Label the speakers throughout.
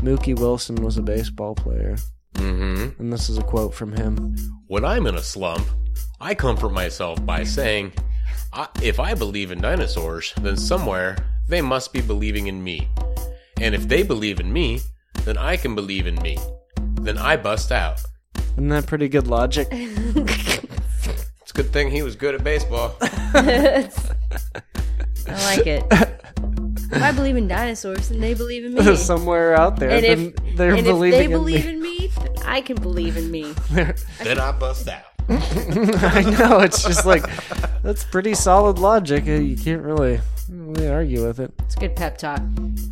Speaker 1: Mookie Wilson was a baseball player.
Speaker 2: Mm-hmm.
Speaker 1: And this is a quote from him.
Speaker 2: When I'm in a slump, I comfort myself by saying, I, if I believe in dinosaurs, then somewhere they must be believing in me. And if they believe in me, then I can believe in me. Then I bust out.
Speaker 1: Isn't that pretty good logic?
Speaker 2: It's a good thing he was good at baseball.
Speaker 3: I like it. If I believe in dinosaurs, then they believe in me.
Speaker 1: Somewhere out there,
Speaker 3: and
Speaker 1: then
Speaker 3: if,
Speaker 1: they're
Speaker 3: and if
Speaker 1: believing
Speaker 3: they
Speaker 1: in
Speaker 3: believe
Speaker 1: me.
Speaker 3: in me, then I can believe in me.
Speaker 2: then I bust out.
Speaker 1: I know it's just like that's pretty solid logic. Uh, You can't really, really argue with it.
Speaker 3: It's a good pep talk.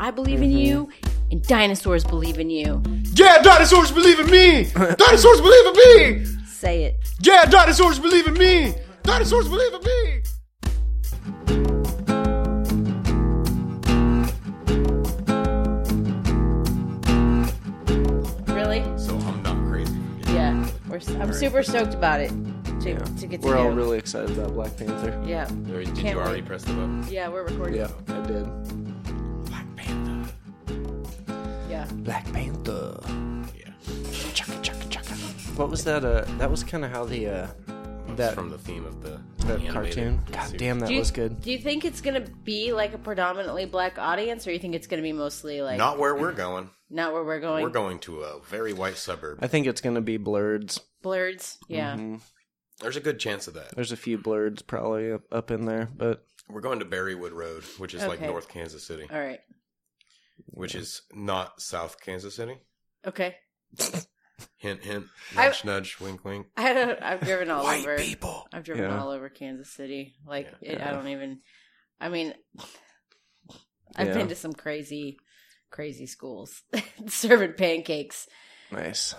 Speaker 3: I believe in you,
Speaker 1: Mm-hmm.
Speaker 3: and dinosaurs believe in you.
Speaker 2: Yeah, dinosaurs believe in me! Dinosaurs believe in me!
Speaker 3: Say it.
Speaker 2: Yeah, dinosaurs believe in me! Dinosaurs believe in me!
Speaker 3: Really?
Speaker 2: So I'm not crazy.
Speaker 3: Yeah. We're, s- I'm super stoked about it to, to get to
Speaker 1: We're all
Speaker 3: do.
Speaker 1: really excited about Black Panther.
Speaker 3: Yeah.
Speaker 2: Or did
Speaker 3: Can't
Speaker 2: you already
Speaker 3: wait.
Speaker 2: press the button?
Speaker 3: Yeah, we're recording.
Speaker 1: Yeah, I did.
Speaker 2: Black Panther.
Speaker 3: Yeah.
Speaker 1: Black Panther.
Speaker 2: Yeah.
Speaker 1: Chugga, chugga, chugga. What was that? Uh, that was kind of how the uh,
Speaker 2: That's
Speaker 1: that
Speaker 2: from the theme of the,
Speaker 1: that
Speaker 2: animated
Speaker 1: cartoon. God
Speaker 2: series.
Speaker 1: damn, that
Speaker 3: Do you,
Speaker 1: was good.
Speaker 3: Do you think it's gonna be like a predominantly black audience, or you think it's gonna be mostly like
Speaker 2: Not where we're going.
Speaker 3: not where we're going?
Speaker 2: We're going to a very white suburb.
Speaker 1: I think it's gonna be blurreds.
Speaker 3: Blurreds. Yeah.
Speaker 1: Mm-hmm.
Speaker 2: There's a good chance of that.
Speaker 1: There's a few blurreds probably up, up in there, but
Speaker 2: We're going to Berrywood Road, which is like
Speaker 3: Okay.
Speaker 2: North Kansas City,
Speaker 3: All right.
Speaker 2: which is not South Kansas City.
Speaker 3: Okay.
Speaker 2: Hint, hint.
Speaker 3: I-
Speaker 2: Nudge, nudge. Wink, wink.
Speaker 3: I don't. I've driven all
Speaker 2: White
Speaker 3: over.
Speaker 2: people.
Speaker 3: I've driven
Speaker 1: Yeah.
Speaker 3: all over Kansas City. Like
Speaker 2: Yeah.
Speaker 3: it, I don't even. I mean, I've
Speaker 1: Yeah.
Speaker 3: been to some crazy, crazy schools serving pancakes,
Speaker 1: nice.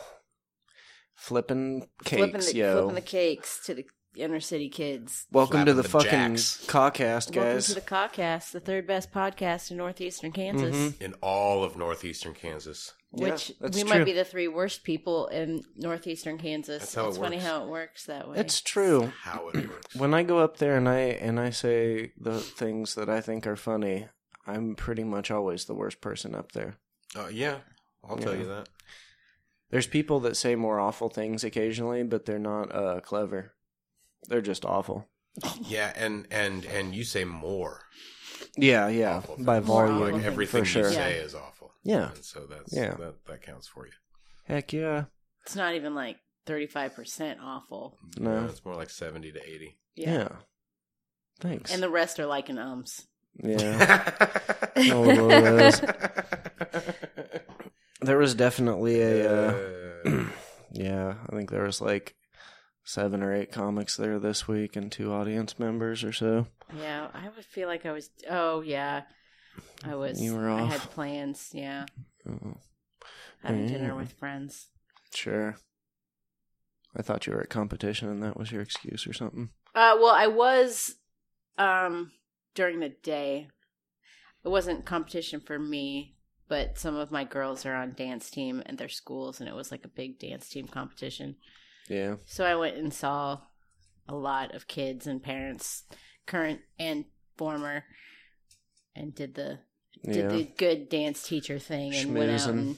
Speaker 1: Flippin'
Speaker 3: flipping,
Speaker 1: cakes,
Speaker 3: the,
Speaker 1: yo.
Speaker 3: flipping the cakes to the inner city kids.
Speaker 1: Welcome to
Speaker 2: Flapping
Speaker 1: the,
Speaker 2: the
Speaker 1: fucking
Speaker 2: jacks.
Speaker 1: cawcast,
Speaker 3: Welcome
Speaker 1: guys.
Speaker 3: to the Cawcast, the third best podcast in northeastern Kansas.
Speaker 2: In all of northeastern Kansas.
Speaker 1: Mm-hmm. Yeah,
Speaker 3: Which
Speaker 1: that's
Speaker 3: we
Speaker 1: true.
Speaker 3: might be the three worst people in northeastern Kansas.
Speaker 2: That's how it
Speaker 3: it's funny
Speaker 2: works.
Speaker 3: how it works that way.
Speaker 1: It's true.
Speaker 2: How it works.
Speaker 1: When I go up there and I and I say the things that I think are funny, I'm pretty much always the worst person up there.
Speaker 2: Uh, yeah, I'll tell you that.
Speaker 1: There's people that say more awful things occasionally, but they're not uh, clever. They're just awful.
Speaker 2: Yeah, and and and you say more.
Speaker 1: Yeah, yeah,
Speaker 2: Awful
Speaker 1: by
Speaker 2: things.
Speaker 1: volume.
Speaker 3: Awful
Speaker 2: Like
Speaker 3: things.
Speaker 2: everything
Speaker 1: For sure.
Speaker 2: you say is awful.
Speaker 1: Yeah.
Speaker 2: And so that's
Speaker 1: Yeah.
Speaker 2: that that counts for you.
Speaker 1: Heck yeah.
Speaker 3: It's not even like 35% awful.
Speaker 1: No.
Speaker 2: Yeah, it's more like seventy to eighty.
Speaker 1: Yeah. Thanks.
Speaker 3: And the rest are like an ums.
Speaker 1: yeah. No, no, no, there's- there was definitely a. Uh, yeah, I think there was like seven or eight comics there this week and two audience members or so.
Speaker 3: Yeah, I would feel like I was. Oh, yeah. I was.
Speaker 1: You were
Speaker 3: I
Speaker 1: off.
Speaker 3: had plans. Yeah.
Speaker 1: Mhm.
Speaker 3: Having
Speaker 1: Yeah.
Speaker 3: dinner with friends.
Speaker 1: Sure. I thought you were at competition and that was your excuse or something.
Speaker 3: Uh, well, I was um, during the day. It wasn't competition for me, but some of my girls are on dance team at their schools, and it was like a big dance team competition.
Speaker 1: Yeah.
Speaker 3: So I went and saw a lot of kids and parents, current and former, and did the did
Speaker 1: Yeah.
Speaker 3: the good dance teacher thing and went out
Speaker 1: Schmoozing.
Speaker 3: and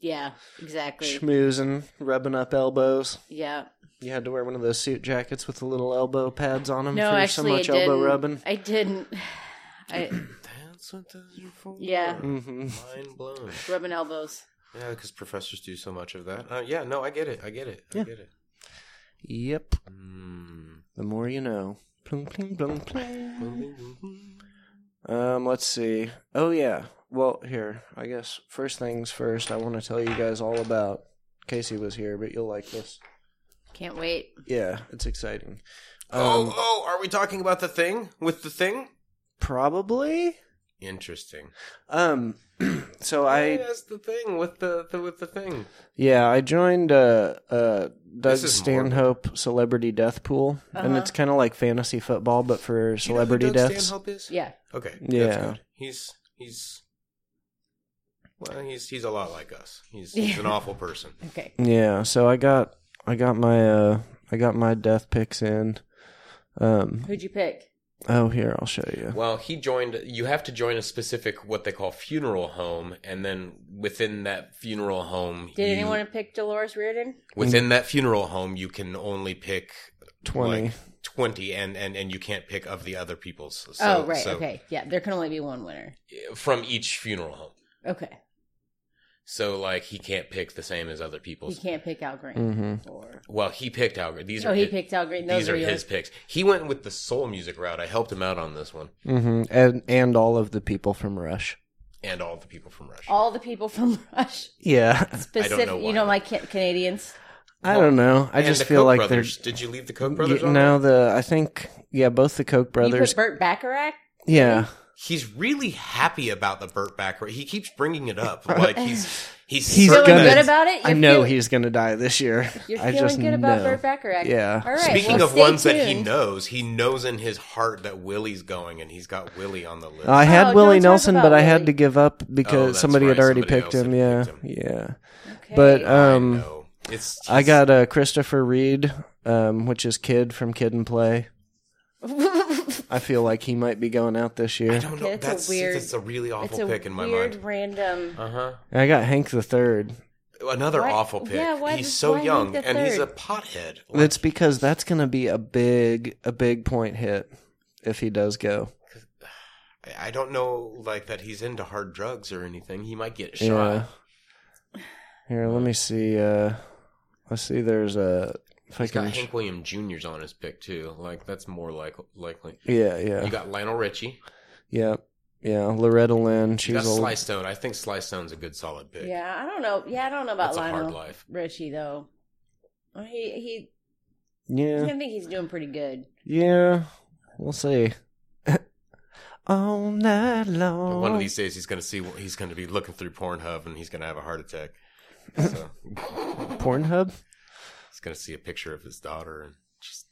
Speaker 3: yeah, exactly,
Speaker 1: Schmoozing, rubbing up elbows.
Speaker 3: yeah.
Speaker 1: You had to wear one of those suit jackets with the little elbow pads on them
Speaker 3: No,
Speaker 1: for
Speaker 3: actually,
Speaker 1: so much
Speaker 3: I didn't.
Speaker 1: elbow rubbing.
Speaker 3: I didn't. I
Speaker 2: That's what those are for.
Speaker 3: Yeah.
Speaker 1: hmm
Speaker 2: Mind blown.
Speaker 3: rubbing elbows.
Speaker 2: Yeah, because professors do so much of that. Uh, yeah, no, I get it. I get it. I
Speaker 1: Yeah.
Speaker 2: get it.
Speaker 1: Yep.
Speaker 2: Mm.
Speaker 1: The more you know. Plung, plung, plung, plung. Um, let's see. Oh yeah. Well, here. I guess first things first. I want to tell you guys all about. Casey was here, but you'll like this.
Speaker 3: Can't wait.
Speaker 1: Yeah, it's exciting. Um,
Speaker 2: oh, oh, are we talking about the thing with the thing?
Speaker 1: probably.
Speaker 2: Interesting.
Speaker 1: Um, so
Speaker 2: Yeah,
Speaker 1: I
Speaker 2: that's the thing with the, the with the thing.
Speaker 1: yeah I joined uh uh Doug
Speaker 2: This is
Speaker 1: Stanhope Celebrity Death Pool, and
Speaker 3: Uh-huh.
Speaker 1: it's kind of like fantasy football, but for
Speaker 2: Do you know who
Speaker 1: celebrity
Speaker 2: Doug
Speaker 1: deaths.
Speaker 2: Stanhope is?
Speaker 3: Yeah.
Speaker 2: Okay.
Speaker 1: Yeah.
Speaker 2: That's good. He's he's well, he's he's a lot like us. He's he's an awful person.
Speaker 3: Okay.
Speaker 1: Yeah, so I got I got my uh I got my death picks in. Um,
Speaker 3: Who'd you pick?
Speaker 1: Oh, here I'll show you.
Speaker 2: Well, he joined. You have to join a specific what they call funeral home, and then within that funeral home,
Speaker 3: Did
Speaker 2: you-
Speaker 3: anyone pick Dolores Reardon?
Speaker 2: within that funeral home you can only pick
Speaker 1: Twenty.
Speaker 2: like, twenty, and and and you can't pick of the other people's. So,
Speaker 3: oh, right.
Speaker 2: so
Speaker 3: okay. Yeah, there can only be one winner.
Speaker 2: From each funeral home,
Speaker 3: Okay.
Speaker 2: so like he can't pick the same as other
Speaker 3: He
Speaker 2: people's.
Speaker 3: can't pick Al Green.
Speaker 1: Mm-hmm.
Speaker 3: Or...
Speaker 2: Well, he picked Algar. Mm. These
Speaker 3: Oh,
Speaker 2: are
Speaker 3: he
Speaker 2: hi-
Speaker 3: picked Al Green. Those
Speaker 2: these
Speaker 3: were
Speaker 2: are
Speaker 3: yours.
Speaker 2: his picks. He went with the soul music route. I helped him out on this one,
Speaker 1: Mm-hmm. And and all of the people from Rush.
Speaker 2: and all the people from Rush.
Speaker 3: All the people from Rush.
Speaker 1: Yeah.
Speaker 3: Specific.
Speaker 2: why.
Speaker 3: you don't like ca- Canadians?
Speaker 1: I don't know. I
Speaker 2: And
Speaker 1: just
Speaker 2: the
Speaker 1: feel
Speaker 2: Koch
Speaker 1: like they're
Speaker 2: brothers. Did you leave the Koch brothers?
Speaker 1: Yeah,
Speaker 2: on there?
Speaker 1: no, the I think yeah, both the Koch brothers.
Speaker 3: You put Burt Bacharach?
Speaker 1: yeah,
Speaker 2: he's really happy about the Burt Bacharach. He keeps bringing it up, like he's he's
Speaker 1: He's
Speaker 2: certain
Speaker 1: gonna-
Speaker 2: that-
Speaker 3: good about it?
Speaker 1: I
Speaker 3: You're
Speaker 1: know
Speaker 3: feel-
Speaker 1: he's gonna die this year.
Speaker 3: You're
Speaker 1: I
Speaker 3: feeling
Speaker 1: just
Speaker 3: good about
Speaker 1: know.
Speaker 3: Burt Bacharach.
Speaker 1: Yeah.
Speaker 3: All right.
Speaker 2: Speaking
Speaker 3: well,
Speaker 2: of
Speaker 3: stay
Speaker 2: ones that he
Speaker 3: tuned.
Speaker 2: knows, he knows in his heart that Willie's going, and he's got Willie on the list.
Speaker 1: I
Speaker 3: Oh,
Speaker 1: had Willie
Speaker 3: don't talk
Speaker 1: Nelson,
Speaker 3: about
Speaker 1: but I had
Speaker 3: Willie.
Speaker 1: to give up
Speaker 2: Oh,
Speaker 1: because
Speaker 2: that's
Speaker 1: somebody
Speaker 2: right,
Speaker 1: had already
Speaker 2: somebody
Speaker 1: picked
Speaker 2: else
Speaker 1: him. Yeah,
Speaker 2: had picked
Speaker 1: yeah.
Speaker 3: Okay.
Speaker 1: But
Speaker 2: I
Speaker 1: um,
Speaker 2: know. it's
Speaker 1: I got uh, Christopher Reed, um, which is Kid from Kid and Play.
Speaker 2: uh,
Speaker 1: I feel like he might be going out this year.
Speaker 2: I don't know.
Speaker 3: Okay, that's a
Speaker 2: That's
Speaker 3: weird-
Speaker 2: that's a really
Speaker 3: it's
Speaker 2: awful
Speaker 3: a
Speaker 2: pick in my
Speaker 3: weird,
Speaker 2: mind.
Speaker 3: random.
Speaker 2: Uh huh.
Speaker 1: And I got Hank the Third.
Speaker 2: Another
Speaker 3: Why-
Speaker 2: awful pick.
Speaker 3: yeah, why
Speaker 2: he's
Speaker 3: does-
Speaker 2: so
Speaker 3: why make
Speaker 2: young,
Speaker 3: the
Speaker 2: and he's a
Speaker 3: third?
Speaker 2: pothead. Like,
Speaker 1: That's because that's gonna be a big a big point hit if he does go.
Speaker 2: I- I don't know, like that he's into hard drugs or anything. He might get shot.
Speaker 1: Here, let me see. Uh, let's see. There's a if I
Speaker 2: He's got
Speaker 1: can.
Speaker 2: Hank William Jr.'s on his pick too. Like that's more like likely.
Speaker 1: yeah,
Speaker 2: You
Speaker 1: yeah,
Speaker 2: got Lionel Richie.
Speaker 1: yeah, yeah. Loretta Lynn.
Speaker 2: You
Speaker 1: She's
Speaker 2: got
Speaker 1: old.
Speaker 2: Sly Stone. I think Sly Stone's a good solid pick.
Speaker 3: Yeah, I don't know. Yeah, I don't know about
Speaker 2: that's a hard
Speaker 3: Lionel
Speaker 2: life.
Speaker 3: Richie though. Oh, He he.
Speaker 1: Yeah,
Speaker 3: I think he's doing pretty good.
Speaker 1: yeah. We'll see. All night long.
Speaker 2: One of these days, he's gonna see. He's gonna be looking through Pornhub, and he's gonna have a heart attack. So
Speaker 1: Pornhub.
Speaker 2: he's gonna see a picture of his daughter, and just.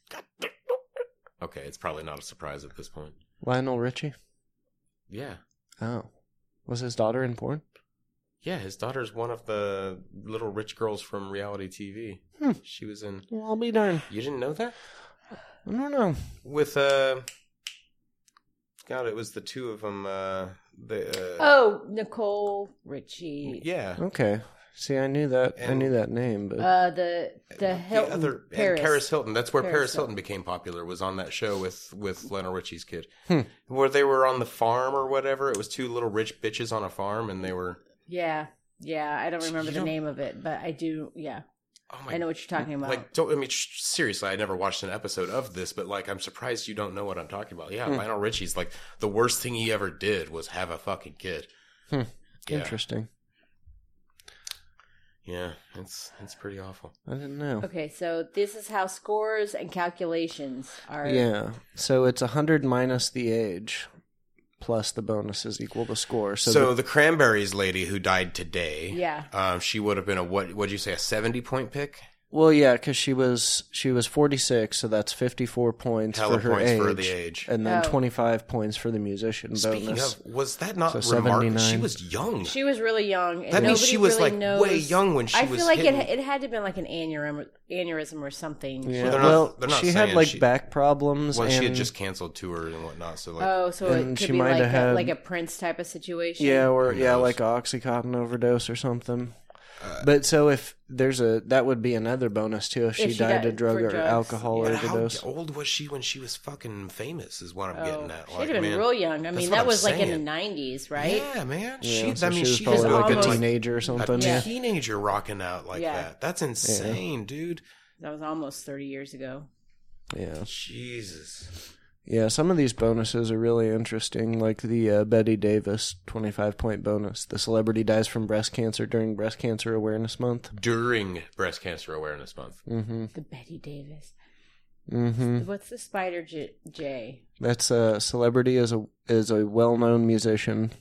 Speaker 2: Okay, it's probably not a surprise at this point.
Speaker 1: Lionel Richie.
Speaker 2: Yeah,
Speaker 1: Oh, was his daughter in porn?
Speaker 2: yeah. His daughter's one of the little rich girls from reality TV.
Speaker 1: Hmm.
Speaker 2: She was in.
Speaker 1: Well, I'll be darned.
Speaker 2: You didn't know that?
Speaker 1: I don't know.
Speaker 2: with uh god it was the two of them uh the uh,
Speaker 3: Oh, Nicole Richie.
Speaker 2: yeah
Speaker 1: Okay. See, I knew that. I
Speaker 2: And-
Speaker 1: knew that name, but
Speaker 3: Uh, the the Hilton
Speaker 2: other- and
Speaker 3: Paris.
Speaker 2: Paris Hilton. That's where Paris,
Speaker 3: Paris
Speaker 2: Hilton.
Speaker 3: Hilton.
Speaker 2: became popular. Was on that show with with Lionel Richie's kid,
Speaker 1: Hmm.
Speaker 2: where they were on the farm or whatever. It was two little rich bitches on a farm, and they were.
Speaker 3: Yeah, yeah. I don't remember
Speaker 2: You
Speaker 3: the
Speaker 2: don't-
Speaker 3: name of it, but I do. Yeah,
Speaker 2: Oh my!
Speaker 3: I know what you're talking about.
Speaker 2: Like, don't I mean sh- seriously? I never watched an episode of this, but like, I'm surprised you don't know what I'm talking about.
Speaker 1: Hmm.
Speaker 2: Yeah, Lionel Richie's like the worst thing he ever did was have a fucking kid.
Speaker 1: Hmm.
Speaker 2: Yeah,
Speaker 1: interesting.
Speaker 2: yeah, it's it's pretty awful.
Speaker 1: I didn't know.
Speaker 3: okay, so this is how scores and calculations are.
Speaker 1: Yeah. So it's 100 minus the age plus the bonuses equal the score. So,
Speaker 2: So,
Speaker 1: the-
Speaker 2: the, Cranberries lady who died today,
Speaker 3: Yeah.
Speaker 2: um, she would have been a what? What'd you say? A seventy point pick?
Speaker 1: well yeah, cuz she was she was 46, so that's 54 points
Speaker 2: Hella
Speaker 1: for her
Speaker 2: points
Speaker 1: age,
Speaker 2: for the age.
Speaker 1: and then
Speaker 3: Oh.
Speaker 1: 25 points for the musician
Speaker 2: Speaking
Speaker 1: bonus.
Speaker 2: of, was that not
Speaker 1: So
Speaker 2: remarkable?
Speaker 1: 79.
Speaker 2: She was young.
Speaker 3: She was really young. And
Speaker 2: that means
Speaker 3: nobody
Speaker 2: she was
Speaker 3: really
Speaker 2: like
Speaker 3: knows.
Speaker 2: way young when she
Speaker 3: I
Speaker 2: was.
Speaker 3: feel like
Speaker 2: hitting-
Speaker 3: it, it had to have been like an aneurysm, aneurysm or something.
Speaker 1: yeah.
Speaker 2: Well, they're not-
Speaker 1: well,
Speaker 2: they're not
Speaker 1: she had
Speaker 2: saying
Speaker 1: like
Speaker 2: she-
Speaker 1: back problems
Speaker 2: well,
Speaker 1: and
Speaker 2: she had just canceled tours and whatnot. So like,
Speaker 3: oh, so
Speaker 1: And
Speaker 3: it
Speaker 1: she
Speaker 3: could be
Speaker 1: might
Speaker 3: like a,
Speaker 1: have had-
Speaker 3: like a Prince type of situation.
Speaker 1: yeah, or
Speaker 2: Who
Speaker 1: yeah,
Speaker 2: knows?
Speaker 1: like a oxycontin overdose or something.
Speaker 2: Uh,
Speaker 1: but so if there's a that would be another bonus too if she
Speaker 3: she
Speaker 1: died
Speaker 3: died
Speaker 1: to drug
Speaker 3: for
Speaker 1: or
Speaker 3: drugs.
Speaker 1: alcohol
Speaker 2: but how
Speaker 1: overdose.
Speaker 2: old was she when she was fucking famous? Is what I'm
Speaker 3: Oh,
Speaker 2: getting at.
Speaker 3: she'd
Speaker 2: Like,
Speaker 3: have been
Speaker 2: man,
Speaker 3: real young. I mean,
Speaker 2: what
Speaker 3: that
Speaker 2: I'm
Speaker 3: was like in
Speaker 2: saying.
Speaker 3: the '90s, right?
Speaker 2: Yeah, man.
Speaker 1: Yeah,
Speaker 2: she,
Speaker 1: so
Speaker 2: I mean,
Speaker 1: she was
Speaker 2: she
Speaker 1: probably like
Speaker 2: almost
Speaker 1: a
Speaker 3: almost-
Speaker 1: teenager or something.
Speaker 2: a
Speaker 1: yeah.
Speaker 2: teenager rocking out like
Speaker 3: Yeah.
Speaker 2: that. That's insane, dude.
Speaker 3: That was almost 30 years ago.
Speaker 1: yeah.
Speaker 2: Jesus.
Speaker 1: Yeah, some of these bonuses are really interesting, like the uh, Betty Davis 25 point bonus. The celebrity dies from breast cancer during Breast Cancer Awareness Month.
Speaker 2: during Breast Cancer Awareness Month.
Speaker 1: Mm hmm.
Speaker 3: The Betty Davis.
Speaker 1: Mm hmm.
Speaker 3: What's the Spider J? J?
Speaker 1: That's a celebrity is a is a well known musician.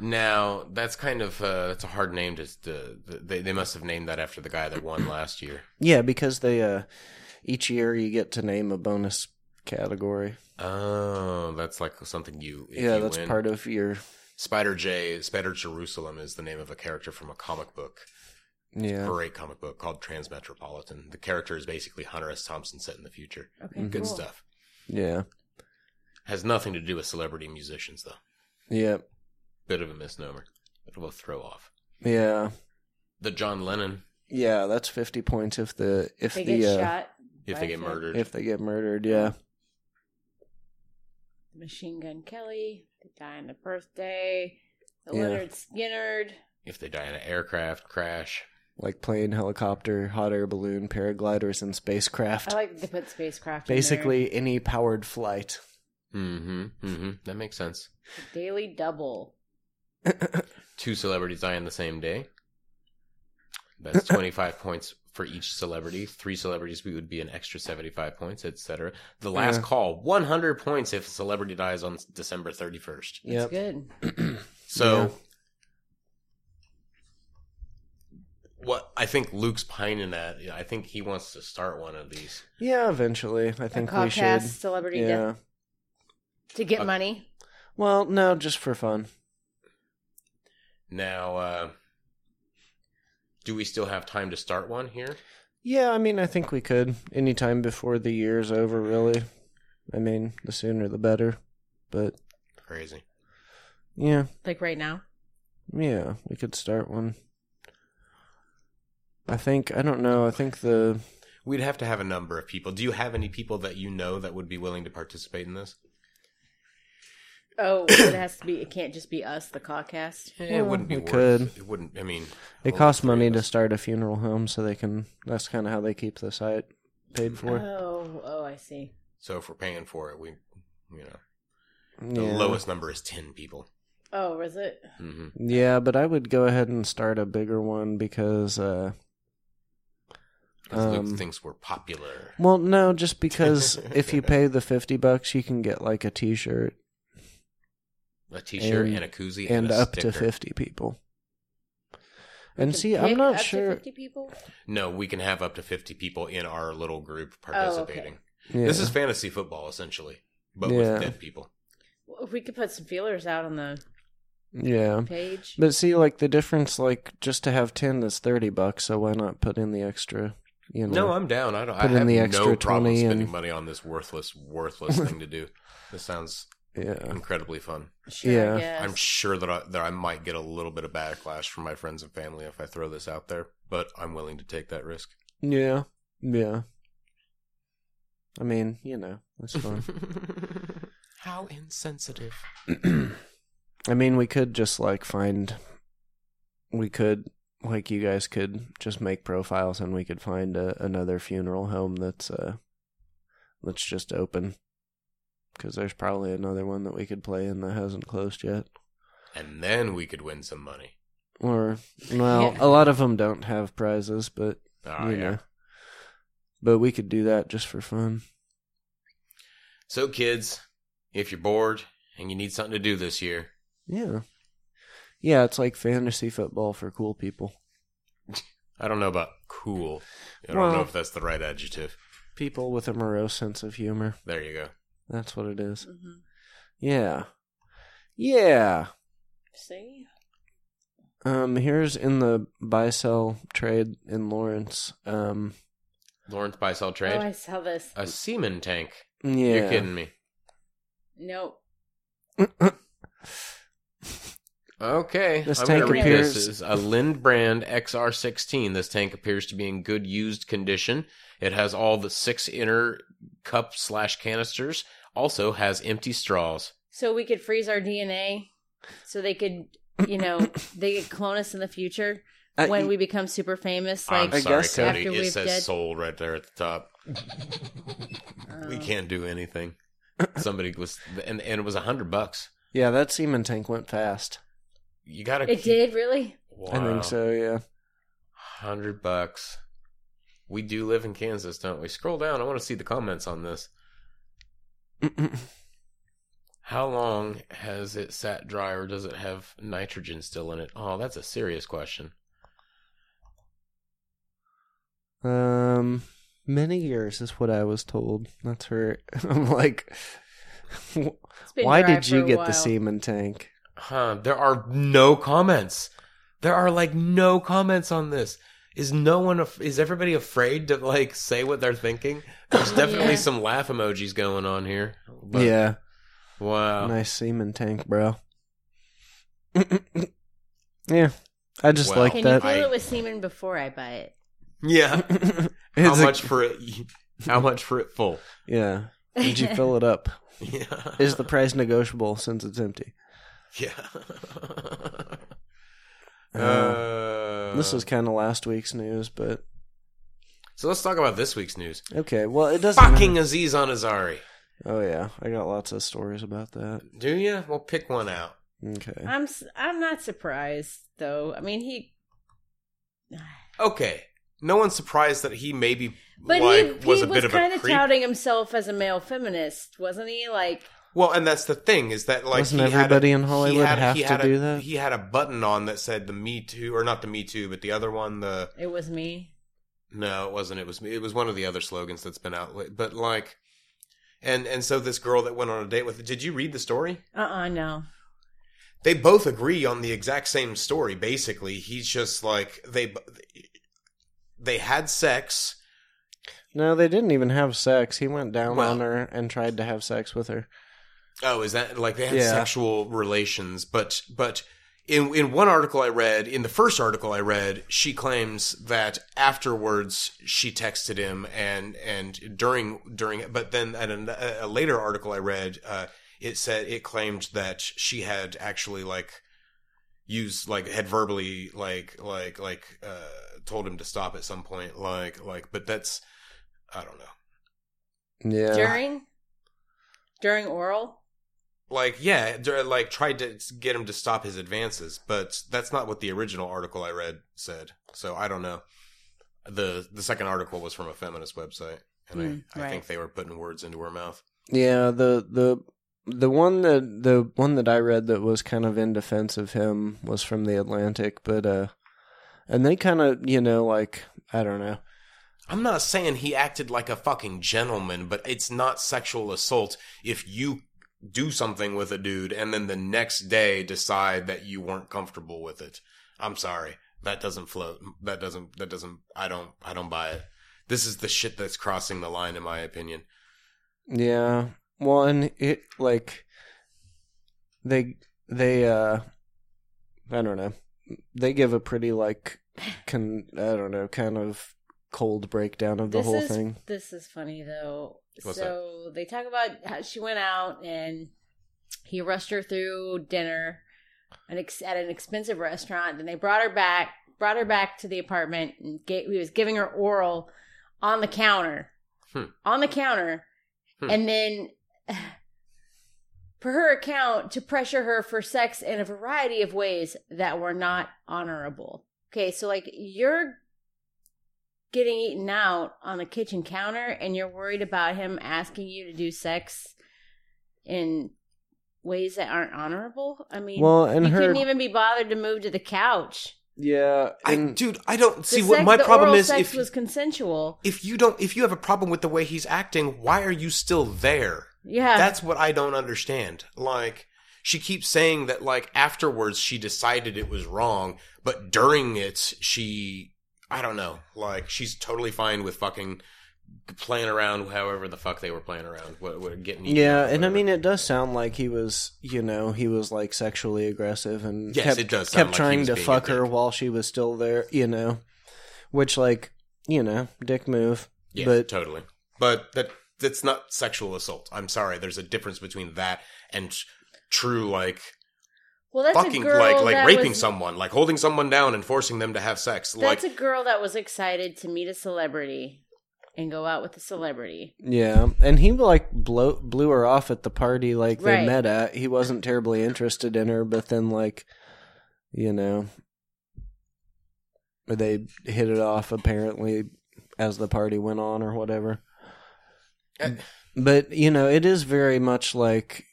Speaker 2: Now that's kind of uh, that's a hard name to. to they, they must have named that after the guy that won last year.
Speaker 1: Yeah, because they uh, each year you get to name a bonus category.
Speaker 2: Oh, that's like something you. If
Speaker 1: yeah,
Speaker 2: you
Speaker 1: that's
Speaker 2: win.
Speaker 1: part of your
Speaker 2: Spider J. Spider Jerusalem is the name of a character from a comic book,
Speaker 1: yeah.
Speaker 2: great comic book called Transmetropolitan.
Speaker 1: Mm-hmm.
Speaker 2: The character is basically Hunter S. Thompson set in the future.
Speaker 3: Okay,
Speaker 2: Good
Speaker 3: cool.
Speaker 2: stuff.
Speaker 1: Yeah.
Speaker 2: Has nothing to do with celebrity musicians, though.
Speaker 1: Yeah.
Speaker 2: Bit of a misnomer. Bit of a throw off.
Speaker 1: Yeah.
Speaker 2: The John Lennon,
Speaker 1: Yeah, that's 50 points if the if
Speaker 3: They
Speaker 1: the
Speaker 3: get
Speaker 1: uh,
Speaker 3: shot.
Speaker 2: if
Speaker 3: by
Speaker 2: they get
Speaker 3: a
Speaker 2: murdered.
Speaker 1: if they get murdered, yeah.
Speaker 3: Machine Gun Kelly. They die on the birthday. The
Speaker 1: Yeah.
Speaker 3: Leonard Skinnerd.
Speaker 2: if they die in an aircraft crash.
Speaker 1: Like plane, helicopter, hot air balloon, paragliders and spacecraft.
Speaker 3: I like that they put spacecraft. in there.
Speaker 1: Basically any powered flight.
Speaker 2: Mm hmm. Mm hmm. That makes sense.
Speaker 3: The Daily Double.
Speaker 2: Two celebrities die on the same day. That's 25 points for each celebrity. Three celebrities, we would be an extra 75 points, etc. The last
Speaker 1: Yeah.
Speaker 2: call, 100 points if a celebrity dies on December 31st.
Speaker 1: yep.
Speaker 3: That's good.
Speaker 2: So,
Speaker 1: Yeah.
Speaker 2: what I think Luke's pining at, I think he wants to start one of these.
Speaker 1: Yeah, eventually. I think
Speaker 3: a
Speaker 1: we should.
Speaker 3: podcast celebrity death
Speaker 1: Yeah.
Speaker 3: to get
Speaker 2: Uh,
Speaker 3: money.
Speaker 1: Well, no, just for fun.
Speaker 2: Now, uh, do we still have time to start one here?
Speaker 1: Yeah, I mean, I think we could anytime before the year's over, really. I mean, the sooner the better. But
Speaker 2: Crazy.
Speaker 1: yeah,
Speaker 3: Like right now.
Speaker 1: yeah, we could start one. I think I don't know. I think the
Speaker 2: We'd have to have a number of people. Do you have any people that you know that would be willing to participate in this?
Speaker 3: Oh, it has to be. It can't just be us, the podcast.
Speaker 2: Eh, it
Speaker 1: Well,
Speaker 2: wouldn't be
Speaker 1: we
Speaker 2: worth
Speaker 1: could.
Speaker 2: it. It wouldn't. I mean,
Speaker 1: it
Speaker 2: only
Speaker 1: costs
Speaker 2: three
Speaker 1: money
Speaker 2: of
Speaker 1: to
Speaker 2: us.
Speaker 1: start a funeral home, so they can. That's kind of how they keep the site paid for.
Speaker 3: Oh, oh, I see.
Speaker 2: So if we're paying for it, we, you know,
Speaker 1: Yeah.
Speaker 2: the lowest number is ten people.
Speaker 3: Oh, was it?
Speaker 2: hmm
Speaker 1: Yeah, but I would go ahead and start a bigger one because. uh
Speaker 2: Because
Speaker 1: Um,
Speaker 2: Luke thinks we're popular.
Speaker 1: Well, no, just because if you pay the fifty bucks, you can get like a T-shirt.
Speaker 2: A T-shirt and,
Speaker 1: and-
Speaker 2: a koozie and,
Speaker 1: and
Speaker 2: a
Speaker 1: up
Speaker 2: sticker.
Speaker 1: to 50 people.
Speaker 3: We
Speaker 1: And
Speaker 3: can
Speaker 1: see, I'm
Speaker 3: pick
Speaker 1: not
Speaker 3: up to
Speaker 1: sure.
Speaker 3: 50 people.
Speaker 2: No, we can have up to fifty people in our little group
Speaker 3: okay.
Speaker 2: participating.
Speaker 1: Yeah.
Speaker 2: This is fantasy football essentially, but
Speaker 1: Yeah.
Speaker 2: with dead people.
Speaker 3: Well, If we could put some feelers out on the
Speaker 1: yeah.
Speaker 3: page.
Speaker 1: But see, like the difference, like just to have 10 is 30 bucks. So why not put in the extra? You know.
Speaker 2: No, I'm down. I don't.
Speaker 1: Put
Speaker 2: I
Speaker 1: in
Speaker 2: have
Speaker 1: the
Speaker 2: no
Speaker 1: extra
Speaker 2: problem
Speaker 1: 20
Speaker 2: spending
Speaker 1: and-
Speaker 2: money on this worthless, worthless thing to do. This sounds
Speaker 1: yeah.
Speaker 2: incredibly fun.
Speaker 3: Sure,
Speaker 1: yeah.
Speaker 3: I guess.
Speaker 2: I'm sure that I, that I might get a little bit of backlash from my friends and family if I throw this out there, but I'm willing to take that risk.
Speaker 1: Yeah. Yeah. I mean, you know, that's fine.
Speaker 2: How insensitive!
Speaker 1: I mean, we could just like find. We could like you guys could just make profiles, and we could find a, another funeral home that's uh that's just open. Because there's probably another one that we could play in that hasn't closed yet.
Speaker 2: And then we could win some money.
Speaker 1: Or well,
Speaker 3: Yeah.
Speaker 1: a lot of them don't have prizes, but
Speaker 2: Oh
Speaker 1: you
Speaker 2: yeah.
Speaker 1: know. But we could do that just for fun.
Speaker 2: So kids, if you're bored and you need something to do this year,
Speaker 1: Yeah. Yeah, it's like fantasy football for cool people.
Speaker 2: I don't know about cool. I don't
Speaker 1: Well-
Speaker 2: know if that's the right adjective.
Speaker 1: People with a morose sense of humor.
Speaker 2: There you go.
Speaker 1: That's what it is.
Speaker 3: Mhm.
Speaker 1: Yeah. Yeah.
Speaker 3: See?
Speaker 1: Um, here's in the buy sell trade in Lawrence. Um,
Speaker 2: Lawrence buy sell
Speaker 3: Oh, I
Speaker 2: trade.
Speaker 3: saw this.
Speaker 2: a semen tank.
Speaker 1: yeah.
Speaker 2: You're kidding me.
Speaker 3: Nope.
Speaker 2: Okay.
Speaker 1: This
Speaker 2: I'm gonna
Speaker 1: tank
Speaker 2: read
Speaker 1: appears-
Speaker 2: This is a Lind brand XR16. This tank appears to be in good used condition. It has all the six inner cup slash canisters. Also has empty straws.
Speaker 3: So we could freeze our DNA so they could, you know, they could clone us in the future
Speaker 1: Uh,
Speaker 3: when
Speaker 1: y-
Speaker 3: we become super famous.
Speaker 2: I'm
Speaker 3: Like,
Speaker 1: I
Speaker 2: sorry,
Speaker 1: guess so.
Speaker 2: Cody.
Speaker 3: After
Speaker 2: It
Speaker 3: we've
Speaker 2: says
Speaker 3: dead-
Speaker 2: sold right there at the top.
Speaker 3: uh,
Speaker 2: We can't do anything. Somebody was, and, and it was a hundred bucks.
Speaker 1: yeah, that semen tank went fast.
Speaker 2: You gotta.
Speaker 3: It did, really?
Speaker 2: Wow.
Speaker 1: I think so. Yeah.
Speaker 2: Hundred bucks. We do live in Kansas, don't we? Scroll down. I want to see the comments on this. How long has it sat dry, or does it have nitrogen still in it? Oh, that's a serious question.
Speaker 1: um, many years is what I was told. That's her. I'm like,
Speaker 3: It's been
Speaker 1: why
Speaker 3: dry
Speaker 1: did
Speaker 3: for
Speaker 1: you
Speaker 3: a
Speaker 1: get
Speaker 3: while.
Speaker 1: the semen tank?
Speaker 2: Huh? There are no comments. There are like no comments on this. Is no one? af- Is everybody afraid to like say what they're thinking? There's definitely
Speaker 3: Yeah.
Speaker 2: some laugh emojis going on here. but- uh,
Speaker 1: yeah.
Speaker 2: Wow.
Speaker 1: Nice semen tank, bro. yeah, I just
Speaker 2: Well,
Speaker 1: like
Speaker 3: Can you
Speaker 1: that.
Speaker 3: fill
Speaker 2: I-
Speaker 3: it with semen before I buy it?
Speaker 2: Yeah. How
Speaker 1: It's a-
Speaker 2: much for it? How much for it full?
Speaker 1: yeah. Did you fill it up?
Speaker 2: Yeah.
Speaker 1: Is the price negotiable since it's empty?
Speaker 2: yeah.
Speaker 1: Uh,
Speaker 2: Uh,
Speaker 1: this is kind of last week's news, but
Speaker 2: so. Let's talk about this week's news.
Speaker 1: okay. Well, it doesn't.
Speaker 2: Fucking Aziz Ansari.
Speaker 1: matter. Oh yeah, I got lots of stories about that.
Speaker 2: Do you? Well, pick one out.
Speaker 1: Okay.
Speaker 3: I'm s- I'm not surprised though. I mean he,
Speaker 2: Okay. No one's surprised that he maybe
Speaker 3: but
Speaker 2: like
Speaker 3: he
Speaker 2: was
Speaker 3: he
Speaker 2: a bit
Speaker 3: was
Speaker 2: of a
Speaker 3: kind of
Speaker 2: creep.
Speaker 3: touting himself as a male feminist, wasn't he? Like
Speaker 2: Well, and that's the thing is that like
Speaker 1: Doesn't
Speaker 2: he had
Speaker 1: everybody
Speaker 2: a-
Speaker 1: in Hollywood
Speaker 2: he had,
Speaker 1: have
Speaker 2: he
Speaker 1: to
Speaker 2: had a,
Speaker 1: do that?
Speaker 2: He had a button on that said the Me Too, or not the Me Too, but the other one. The
Speaker 3: it was me.
Speaker 2: no, it wasn't. It was it was one of the other slogans that's been out. But like, and and so this girl that went on a date with. Did you read the story?
Speaker 3: Uh uh no.
Speaker 2: They both agree on the exact same story. Basically, he's just like they b- they had sex.
Speaker 1: No, they didn't even have sex. He went down
Speaker 2: Well-
Speaker 1: on her and tried to have sex with her.
Speaker 2: Oh, is that like they had
Speaker 1: Yeah.
Speaker 2: sexual relations? But but in in one article I read, in the first article I read, she claims that afterwards she texted him and and during during. But then at a, a later article I read, uh, it said it claimed that she had actually like used like had verbally like like like uh told him to stop at some point like like but that's i don't know
Speaker 1: Yeah.
Speaker 3: During during oral?
Speaker 2: like yeah d- like tried to get him to stop his advances but that's not what the original article i read said so i don't know the the second article was from a feminist website and
Speaker 3: Mm,
Speaker 2: I, I think
Speaker 3: right.
Speaker 2: they were putting words into her mouth
Speaker 1: Yeah, the the the one that the one that I read that was kind of in defense of him was from the Atlantic, but uh and they kind of, you know, like I don't know.
Speaker 2: i'm not saying he acted like a fucking gentleman but it's not sexual assault if you do something with a dude and then the next day decide that you weren't comfortable with it i'm sorry that doesn't float that doesn't that doesn't i don't i don't buy it this is the shit that's crossing the line in my opinion
Speaker 1: Yeah. Well, and it like they they uh I don't know. They give a pretty like can I don't know, kind of cold breakdown of the
Speaker 3: this
Speaker 1: whole
Speaker 3: is
Speaker 1: thing.
Speaker 3: this is funny though.
Speaker 2: What's
Speaker 3: so they talk about how she went out and he rushed her through dinner an ex- at an expensive restaurant. Then they brought her back, brought her back to the apartment, and gave, he was giving her oral on the counter,
Speaker 2: Hmm.
Speaker 3: on the counter,
Speaker 2: Hmm.
Speaker 3: and then. Per her account, to pressure her for sex in a variety of ways that were not honorable. Okay, so like you're getting eaten out on the kitchen counter and you're worried about him asking you to do sex in ways that aren't honorable i mean
Speaker 1: Well, and
Speaker 3: you
Speaker 1: her
Speaker 3: couldn't even be bothered to move to the couch
Speaker 1: yeah,
Speaker 2: I,
Speaker 1: and-
Speaker 2: dude, I don't see
Speaker 3: the
Speaker 2: what
Speaker 3: sex-
Speaker 2: my
Speaker 3: the
Speaker 2: problem
Speaker 3: oral
Speaker 2: is.
Speaker 3: sex
Speaker 2: If
Speaker 3: was consensual
Speaker 2: if you don't, if you have a problem with the way he's acting, why are you still there?
Speaker 3: yeah
Speaker 2: That's what I don't understand. Like she keeps saying that, like afterwards she decided it was wrong, but during it she, I don't know, like she's totally fine with fucking playing around, however the fuck they were playing around, what, what getting eaten
Speaker 1: Yeah,
Speaker 2: out,
Speaker 1: and I
Speaker 2: whatever.
Speaker 1: mean, it does sound like he was, you know, he was like sexually aggressive and
Speaker 2: Yes,
Speaker 1: kept,
Speaker 2: it does
Speaker 1: kept
Speaker 2: sound like he
Speaker 1: trying
Speaker 2: was
Speaker 1: to
Speaker 2: being a
Speaker 1: fuck her
Speaker 2: dick.
Speaker 1: while she was still there, you know, which like, you know, dick move.
Speaker 2: Yeah,
Speaker 1: but
Speaker 2: totally. But that that's not sexual assault. I'm sorry. There's a difference between that and tr- true like
Speaker 3: well that's
Speaker 2: fucking
Speaker 3: a girl
Speaker 2: like like
Speaker 3: that
Speaker 2: raping
Speaker 3: was,
Speaker 2: someone, like holding someone down and forcing them to have sex. Like
Speaker 3: that's a girl that was excited to meet a celebrity and go out with a celebrity
Speaker 1: yeah, and he like blow, blew her off at the party like they
Speaker 3: Right.
Speaker 1: met at. He wasn't terribly interested in her, but then like, you know, they hit it off apparently as the party went on or whatever.
Speaker 2: Uh,
Speaker 1: But you know, it is very much like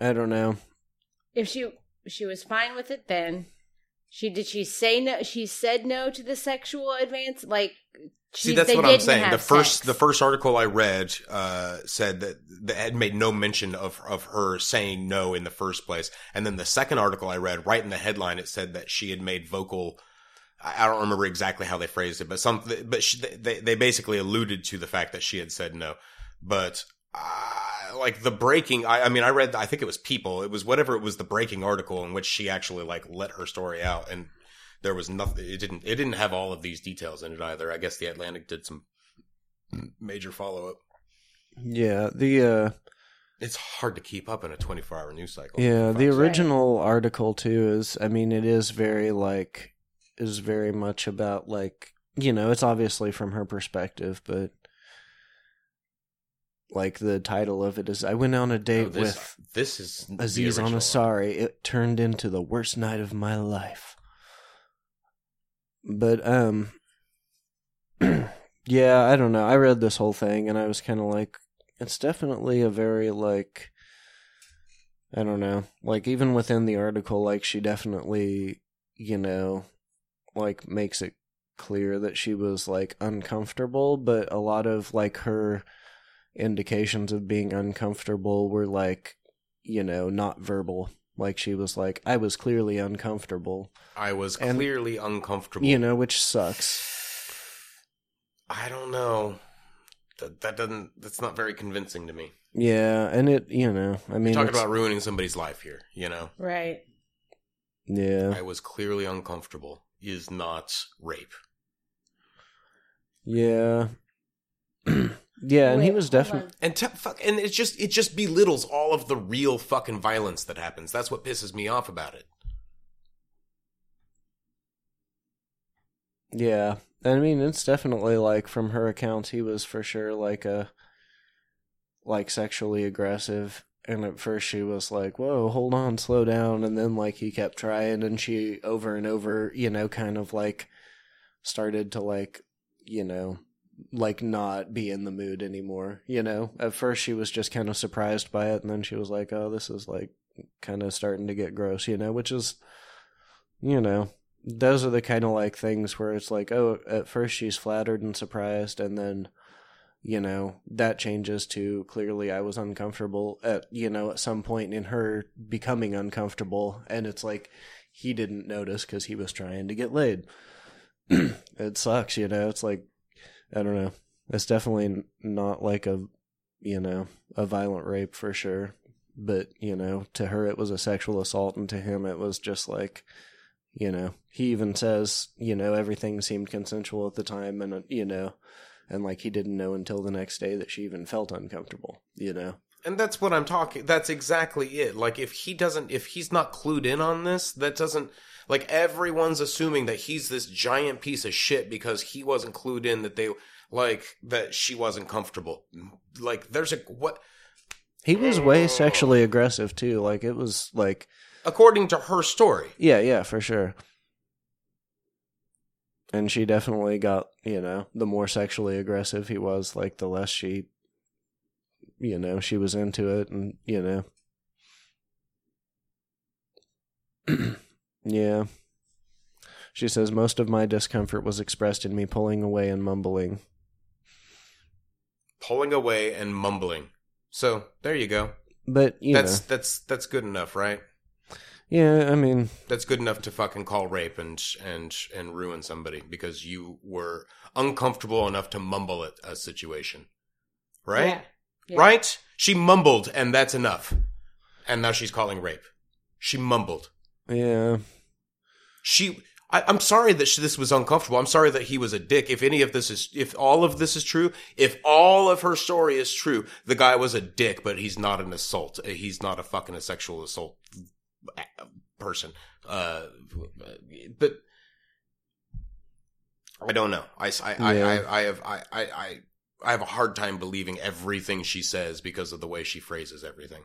Speaker 1: I don't know.
Speaker 3: if she she was fine with it then she did she say no she said no to the sexual advance like she,
Speaker 2: see, that's
Speaker 3: they
Speaker 2: what I'm
Speaker 3: didn't
Speaker 2: saying.
Speaker 3: have
Speaker 2: The first
Speaker 3: sex.
Speaker 2: the first article I read uh, said that that had made no mention of of her saying no in the first place, and then the second article I read, right in the headline, it said that she had made vocal. I I don't remember exactly how they phrased it, but some, but she, they they basically alluded to the fact that she had said no. But uh, like the breaking I, I mean i read i think it was people it was whatever it was the breaking article in which she actually like let her story out and there was nothing it didn't it didn't have all of these details in it either i guess the atlantic did some major follow-up
Speaker 1: Yeah, the uh,
Speaker 2: it's hard to keep up in a 24-hour news cycle
Speaker 1: yeah the
Speaker 2: Fuck's sake.
Speaker 1: original article too is. I mean, it is very like is very much about like you know it's obviously from her perspective, but like the title of it is I went on a date
Speaker 2: Oh, this,
Speaker 1: with
Speaker 2: this is the
Speaker 1: Aziz
Speaker 2: original one.
Speaker 1: Ansari. It turned into the worst night of my life. But um, yeah, I don't know. I read this whole thing and I was kind of like, it's definitely a very like, I don't know, like even within the article, like she definitely, you know, like makes it clear that she was like uncomfortable, but a lot of like her indications of being uncomfortable were like you know, not verbal. Like she was like, I was clearly uncomfortable,
Speaker 2: i was
Speaker 1: And-
Speaker 2: clearly uncomfortable
Speaker 1: you know, which sucks.
Speaker 2: i don't know that, that doesn't that's not very convincing to me
Speaker 1: Yeah, and it, you know, I mean,
Speaker 2: talking
Speaker 1: it's-
Speaker 2: about ruining somebody's life here you know
Speaker 3: Right.
Speaker 1: yeah,
Speaker 2: i was clearly uncomfortable is not rape
Speaker 1: yeah, yeah, and he
Speaker 3: Wait,
Speaker 1: was
Speaker 3: hold
Speaker 1: definitely,
Speaker 3: on.
Speaker 2: and te- fuck, and it just it just belittles all of the real fucking violence that happens. That's what pisses me off about it.
Speaker 1: yeah, I mean, it's definitely like from her account, he was for sure like a, like sexually aggressive. And at first she was like, "Whoa, hold on, slow down," and then like he kept trying, and she over and over, you know, kind of like started to like you know like not be in the mood anymore you know at first she was just kind of surprised by it and then she was like oh this is like kind of starting to get gross you know which is you know those are the kind of like things where it's like oh at first she's flattered and surprised and then you know that changes to clearly i was uncomfortable at you know at some point in her becoming uncomfortable and it's like he didn't notice because he was trying to get laid it sucks, you know. It's like I don't know. It's definitely n- not like a you know a violent rape for sure, but you know to her it was a sexual assault, and to him it was just like you know he even says you know everything seemed consensual at the time, and uh, you know. And like he didn't know until the next day that she even felt uncomfortable, you know.
Speaker 2: And that's what I'm talking. That's exactly it. Like if he doesn't, if he's not clued in on this, that doesn't. Like everyone's assuming that he's this giant piece of shit because he wasn't clued in that they like that she wasn't comfortable. Like there's a what
Speaker 1: He was way sexually aggressive too. Like it was like,
Speaker 2: according to her story.
Speaker 1: Yeah, yeah, for sure. And she definitely got, you know, the more sexually aggressive he was, like the less she you know, she was into it and, you know. yeah. She says most of my discomfort was expressed in me pulling away and mumbling.
Speaker 2: Pulling away and mumbling. So there you go.
Speaker 1: But, you
Speaker 2: that's
Speaker 1: know.
Speaker 2: that's that's good enough, right?
Speaker 1: Yeah, I mean,
Speaker 2: that's good enough to fucking call rape and and and ruin somebody because you were uncomfortable enough to mumble at a situation right
Speaker 3: Yeah. Yeah.
Speaker 2: right she mumbled and that's enough and now she's calling rape she mumbled
Speaker 1: yeah.
Speaker 2: she I, i'm sorry that she, this was uncomfortable i'm sorry that he was a dick if any of this is if all of this is true if all of her story is true the guy was a dick but he's not an assault uh, he's not a fucking a sexual assault person uh but i don't know i i I,
Speaker 1: Yeah.
Speaker 2: I, I have i i i I have a hard time believing everything she says because of the way she phrases everything.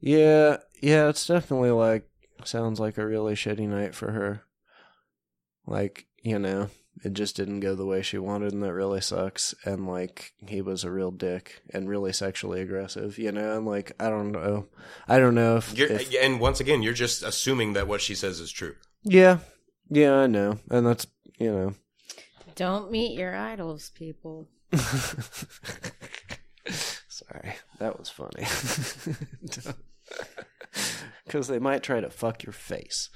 Speaker 1: Yeah, yeah, it's definitely like sounds like a really shitty night for her. Like, you know, it just didn't go the way she wanted and that really sucks and like he was a real dick and really sexually aggressive, you know, and like I don't know. I don't know if,
Speaker 2: You're, uh,
Speaker 1: if
Speaker 2: and once again, you're just assuming that what she says is true.
Speaker 1: Yeah. Yeah, I know. And that's, you know.
Speaker 3: Don't meet your idols, people.
Speaker 1: Sorry, that was funny. Because they might try to fuck your face.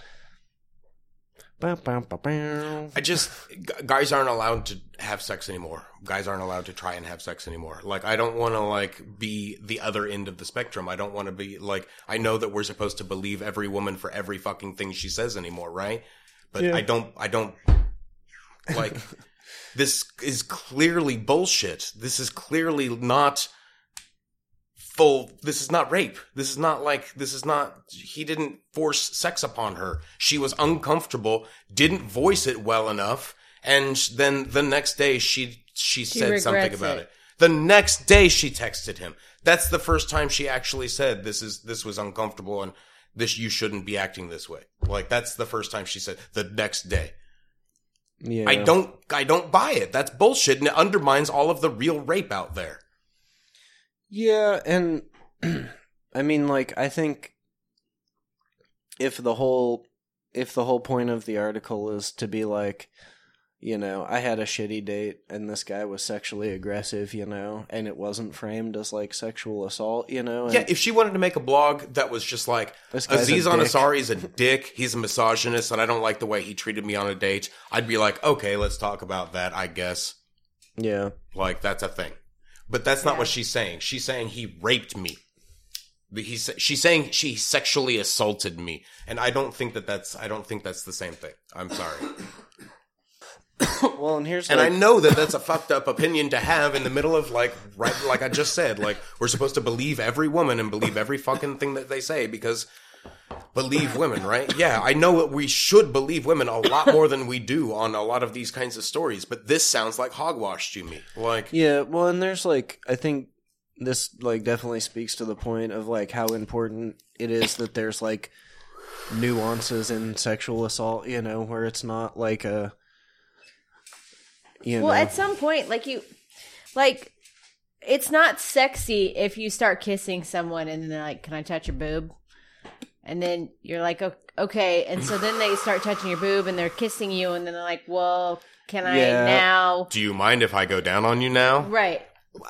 Speaker 1: Bow, bow, bow, bow.
Speaker 2: I just gu- guys aren't allowed to have sex anymore. Guys aren't allowed to try and have sex anymore. Like I don't want to like be the other end of the spectrum. I don't want to be like I know that we're supposed to believe every woman for every fucking thing she says anymore, right? But
Speaker 1: Yeah.
Speaker 2: I don't I don't like this is clearly bullshit. This is clearly not full this is not rape this is not like this is not he didn't force sex upon her she was uncomfortable didn't voice it well enough and then the next day she she,
Speaker 3: She
Speaker 2: said something
Speaker 3: regrets
Speaker 2: about it.
Speaker 3: it.
Speaker 2: the next day she texted him that's the first time she actually said this is this was uncomfortable and this you shouldn't be acting this way like that's the first time she said the next day
Speaker 1: Yeah.
Speaker 2: i don't i don't buy it that's bullshit and it undermines all of the real rape out there
Speaker 1: Yeah, and I mean, like, I think if the whole if the whole point of the article is to be like, you know, I had a shitty date and this guy was sexually aggressive, you know, and it wasn't framed as like sexual assault, you know, and
Speaker 2: yeah if she wanted to make a blog that was just like
Speaker 1: this guy's
Speaker 2: Aziz
Speaker 1: a dick.
Speaker 2: Ansari is a dick. He's a misogynist, and I don't like the way he treated me on a date. I'd be like, okay, let's talk about that. I guess
Speaker 1: Yeah,
Speaker 2: like that's a thing, but that's not
Speaker 3: Yeah.
Speaker 2: what she's saying. She's saying he raped me. But He's she's saying she sexually assaulted me, and I don't think that that's I don't think that's the same thing. I'm sorry,
Speaker 1: well, and here's
Speaker 2: and I
Speaker 1: like,
Speaker 2: know that that's a fucked up opinion to have in the middle of like right like I just said like we're supposed to believe every woman and believe every fucking thing that they say because believe women, right? Yeah, I know that we should believe women a lot more than we do on a lot of these kinds of stories, but this sounds like hogwash to me. Like,
Speaker 1: yeah, well, and there's like, I think this like definitely speaks to the point of like how important it is that there's like nuances in sexual assault, you know, where it's not like a you
Speaker 3: Well,
Speaker 1: know,
Speaker 3: at some point, like you, like it's not sexy if you start kissing someone and they're like, "Can I touch your boob?" And then you're like, "O- "Okay," and so then they start touching your boob and they're kissing you, and then they're like, "Well, can I
Speaker 1: Yeah.
Speaker 3: now?"
Speaker 2: do you mind if I go down on you now?
Speaker 3: Right?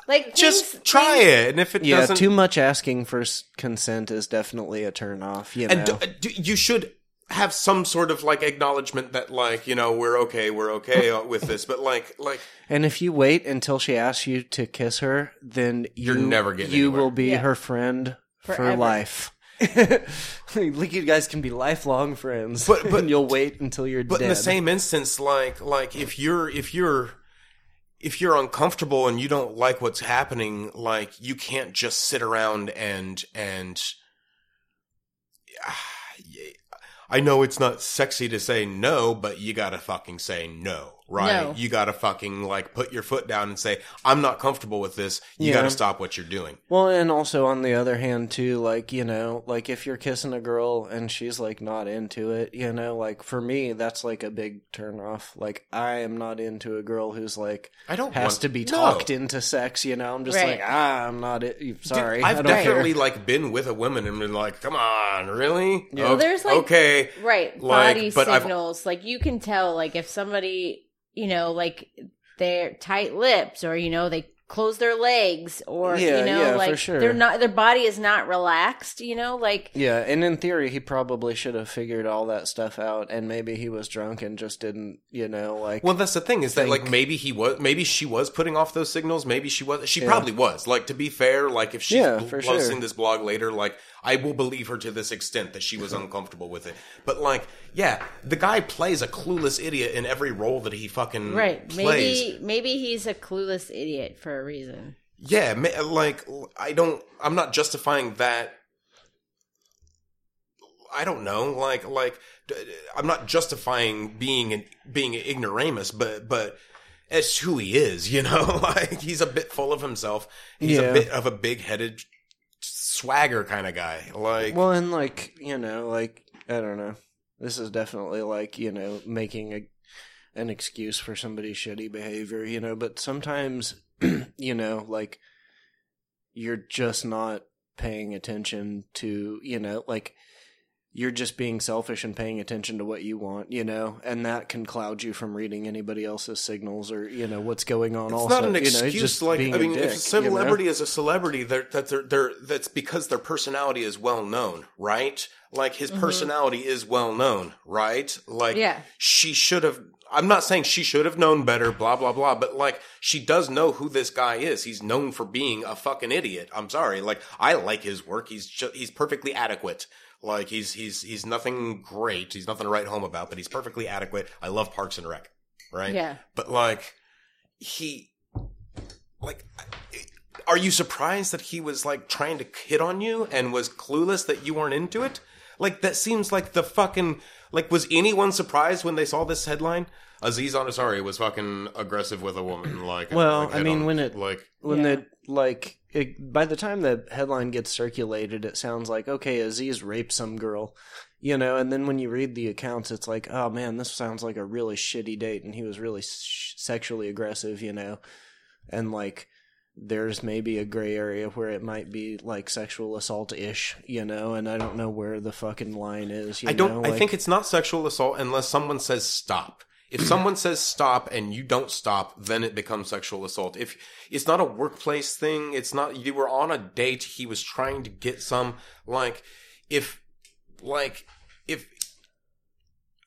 Speaker 3: Like
Speaker 2: Just
Speaker 3: things-
Speaker 2: try
Speaker 3: things-
Speaker 2: it, and if it
Speaker 1: yeah,
Speaker 2: doesn't,
Speaker 1: too much asking for s- consent is definitely a turnoff. You know,
Speaker 2: and d- d- you should have some sort of like acknowledgement that like you know we're okay, we're okay uh, with this, but like like
Speaker 1: and if you wait until she asks you to kiss her, then
Speaker 2: You're
Speaker 1: you,
Speaker 2: never getting
Speaker 1: You
Speaker 2: anywhere.
Speaker 1: will be
Speaker 3: Yeah.
Speaker 1: her friend for
Speaker 3: Forever.
Speaker 1: life. like you guys can be lifelong friends,
Speaker 2: But- but-
Speaker 1: and you'll wait until you're
Speaker 2: but
Speaker 1: dead.
Speaker 2: in the same instance like like if you're if you're if you're uncomfortable and you don't like what's happening like you can't just sit around and and I know it's not sexy to say no, but you gotta fucking say no, right?
Speaker 3: No.
Speaker 2: You gotta fucking like put your foot down and say, I'm not comfortable with this. You
Speaker 1: Yeah.
Speaker 2: gotta stop what you're doing.
Speaker 1: Well, and also on the other hand too, like, you know, like if you're kissing a girl and she's like not into it, you know, like for me that's like a big turn off. Like I am not into a girl who's like
Speaker 2: I don't
Speaker 1: has
Speaker 2: want
Speaker 1: to be
Speaker 2: No.
Speaker 1: talked into sex, you know. I'm just
Speaker 3: Right.
Speaker 1: like, ah, I'm not it.
Speaker 2: Dude,
Speaker 1: Sorry. I
Speaker 2: I've
Speaker 1: don't care.
Speaker 2: definitely like been with a woman and been like, come on, really?
Speaker 1: Yeah. Well,
Speaker 3: there's, like-
Speaker 2: okay.
Speaker 3: right
Speaker 2: Like,
Speaker 3: body
Speaker 2: but I've-
Speaker 3: signals like you can tell like if somebody you know like they're tight lips or you know they close their legs or
Speaker 1: Yeah,
Speaker 3: you know
Speaker 1: yeah, for
Speaker 3: like
Speaker 1: sure.
Speaker 3: they're not their body is not relaxed you know like
Speaker 1: Yeah, and in theory he probably should have figured all that stuff out and maybe he was drunk and just didn't, you know, like
Speaker 2: Well, that's the thing is that like
Speaker 1: think-
Speaker 2: maybe he was, maybe she was putting off those signals. Maybe she was. She
Speaker 1: Yeah.
Speaker 2: probably was. Like to be fair, like if she's
Speaker 1: Yeah,
Speaker 2: bl-
Speaker 1: for sure.
Speaker 2: posting this blog later, like I will believe her to this extent that she was uncomfortable with it. But like, yeah, the guy plays a clueless idiot in every role that he fucking
Speaker 3: right
Speaker 2: Mm-hmm. plays.
Speaker 3: maybe maybe he's a clueless idiot for a reason
Speaker 2: Yeah, ma- like I don't. I'm not justifying that. I don't know. Like, like d- d- I'm not justifying being an, being an ignoramus, but but it's who he is. You know, like he's a bit full of himself. He's
Speaker 1: Yeah.
Speaker 2: a bit of a big headed swagger kind of guy. Like,
Speaker 1: Well, and like you know, like I don't know. This is definitely like you know making a an excuse for somebody's shitty behavior, you know. But sometimes, you know, like you're just not paying attention to you know, like you're just being selfish and paying attention to what you want, you know, and that can cloud you from reading anybody else's signals or you know what's going on.
Speaker 2: it's
Speaker 1: also,
Speaker 2: not an
Speaker 1: you know,
Speaker 2: excuse.
Speaker 1: just
Speaker 2: like,
Speaker 1: being
Speaker 2: I
Speaker 1: a
Speaker 2: mean,
Speaker 1: dick,
Speaker 2: if a
Speaker 1: you know?
Speaker 2: celebrity is a celebrity, they're, that they're, they're that's because their personality is well known, right? Like his
Speaker 3: Mhm.
Speaker 2: personality is well known, right? Like
Speaker 3: yeah.
Speaker 2: she should have I'm not saying she should have known better, blah blah blah, but like she does know who this guy is. He's known for being a fucking idiot. I'm sorry. Like I like his work. He's ju- he's perfectly adequate. Like he's he's he's nothing great. He's nothing to write home about, but he's perfectly adequate. I love Parks and Rec. Right?
Speaker 3: Yeah.
Speaker 2: But like he like I- are you surprised that he was like trying to hit on you and was clueless that you weren't into it? Like that seems like the fucking like was anyone surprised when they saw this headline? Aziz Ansari was fucking aggressive with a woman like
Speaker 1: Well,
Speaker 2: like,
Speaker 1: I
Speaker 2: hit
Speaker 1: mean,
Speaker 2: on-
Speaker 1: when it-
Speaker 2: like
Speaker 1: when
Speaker 3: Yeah.
Speaker 1: the like it, by the time the headline gets circulated it sounds like okay aziz raped some girl you know and then when you read the accounts it's like oh man this sounds like a really shitty date and he was really sh- sexually aggressive you know and like there's maybe a gray area where it might be like sexual assault ish you know and i don't know where the fucking line is you
Speaker 2: I don't.
Speaker 1: know
Speaker 2: I
Speaker 1: like-
Speaker 2: think it's not sexual assault unless someone says stop. If someone says stop and you don't stop, then it becomes sexual assault. If it's not a workplace thing, it's not. You were on a date. He was trying to get some. Like if, like if.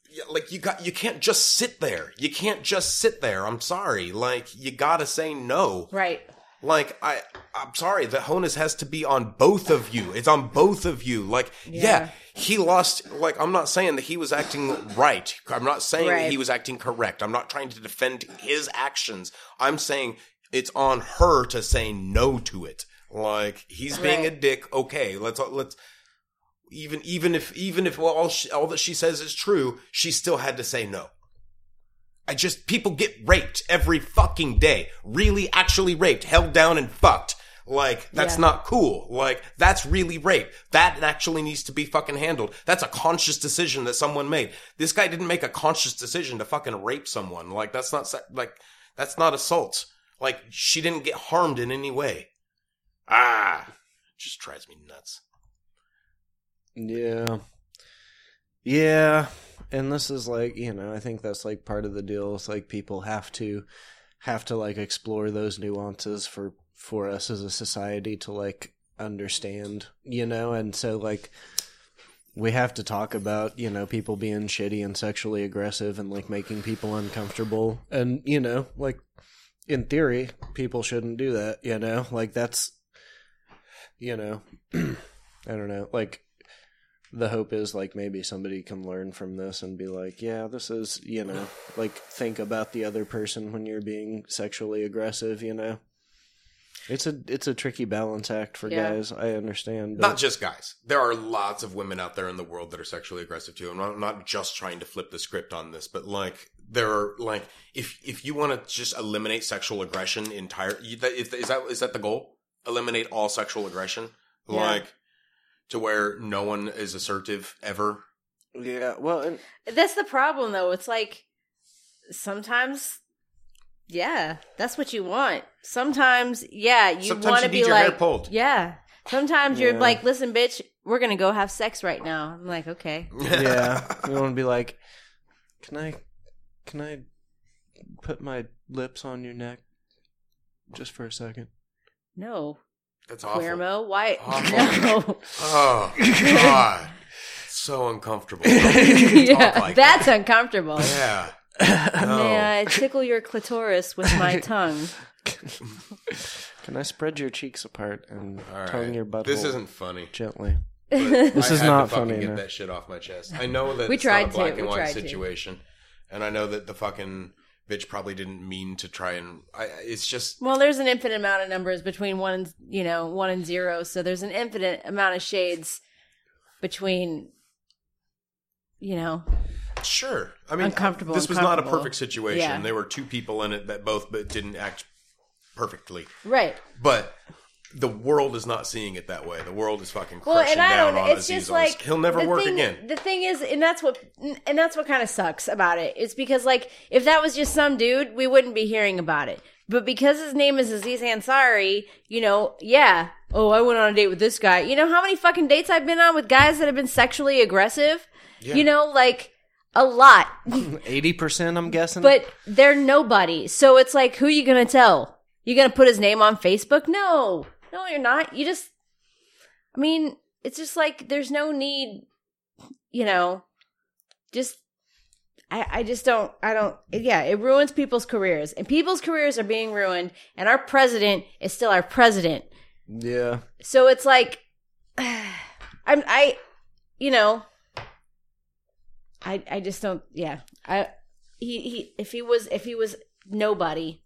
Speaker 2: yeah, Like you got, you can't just sit there. You can't just sit there. I'm sorry. Like you gotta say no.
Speaker 3: Right.
Speaker 2: Like I, I'm sorry. The honus has to be on both of you. It's on both of you. Like yeah,
Speaker 3: Yeah.
Speaker 2: he lost. Like I'm not saying that he was acting right. I'm not saying that
Speaker 3: Right.
Speaker 2: he was acting correct. I'm not trying to defend his actions. I'm saying it's on her to say no to it. Like he's being a
Speaker 3: Right.
Speaker 2: dick. Okay, let's let's even even if even if all she, all that she says is true, she still had to say no. I just people get raped every fucking day. Really actually raped, held down and fucked. Like that's
Speaker 3: Yeah.
Speaker 2: not cool. Like that's really rape. That actually needs to be fucking handled. That's a conscious decision that someone made. This guy didn't make a conscious decision to fucking rape someone. Like that's not se- like that's not assault. Like she didn't get harmed in any way. Ah, just drives me nuts.
Speaker 1: Yeah. Yeah. And this is like, you know, I think that's like part of the deal. It's like people have to have to like explore those nuances for for us as a society to like understand, you know, and so like we have to talk about, you know, people being shitty and sexually aggressive and like making people uncomfortable. And, you know, like in theory, people shouldn't do that, you know? Like that's you know, I don't know. Like the hope is like maybe somebody can learn from this and be like, yeah, this is, you know, like think about the other person when you're being sexually aggressive, you know. It's a it's a tricky balance act for
Speaker 3: Yeah.
Speaker 1: guys. I understand.
Speaker 2: Not just guys. There are lots of women out there in the world that are sexually aggressive too. I'm not, I'm not just trying to flip the script on this, but like there are like if if you want to just eliminate sexual aggression entire, you, that, is, is that is that the goal? Eliminate all sexual aggression,
Speaker 3: Yeah.
Speaker 2: like to where no one is assertive ever.
Speaker 1: yeah. Well, and
Speaker 3: That's the problem, though. It's like sometimes, yeah, that's what you want. Sometimes, yeah, you
Speaker 2: Sometimes
Speaker 3: want to
Speaker 2: you need
Speaker 3: be
Speaker 2: your hair
Speaker 3: like,
Speaker 2: pulled.
Speaker 3: yeah. Sometimes you're
Speaker 1: Yeah.
Speaker 3: like, listen, bitch, we're gonna go have sex right now. I'm like, okay,
Speaker 1: yeah, you want to be like, can I, can I, put my lips on your neck, just for a second?
Speaker 3: no,
Speaker 2: that's awful.
Speaker 3: Cuermo, why?
Speaker 2: Awful.
Speaker 3: No,
Speaker 2: Oh god, so uncomfortable.
Speaker 3: yeah,
Speaker 2: like
Speaker 3: that's uncomfortable.
Speaker 2: yeah.
Speaker 3: May I tickle your clitoris with my tongue?
Speaker 1: Can I spread your cheeks apart and
Speaker 2: All right.
Speaker 1: tongue your butt?
Speaker 2: This isn't funny.
Speaker 1: gently.
Speaker 2: but
Speaker 1: This
Speaker 2: I
Speaker 1: is
Speaker 2: had
Speaker 1: not
Speaker 2: to fucking
Speaker 1: funny,
Speaker 2: Get
Speaker 1: no.
Speaker 2: that shit off my chest. I know that
Speaker 3: We
Speaker 2: it's
Speaker 3: tried
Speaker 2: not a
Speaker 3: to,
Speaker 2: black
Speaker 3: we
Speaker 2: and white
Speaker 3: tried to.
Speaker 2: situation, and I know that the fucking bitch probably didn't mean to try and. I, it's just
Speaker 3: Well, there's an infinite amount of numbers between one and you know one and zero, so there's an infinite amount of shades between you know
Speaker 2: sure. I mean,
Speaker 3: Uncomfortable,
Speaker 2: This was not a
Speaker 3: uncomfortable.
Speaker 2: perfect situation.
Speaker 3: Yeah.
Speaker 2: There were two people in it that both but didn't act perfectly,
Speaker 3: right.
Speaker 2: but. The world is not seeing it that way. The world is fucking
Speaker 3: Well,
Speaker 2: crushing
Speaker 3: and I
Speaker 2: down
Speaker 3: don't.
Speaker 2: on
Speaker 3: It's
Speaker 2: Aziz.
Speaker 3: just like
Speaker 2: He'll never
Speaker 3: the
Speaker 2: work
Speaker 3: thing-
Speaker 2: again.
Speaker 3: The thing is, and that's what and that's what kind of sucks about it is because like if that was just some dude, we wouldn't be hearing about it. But because his name is Aziz Ansari, you know, yeah. Oh, I went on a date with this guy. You know how many fucking dates I've been on with guys that have been sexually aggressive? You know, like a lot.
Speaker 1: Eighty percent, I'm guessing.
Speaker 3: but they're nobody. So it's like, who you gonna tell? You gonna put his name on Facebook? No, no, you're not. You just, I mean, it's just like there's no need you know, just I, I just don't I don't yeah, it ruins people's careers. And people's careers are being ruined and our president is still our president.
Speaker 1: Yeah.
Speaker 3: So it's like I'm I you know I I just don't yeah. I he, he if he was if he was nobody,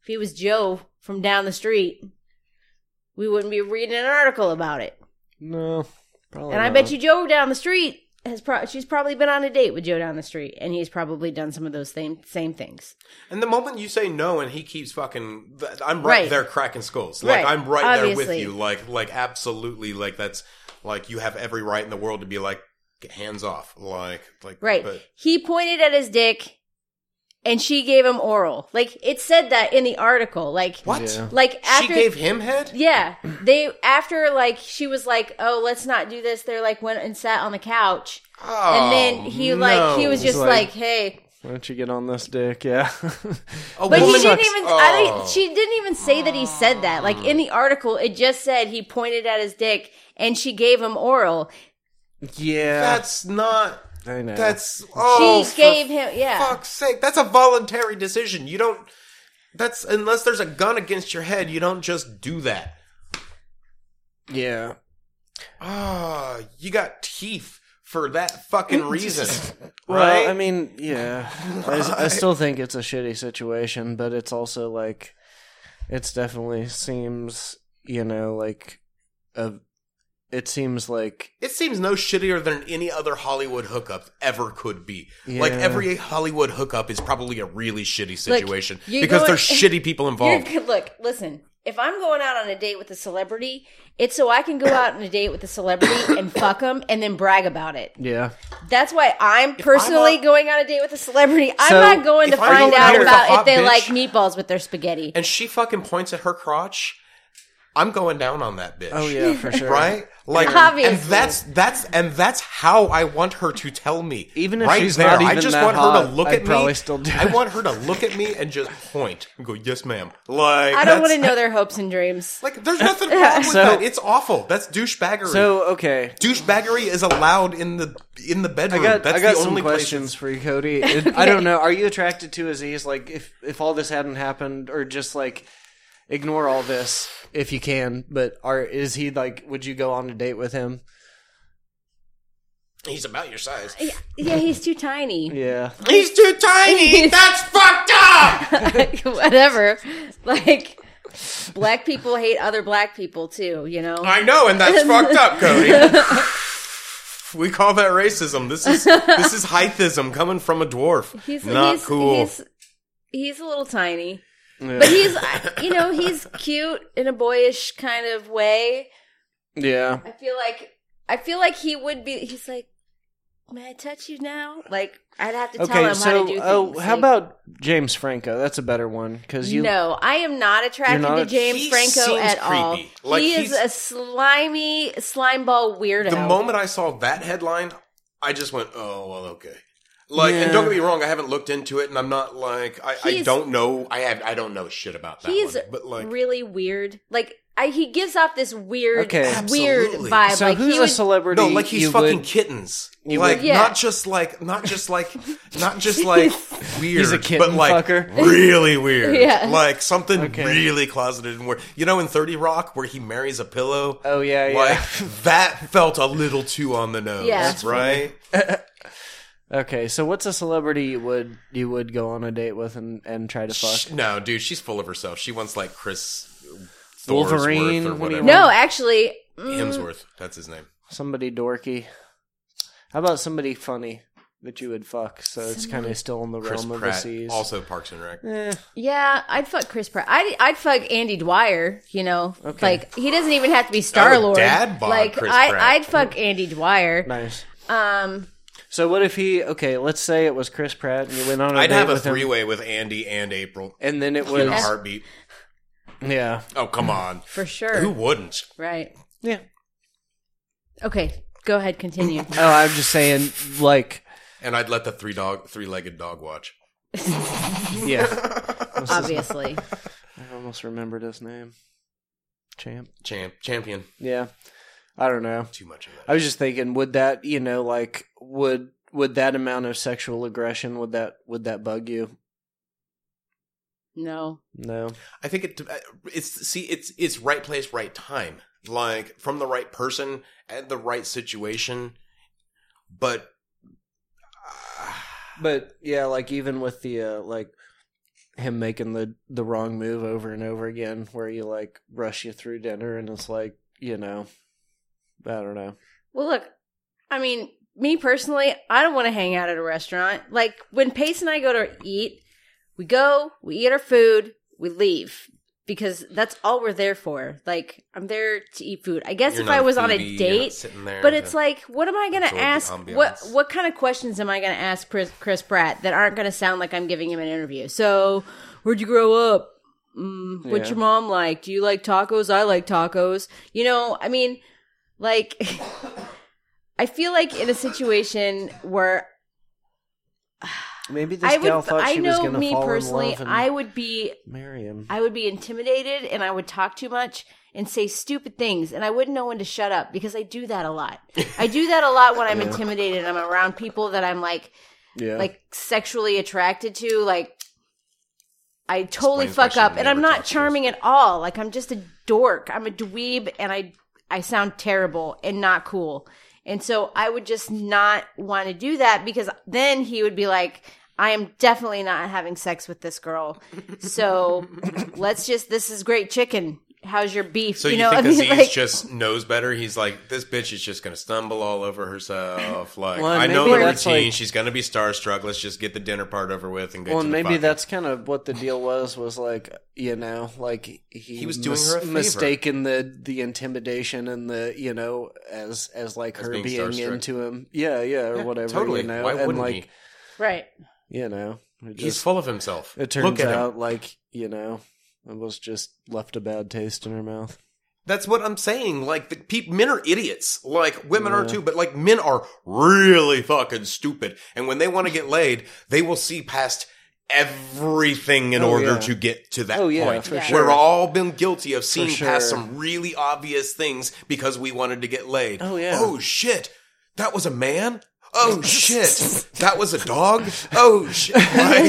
Speaker 3: if he was Joe from down the street, we wouldn't be reading an article about it.
Speaker 1: Oh, No. Probably
Speaker 3: And I bet you Joe down the street has pro- she's probably been on a date with Joe down the street, and he's probably done some of those same same things.
Speaker 2: And the moment you say no, and he keeps fucking, th- I'm right,
Speaker 3: Right.
Speaker 2: there cracking skulls. Like
Speaker 3: Right.
Speaker 2: I'm right there with
Speaker 3: Obviously.
Speaker 2: you. Like like absolutely. Like that's like you have every right in the world to be like hands off. Like like
Speaker 3: Right?
Speaker 2: But
Speaker 3: He pointed at his dick, and she gave him oral. Like it said that in the article. Like
Speaker 2: what?
Speaker 1: Yeah.
Speaker 3: Like after
Speaker 2: she gave him head.
Speaker 3: Yeah, they after like she was like, "Oh, let's not do this." They're like went and sat on the couch,
Speaker 2: Oh,
Speaker 3: and then he like he
Speaker 2: no.
Speaker 3: was just
Speaker 1: like-
Speaker 3: like, "Hey,"
Speaker 1: Why don't you get on this dick? Yeah.
Speaker 2: A
Speaker 3: but he
Speaker 2: woman- Oh.
Speaker 3: didn't even. I think she didn't even say that he said that. Like in
Speaker 2: Mm.
Speaker 3: the article, it just said he pointed at his dick and she gave him oral.
Speaker 1: yeah.
Speaker 2: That's not.
Speaker 1: I know.
Speaker 2: That's
Speaker 3: She
Speaker 2: oh. for
Speaker 3: gave him yeah.
Speaker 2: fuck's sake! That's a voluntary decision. You don't. That's unless there's a gun against your head. You don't just do that.
Speaker 1: yeah.
Speaker 2: Ah, you got teeth for that fucking reason, right?
Speaker 1: Well, I mean, yeah. I, I still think it's a shitty situation, but it's also like, it's definitely seems, you know, like, a, it seems like,
Speaker 2: it seems no shittier than any other Hollywood hookup ever could be. Like
Speaker 1: Yeah.
Speaker 2: every Hollywood hookup is probably a really shitty
Speaker 3: Look,
Speaker 2: situation
Speaker 3: you're
Speaker 2: because
Speaker 3: going-
Speaker 2: there's shitty people
Speaker 3: You're
Speaker 2: involved.
Speaker 3: good. Look, listen. If I'm going out on a date with a celebrity, it's so I can go out on a date with a celebrity and fuck them and then brag about it.
Speaker 1: yeah.
Speaker 3: That's why I'm personally
Speaker 2: on-
Speaker 3: going on a date with a celebrity.
Speaker 1: So,
Speaker 3: I'm not going to
Speaker 2: if I'm
Speaker 3: find
Speaker 2: going
Speaker 3: out
Speaker 2: out with a
Speaker 3: about
Speaker 2: hot
Speaker 3: if they
Speaker 2: bitch-
Speaker 3: like meatballs with their spaghetti.
Speaker 2: And she fucking points at her crotch. I'm going down on that bitch.
Speaker 1: Oh, yeah, for sure.
Speaker 2: Right? Like and
Speaker 3: Obviously.
Speaker 2: that's that's and that's how I want her to tell me.
Speaker 1: Even if
Speaker 2: right
Speaker 1: she's
Speaker 2: there.
Speaker 1: not
Speaker 2: I
Speaker 1: even
Speaker 2: just
Speaker 1: that
Speaker 2: want her
Speaker 1: hot,
Speaker 2: to look
Speaker 1: I'd
Speaker 2: at me.
Speaker 1: probably still do
Speaker 2: I
Speaker 1: it.
Speaker 2: want her to look at me and just point and go, "Yes, ma'am." Like
Speaker 3: I
Speaker 2: that's-
Speaker 3: don't want to know their hopes and dreams.
Speaker 2: Like, there's nothing wrong with
Speaker 1: So-
Speaker 2: that. It's awful. That's douchebaggery.
Speaker 1: So, okay.
Speaker 2: douchebaggery is allowed in the in the bedroom.
Speaker 1: I got,
Speaker 2: That's
Speaker 1: I got
Speaker 2: the
Speaker 1: some
Speaker 2: only
Speaker 1: questions for you, Cody. It- I don't know. Are you attracted to Aziz? Like, if, if all this hadn't happened, or just like, ignore all this if you can, but are, is he like, would you go on a date with him?
Speaker 2: Place. He's about your size.
Speaker 3: Yeah, yeah, he's too tiny.
Speaker 1: Yeah.
Speaker 2: He's too tiny. That's fucked up.
Speaker 3: Whatever. Like, black people hate other black people too, you know?
Speaker 2: I know, and that's fucked up, Cody. We call that racism. This is this is heightism coming from a dwarf.
Speaker 3: He's
Speaker 2: not
Speaker 3: he's,
Speaker 2: cool.
Speaker 3: He's, he's a little tiny.
Speaker 1: Yeah.
Speaker 3: But he's, you know, he's cute in a boyish kind of way.
Speaker 1: yeah.
Speaker 3: I feel like I feel like he would be. He's like, may I touch you now? Like I'd have to tell
Speaker 1: Okay,
Speaker 3: him how to do
Speaker 1: so
Speaker 3: things.
Speaker 1: oh, how
Speaker 3: Like,
Speaker 1: about James Franco? That's a better one because you.
Speaker 3: No, I am not attracted
Speaker 1: You're not-
Speaker 3: to James
Speaker 2: He
Speaker 3: Franco
Speaker 2: seems
Speaker 3: at all.
Speaker 2: creepy. Like,
Speaker 3: he is
Speaker 2: he's-
Speaker 3: a slimy slimeball weirdo.
Speaker 2: the moment I saw that headline, I just went, "Oh well, okay." Like, and don't
Speaker 1: Yeah.
Speaker 2: get me wrong, I haven't looked into it, and I'm not like I, I
Speaker 3: He's-
Speaker 2: don't know. I have I don't know shit about that.
Speaker 3: he's
Speaker 2: one, but like,
Speaker 3: really weird. Like I, he gives off this weird,
Speaker 1: Okay.
Speaker 3: weird
Speaker 2: Absolutely.
Speaker 3: vibe.
Speaker 1: So
Speaker 3: like
Speaker 1: who's
Speaker 3: he
Speaker 1: a
Speaker 3: would,
Speaker 1: celebrity?
Speaker 2: No, like he's
Speaker 1: you
Speaker 2: fucking
Speaker 1: would-
Speaker 2: kittens.
Speaker 1: you
Speaker 2: like
Speaker 1: would-
Speaker 3: Yeah.
Speaker 2: not just like not just like not just like weird.
Speaker 1: He's a kitten
Speaker 2: but like
Speaker 1: fucker.
Speaker 2: really weird.
Speaker 3: Yeah.
Speaker 2: Like something
Speaker 1: Okay.
Speaker 2: really closeted and weird. You know in 30 Rock where he marries a pillow?
Speaker 1: Oh, yeah, yeah.
Speaker 2: Like that felt a little too on the nose,
Speaker 3: Yeah. That's
Speaker 2: right?
Speaker 1: okay, so what's a celebrity you would you would go on a date with and and try to fuck?
Speaker 2: No, dude, she's full of herself. She wants like Chris Thorsworth
Speaker 1: Wolverine,
Speaker 2: or
Speaker 1: what do you
Speaker 2: whatever.
Speaker 1: want?
Speaker 3: no, actually, mm,
Speaker 2: Hemsworth, that's his name.
Speaker 1: Somebody dorky. How about somebody funny that you would fuck? So it's kind of still in the
Speaker 2: Chris
Speaker 1: realm of the
Speaker 2: Pratt,
Speaker 1: seas.
Speaker 2: also Parks and Rec.
Speaker 1: Eh,
Speaker 3: yeah, I'd fuck Chris Pratt. I'd, I'd fuck Andy Dwyer. You know,
Speaker 1: Okay.
Speaker 3: like he doesn't even have to be Star Lord.
Speaker 2: Oh, dad bod
Speaker 3: like
Speaker 2: Chris
Speaker 3: I,
Speaker 2: Pratt.
Speaker 3: I'd fuck Andy Dwyer.
Speaker 1: nice.
Speaker 3: Um,
Speaker 1: So what if he? Okay, let's say it was Chris Pratt and you went on a
Speaker 2: I'd
Speaker 1: date
Speaker 2: have a
Speaker 1: with him,
Speaker 2: three way with Andy and April
Speaker 1: and then it
Speaker 2: in a
Speaker 1: was
Speaker 2: heartbeat.
Speaker 1: yeah,
Speaker 2: Oh, come on.
Speaker 3: for sure.
Speaker 2: Who wouldn't?
Speaker 3: Right.
Speaker 1: yeah.
Speaker 3: Okay. Go ahead. Continue.
Speaker 1: Oh, I'm just saying, like.
Speaker 2: And I'd let the three dog, three legged dog watch.
Speaker 1: Yeah.
Speaker 3: Obviously.
Speaker 1: I almost remembered his name. Champ.
Speaker 2: Champ, champion.
Speaker 1: Yeah. I don't know.
Speaker 2: Too much of that.
Speaker 1: I was just thinking, would that, you know, like, would would that amount of sexual aggression would that would that bug you?
Speaker 3: No.
Speaker 1: No.
Speaker 2: I think it uh, it's see it's it's right place, right time. Like from the right person at the right situation. But
Speaker 1: But yeah, like even with the uh like him making the the wrong move over and over again where you like rush you through dinner and it's like, you know, I don't know.
Speaker 3: Well, look, I mean, me personally, I don't want to hang out at a restaurant. Like when Pace and I go to eat, we go, we eat our food, we leave because that's all we're there for. Like I'm there to eat food. I guess
Speaker 2: you're
Speaker 3: if
Speaker 2: not
Speaker 3: I was on a
Speaker 2: foodie, you're not
Speaker 3: date,
Speaker 2: sitting there
Speaker 3: but
Speaker 2: to-
Speaker 3: it's like, what am I going
Speaker 2: enjoy
Speaker 3: to
Speaker 2: the
Speaker 3: ask? What
Speaker 2: ambiance.
Speaker 3: what kind of questions am I going to ask Chris, Chris Pratt that aren't going to sound like I'm giving him an interview? So, where'd you grow up? Mm, what's
Speaker 1: Yeah.
Speaker 3: your mom like? Do you like tacos? I like tacos. You know, I mean, like, I feel like in a situation where
Speaker 1: Maybe this
Speaker 3: I
Speaker 1: gal
Speaker 3: would,
Speaker 1: thought
Speaker 3: I
Speaker 1: she was
Speaker 3: know
Speaker 1: gonna
Speaker 3: me
Speaker 1: fall in
Speaker 3: personally,
Speaker 1: love and
Speaker 3: I would be
Speaker 1: marry him.
Speaker 3: I would be intimidated and I would talk too much and say stupid things and I wouldn't know when to shut up because I do that a lot. I do that a lot when I'm
Speaker 1: Yeah.
Speaker 3: intimidated and I'm around people that I'm like
Speaker 1: yeah.
Speaker 3: like sexually attracted to like I totally
Speaker 2: Explains why
Speaker 3: fuck
Speaker 2: she
Speaker 3: up and I'm
Speaker 2: never
Speaker 3: not
Speaker 2: talks to us.
Speaker 3: charming at all. Like I'm just a dork. I'm a dweeb and I I sound terrible and not cool. And so I would just not want to do that because then he would be like I am definitely not having sex with this girl. So let's just this is great chicken. How's your beef?
Speaker 2: So you,
Speaker 3: know,
Speaker 2: think
Speaker 3: I mean,
Speaker 2: Aziz
Speaker 3: like-
Speaker 2: just knows better? He's like, this bitch is just gonna stumble all over herself. Like,
Speaker 1: Well, and
Speaker 2: I know the
Speaker 1: maybe
Speaker 2: routine.
Speaker 1: that's like-
Speaker 2: She's gonna be starstruck. Let's just get the dinner part over with and get
Speaker 1: well,
Speaker 2: to
Speaker 1: and
Speaker 2: the
Speaker 1: maybe
Speaker 2: fucking-
Speaker 1: that's kind of what the deal was. Was like, you know, like he,
Speaker 2: He was doing her a favor.
Speaker 1: mistaken the the intimidation and the you know as as like her
Speaker 2: being
Speaker 1: being,
Speaker 2: starstruck.
Speaker 1: into him, yeah, yeah, or
Speaker 2: Yeah,
Speaker 1: whatever,
Speaker 2: Totally.
Speaker 1: you know,
Speaker 2: Why
Speaker 1: and
Speaker 2: wouldn't
Speaker 1: like
Speaker 2: he?
Speaker 3: right.
Speaker 1: you know, it
Speaker 2: He's
Speaker 1: just
Speaker 2: full of himself.
Speaker 1: it
Speaker 2: Look
Speaker 1: turns
Speaker 2: at him.
Speaker 1: out like you know it was just left a bad taste in her mouth.
Speaker 2: That's what I'm saying. Like the peop men are idiots. Like women are
Speaker 1: Yeah.
Speaker 2: too, but like men are really fucking stupid. And when they want to get laid, they will see past everything in
Speaker 1: Oh,
Speaker 2: order
Speaker 1: yeah.
Speaker 2: to get to that
Speaker 1: Oh, yeah,
Speaker 2: point.
Speaker 1: for
Speaker 3: Yeah.
Speaker 2: We're
Speaker 1: sure.
Speaker 2: all been guilty of seeing past
Speaker 1: sure.
Speaker 2: some really obvious things because we wanted to get laid.
Speaker 1: Oh, yeah.
Speaker 2: Oh shit. That was a man? Oh shit. That was a dog? Oh shit. Like,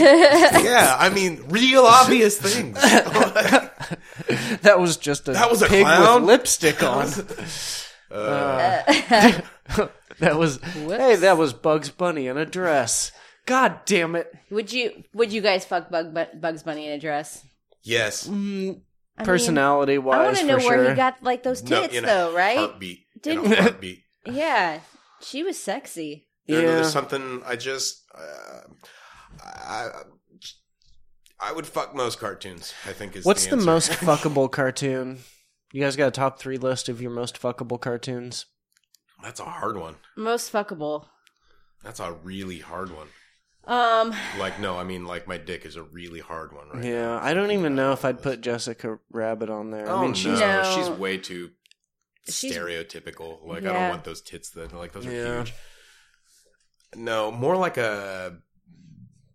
Speaker 2: yeah, I mean real obvious things.
Speaker 1: That was just a
Speaker 2: That was a
Speaker 1: pig
Speaker 2: clown?
Speaker 1: with lipstick on. Uh, that was hey, that was Bugs Bunny in a dress. God damn it!
Speaker 3: Would you would you guys fuck Bug, Bu- Bugs Bunny in a dress?
Speaker 2: yes.
Speaker 3: I mean,
Speaker 1: Personality
Speaker 3: I
Speaker 1: wise,
Speaker 3: want to know
Speaker 1: for
Speaker 3: where
Speaker 1: sure.
Speaker 3: he got like those
Speaker 2: No,
Speaker 3: tits
Speaker 2: in a
Speaker 3: though, right?
Speaker 2: Heartbeat. In a
Speaker 3: Didn't-
Speaker 2: heartbeat.
Speaker 3: Yeah, she was sexy.
Speaker 2: There-
Speaker 1: Yeah.
Speaker 2: There's something I just. Uh, I, I would fuck most cartoons. I think is
Speaker 1: What's
Speaker 2: the,
Speaker 1: the,
Speaker 2: answer.
Speaker 1: most fuckable cartoon? You guys got a top three list of your most fuckable cartoons?
Speaker 2: That's a hard one.
Speaker 3: Most fuckable.
Speaker 2: That's a really hard one.
Speaker 3: Um,
Speaker 2: Like no, I mean like my dick is a really hard one right now.
Speaker 1: Yeah, I don't even know if I'd put Jessica Rabbit on there.
Speaker 2: Oh
Speaker 1: I mean,
Speaker 2: no,
Speaker 1: she's
Speaker 3: No.
Speaker 2: she's way too
Speaker 3: She's-
Speaker 2: stereotypical. Like I don't
Speaker 3: Yeah.
Speaker 2: want those tits. That like those are
Speaker 1: Yeah.
Speaker 2: huge. No, more like a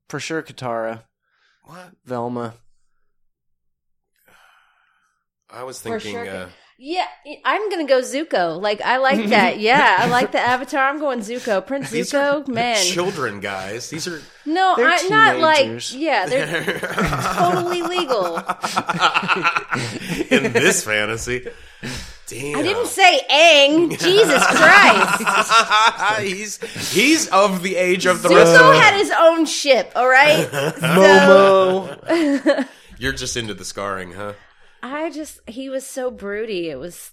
Speaker 1: for sure Katara,
Speaker 2: what?
Speaker 1: Velma.
Speaker 2: I was
Speaker 3: For
Speaker 2: thinking.
Speaker 3: sure.
Speaker 2: uh,
Speaker 3: yeah, I'm gonna go Zuko. Like I like that. Yeah, I like the Avatar. I'm going Zuko. Prince
Speaker 2: these
Speaker 3: Zuko,
Speaker 2: are
Speaker 3: man.
Speaker 2: children, guys. These are
Speaker 3: no,
Speaker 1: They're
Speaker 3: I, not like.
Speaker 1: teenagers.
Speaker 3: Yeah, they're totally legal.
Speaker 2: in this fantasy. Damn.
Speaker 3: I didn't say Aang. Jesus Christ.
Speaker 2: he's he's of the age of the rest
Speaker 3: Zuko
Speaker 2: of
Speaker 3: had his own ship. All right. So
Speaker 1: Momo.
Speaker 2: You're just into the scarring, huh?
Speaker 3: I just he was so broody. It was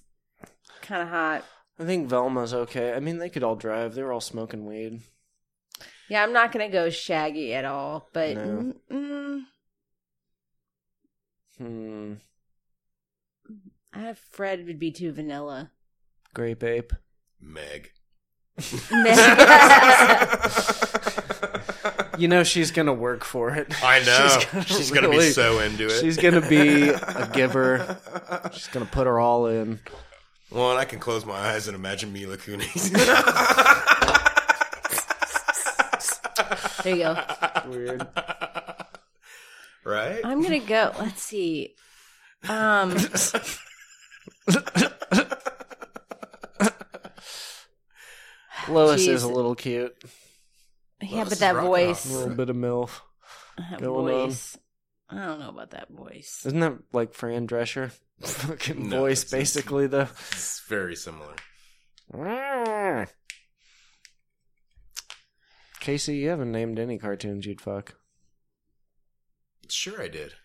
Speaker 3: kind of hot.
Speaker 1: I think Velma's okay. I mean, they could all drive. They were all smoking weed.
Speaker 3: Yeah, I'm not gonna go Shaggy at all, but
Speaker 1: No.
Speaker 3: mm,
Speaker 1: Hmm.
Speaker 3: I have Fred would be too vanilla.
Speaker 1: Grape ape.
Speaker 2: Meg.
Speaker 3: I
Speaker 1: You know she's gonna work for it.
Speaker 2: I know.
Speaker 1: She's gonna
Speaker 2: She's gonna,
Speaker 1: really-
Speaker 2: be so into it.
Speaker 1: She's gonna be a giver. She's gonna put her all in.
Speaker 2: Well, and I can close my eyes and imagine Mila Kunis.
Speaker 3: there you go.
Speaker 1: Weird.
Speaker 2: right?
Speaker 3: I'm gonna go. Let's see. Um,
Speaker 1: Lois
Speaker 3: She's-
Speaker 1: is a little cute.
Speaker 2: this
Speaker 3: yeah, but
Speaker 2: is
Speaker 3: that
Speaker 2: rock
Speaker 1: A
Speaker 3: voice,
Speaker 1: little bit of MILF.
Speaker 3: that
Speaker 1: going um, on.
Speaker 3: voice. I don't know about that voice.
Speaker 1: Isn't that like Fran Drescher? Fucking
Speaker 2: No,
Speaker 1: voice,
Speaker 2: it's not.
Speaker 1: basically, though.
Speaker 2: It's very similar.
Speaker 1: Casey, you haven't named any cartoons you'd fuck.
Speaker 2: Sure, I did.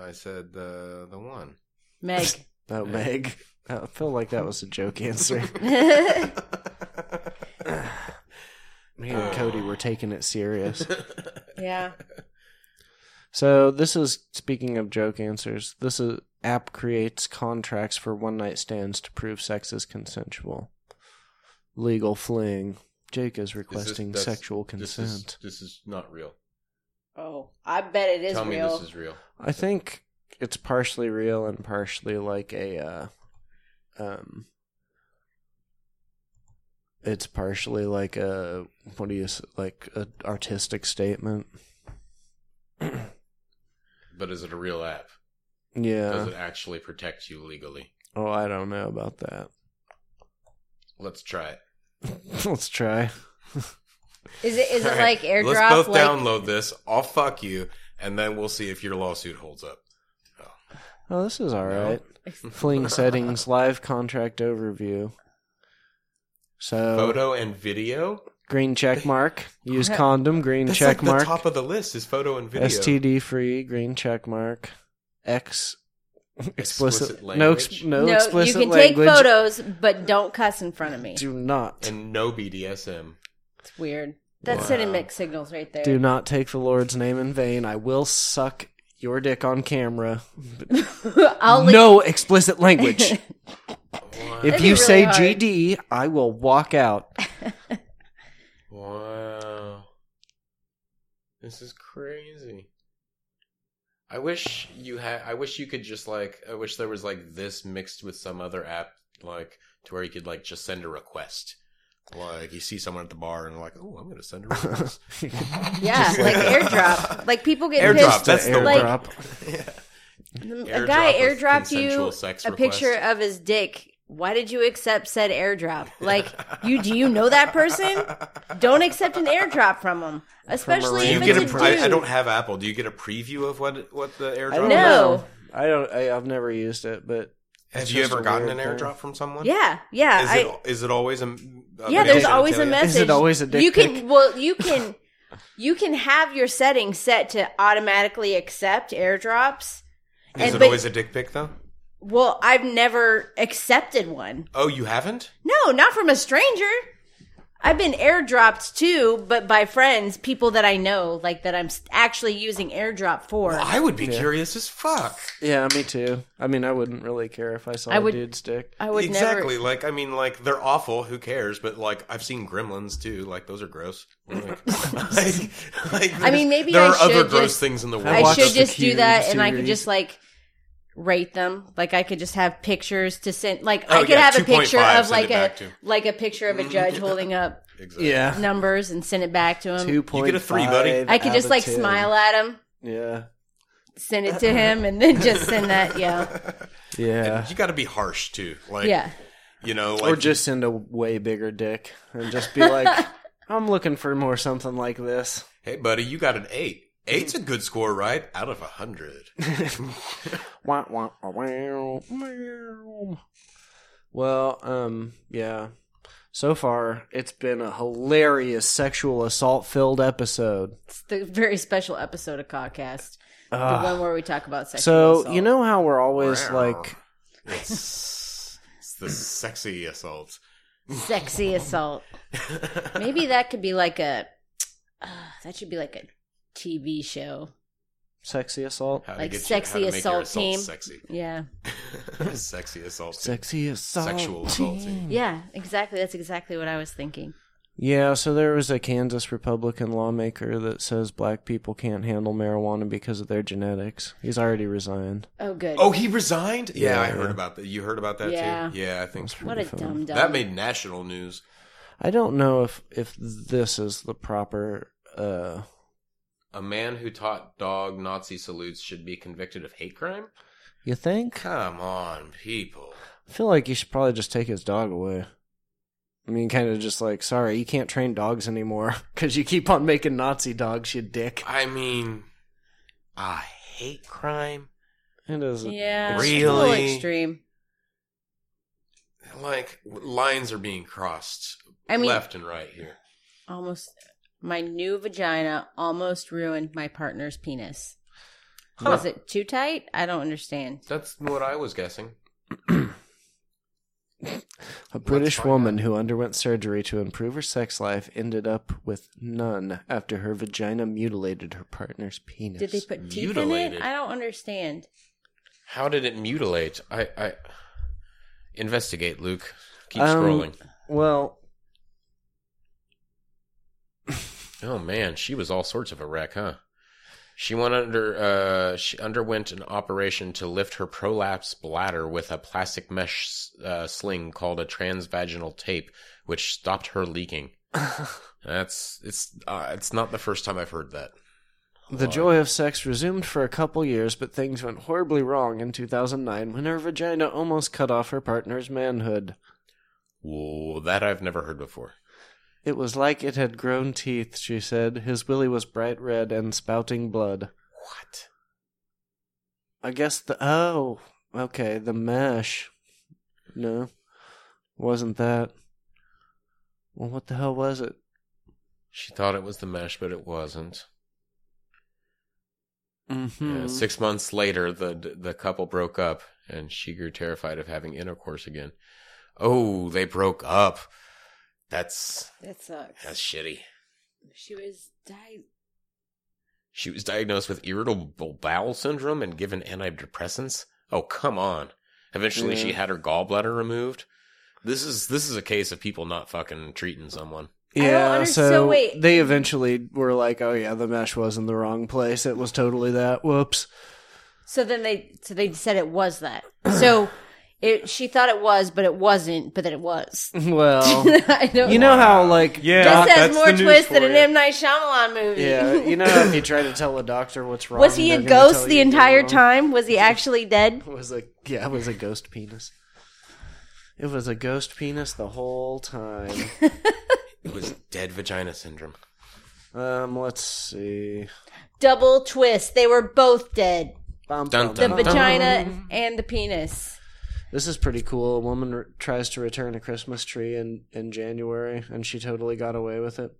Speaker 2: I said the the one.
Speaker 3: Meg.
Speaker 1: Oh, Meg. I feel like that was a joke answer.
Speaker 3: I
Speaker 1: Me
Speaker 2: Oh.
Speaker 1: and Cody were taking it serious.
Speaker 3: Yeah.
Speaker 1: So this is speaking of joke answers. This is app creates contracts for one night stands to prove sex is consensual. Legal fling. Jake is requesting
Speaker 2: that's-
Speaker 1: sexual
Speaker 2: This
Speaker 1: consent.
Speaker 2: is, this is not real.
Speaker 3: Oh, I bet it is
Speaker 2: Tell me
Speaker 3: real.
Speaker 2: this is real.
Speaker 1: I think it's partially real and partially like a uh, um it's partially like a what do you s- like a artistic statement.
Speaker 2: But is it a real app? Does
Speaker 1: Yeah.
Speaker 2: it actually protect you legally?
Speaker 1: Oh, I don't know about that.
Speaker 2: Let's try it.
Speaker 1: Let's try.
Speaker 3: Is it is it
Speaker 2: All right,
Speaker 3: like airdrop?
Speaker 2: Let's both
Speaker 3: like
Speaker 2: download this. I'll fuck you, and then we'll see if your lawsuit holds up.
Speaker 1: Oh, this is all
Speaker 2: No.
Speaker 1: right. Fling settings live contract overview. So
Speaker 2: Photo and video.
Speaker 1: green check mark. Use condom. Green
Speaker 2: That's
Speaker 1: check
Speaker 2: like
Speaker 1: mark.
Speaker 2: the top of the list is photo and video.
Speaker 1: STD free, green check mark, X explicit,
Speaker 2: Explicit
Speaker 1: no, ex-
Speaker 2: language.
Speaker 1: no,
Speaker 3: no, you
Speaker 1: explicit
Speaker 3: can
Speaker 1: language.
Speaker 3: take photos, but don't cuss in front of me.
Speaker 1: Do not,
Speaker 2: and no BDSM.
Speaker 3: It's weird. That's
Speaker 2: Wow.
Speaker 3: sending mixed signals right there.
Speaker 1: do not take the Lord's name in vain. I will suck your dick on camera. But
Speaker 3: I'll leave.
Speaker 1: no explicit language.
Speaker 2: Wow.
Speaker 1: if
Speaker 3: be
Speaker 1: you
Speaker 3: really
Speaker 1: say
Speaker 3: hard.
Speaker 1: GD, I will walk out.
Speaker 2: Wow. This is crazy. I wish you had I wish you could just like I wish there was like this mixed with some other app like to where you could like just send a request. Like you see someone at the bar and like, "Oh, I'm going to send a request."
Speaker 3: Yeah, like airdrop. Like people get
Speaker 2: Airdrop,
Speaker 3: pissed.
Speaker 2: that's the
Speaker 3: like,
Speaker 1: airdrop.
Speaker 3: A guy
Speaker 2: of
Speaker 3: airdropped
Speaker 2: consensual
Speaker 3: you
Speaker 2: sex
Speaker 3: a
Speaker 2: request.
Speaker 3: picture of his dick. Why did you accept said airdrop? Like, you do you know that person? Don't accept an airdrop from them, especially
Speaker 2: Do you
Speaker 3: if
Speaker 2: get a
Speaker 3: it's a
Speaker 2: pre-
Speaker 3: dude.
Speaker 2: I, I don't have Apple. Do you get a preview of what what the
Speaker 1: I
Speaker 2: airdrop?
Speaker 1: don't
Speaker 3: No.
Speaker 2: is?
Speaker 1: know. Oh, I don't. I, I've never used it, but
Speaker 2: Have
Speaker 1: It's
Speaker 2: you
Speaker 1: just
Speaker 2: ever
Speaker 1: a
Speaker 2: gotten an
Speaker 1: weird thing.
Speaker 2: airdrop from someone?
Speaker 3: Yeah, yeah.
Speaker 2: Is
Speaker 3: I,
Speaker 2: it is it always a m- a
Speaker 3: yeah,
Speaker 2: video
Speaker 3: there's
Speaker 2: gonna
Speaker 3: always
Speaker 2: tell
Speaker 3: a
Speaker 2: you?
Speaker 3: message.
Speaker 1: Is it always a dick
Speaker 3: You can
Speaker 1: pic?
Speaker 3: well, you can you can have your settings set to automatically accept airdrops.
Speaker 2: Is
Speaker 3: And-
Speaker 2: it
Speaker 3: but-
Speaker 2: always a dick pic though?
Speaker 3: Well, I've never accepted one.
Speaker 2: Oh, you haven't?
Speaker 3: No, not from a stranger. I've been airdropped too, but by friends, people that I know, like that I'm s- actually using airdrop for.
Speaker 2: I would be curious as fuck.
Speaker 1: yeah, me too. I mean, I wouldn't really care if I saw a
Speaker 3: would-
Speaker 1: dude's dick.
Speaker 3: I would
Speaker 2: exactly.
Speaker 3: never.
Speaker 2: Like, I mean, like they're awful. Who cares? But like, I've seen Gremlins too. Like, those are gross. Like, like, like,
Speaker 3: I mean, maybe
Speaker 2: there
Speaker 3: I
Speaker 2: are other
Speaker 3: should
Speaker 2: gross
Speaker 3: just-
Speaker 2: things in the world.
Speaker 1: I
Speaker 3: I
Speaker 1: watched
Speaker 3: should
Speaker 1: the
Speaker 3: just do
Speaker 1: Cube
Speaker 3: that, and I could
Speaker 1: series.
Speaker 3: just like rate them. Like I could just have pictures to send. Like
Speaker 2: Oh,
Speaker 3: I could
Speaker 2: yeah,
Speaker 3: have a picture
Speaker 2: 2.5,
Speaker 3: of
Speaker 2: send
Speaker 3: like
Speaker 2: it
Speaker 3: a
Speaker 2: back to.
Speaker 3: like a picture of a judge holding up
Speaker 2: Exactly.
Speaker 1: Yeah,
Speaker 3: numbers and send it back to him.
Speaker 1: two point.
Speaker 2: get a three, buddy.
Speaker 3: I could just like smile at him,
Speaker 1: Yeah.
Speaker 3: send it to him, and then just send that. Yeah,
Speaker 1: Yeah.
Speaker 2: You got to be harsh too. Like,
Speaker 3: yeah.
Speaker 2: you know, like,
Speaker 1: or just send a way bigger dick and just be like, I'm looking for more something like this.
Speaker 2: hey, buddy, you got an eight. Eight's a good score, right? Out of a hundred.
Speaker 1: Wah, wah, wah, wow, meow. Well, um, yeah. So far, it's been a hilarious sexual assault filled episode.
Speaker 3: It's the very special episode of Cawcast,
Speaker 2: Ah.
Speaker 3: the one where we talk about sex.
Speaker 1: So, you know how we're always
Speaker 2: Wow.
Speaker 1: like,
Speaker 2: It's, it's the sexy assault.
Speaker 3: sexy assault. Maybe that could be like a uh, that should be like a TV show.
Speaker 1: sexy assault?
Speaker 2: How to
Speaker 3: Like
Speaker 2: get you- how
Speaker 3: sexy
Speaker 2: to make your
Speaker 3: assault team.
Speaker 2: Sexy.
Speaker 3: Yeah.
Speaker 2: sexy assault. team.
Speaker 1: Sexy assault.
Speaker 2: Sexual assault team.
Speaker 3: Yeah, exactly. That's exactly what I was thinking.
Speaker 1: Yeah, so there was a Kansas Republican lawmaker that says black people can't handle marijuana because of their genetics. He's already resigned.
Speaker 3: Oh, good.
Speaker 2: Oh, he resigned? Yeah, I
Speaker 1: Yeah.
Speaker 2: heard about that. You heard about that
Speaker 3: Yeah.
Speaker 2: too? Yeah, I think
Speaker 3: what a dumb dumb.
Speaker 2: that made national news.
Speaker 1: I don't know if if this is the proper uh
Speaker 2: A man who taught dog Nazi salutes should be convicted of hate crime?
Speaker 1: you think?
Speaker 2: Come on, people.
Speaker 1: I feel like you should probably just take his dog away. I mean, kind of just like, sorry, you can't train dogs anymore because you keep on making Nazi dogs, you dick.
Speaker 2: I mean, I hate crime.
Speaker 1: It is.
Speaker 3: Yeah,
Speaker 2: Really?
Speaker 3: it's a little extreme.
Speaker 2: Like lines are being crossed
Speaker 3: I mean,
Speaker 2: left and right here.
Speaker 3: almost my new vagina almost ruined my partner's penis.
Speaker 2: Huh.
Speaker 3: Was it too tight? I don't understand.
Speaker 2: That's what I was guessing.
Speaker 1: A British
Speaker 2: find
Speaker 1: woman who underwent surgery to improve her sex life ended up with none after her vagina mutilated her partner's penis.
Speaker 3: Did they put teeth in
Speaker 2: Mutilated.
Speaker 3: it? I don't understand.
Speaker 2: How did it mutilate? I, I investigate, Luke. Keep
Speaker 1: Um,
Speaker 2: scrolling.
Speaker 1: well,
Speaker 2: Oh man, she was all sorts of a wreck, huh? She went under. Uh, she underwent an operation to lift her prolapsed bladder with a plastic mesh uh, sling called a transvaginal tape, which stopped her leaking. That's it's uh, it's not the first time I've heard that.
Speaker 1: the joy of sex resumed for a couple years, but things went horribly wrong in 2009 when her vagina almost cut off her partner's manhood.
Speaker 2: Whoa, that I've never heard before.
Speaker 1: It was like it had grown teeth, she said. His willy was bright red and spouting blood.
Speaker 2: What?
Speaker 1: I guess the. Oh, okay, the mesh. No, wasn't that. Well, what the hell was it?
Speaker 2: She thought it was the mesh, but it wasn't.
Speaker 1: Mm-hmm.
Speaker 2: Uh, six months later, the the couple broke up, and she grew terrified of having intercourse again. Oh, they broke up. That's
Speaker 3: That sucks.
Speaker 2: that's shitty.
Speaker 3: She was di-
Speaker 2: She was diagnosed with irritable bowel syndrome and given antidepressants. Oh, come on. Eventually, she
Speaker 1: Yeah.
Speaker 2: had her gallbladder removed. This is this is a case of people not fucking treating someone.
Speaker 3: I don't
Speaker 1: Yeah,
Speaker 3: under-
Speaker 1: so,
Speaker 3: so wait.
Speaker 1: they eventually were like, "Oh yeah, the mesh was in the wrong place. It was totally that. Whoops."
Speaker 3: So then they so they said it was that. So it she thought it was, but it wasn't, but then it was.
Speaker 1: Well,
Speaker 3: I don't
Speaker 1: you know how like
Speaker 4: Yeah.
Speaker 1: doc-
Speaker 3: This has
Speaker 4: that's
Speaker 3: more
Speaker 4: the news
Speaker 3: twist
Speaker 4: for
Speaker 3: than an
Speaker 4: you.
Speaker 3: M Night Shyamalan movie.
Speaker 1: yeah, you know how if you try to tell a doctor what's wrong,
Speaker 3: was he
Speaker 1: they're
Speaker 3: a
Speaker 1: gonna tell
Speaker 3: ghost
Speaker 1: you
Speaker 3: the
Speaker 1: you're
Speaker 3: entire
Speaker 1: wrong?
Speaker 3: time? Was he actually dead?
Speaker 1: It was a yeah, it was a ghost penis. It was a ghost penis the whole time.
Speaker 2: It was dead vagina syndrome.
Speaker 1: Um, let's see.
Speaker 3: Double twist. They were both dead.
Speaker 1: Bum,
Speaker 2: Dun,
Speaker 1: bum,
Speaker 3: The
Speaker 2: dun,
Speaker 1: bum.
Speaker 2: dun.
Speaker 3: vagina and the penis.
Speaker 1: This is pretty cool. A woman re- tries to return a Christmas tree in in January, and she totally got away with it.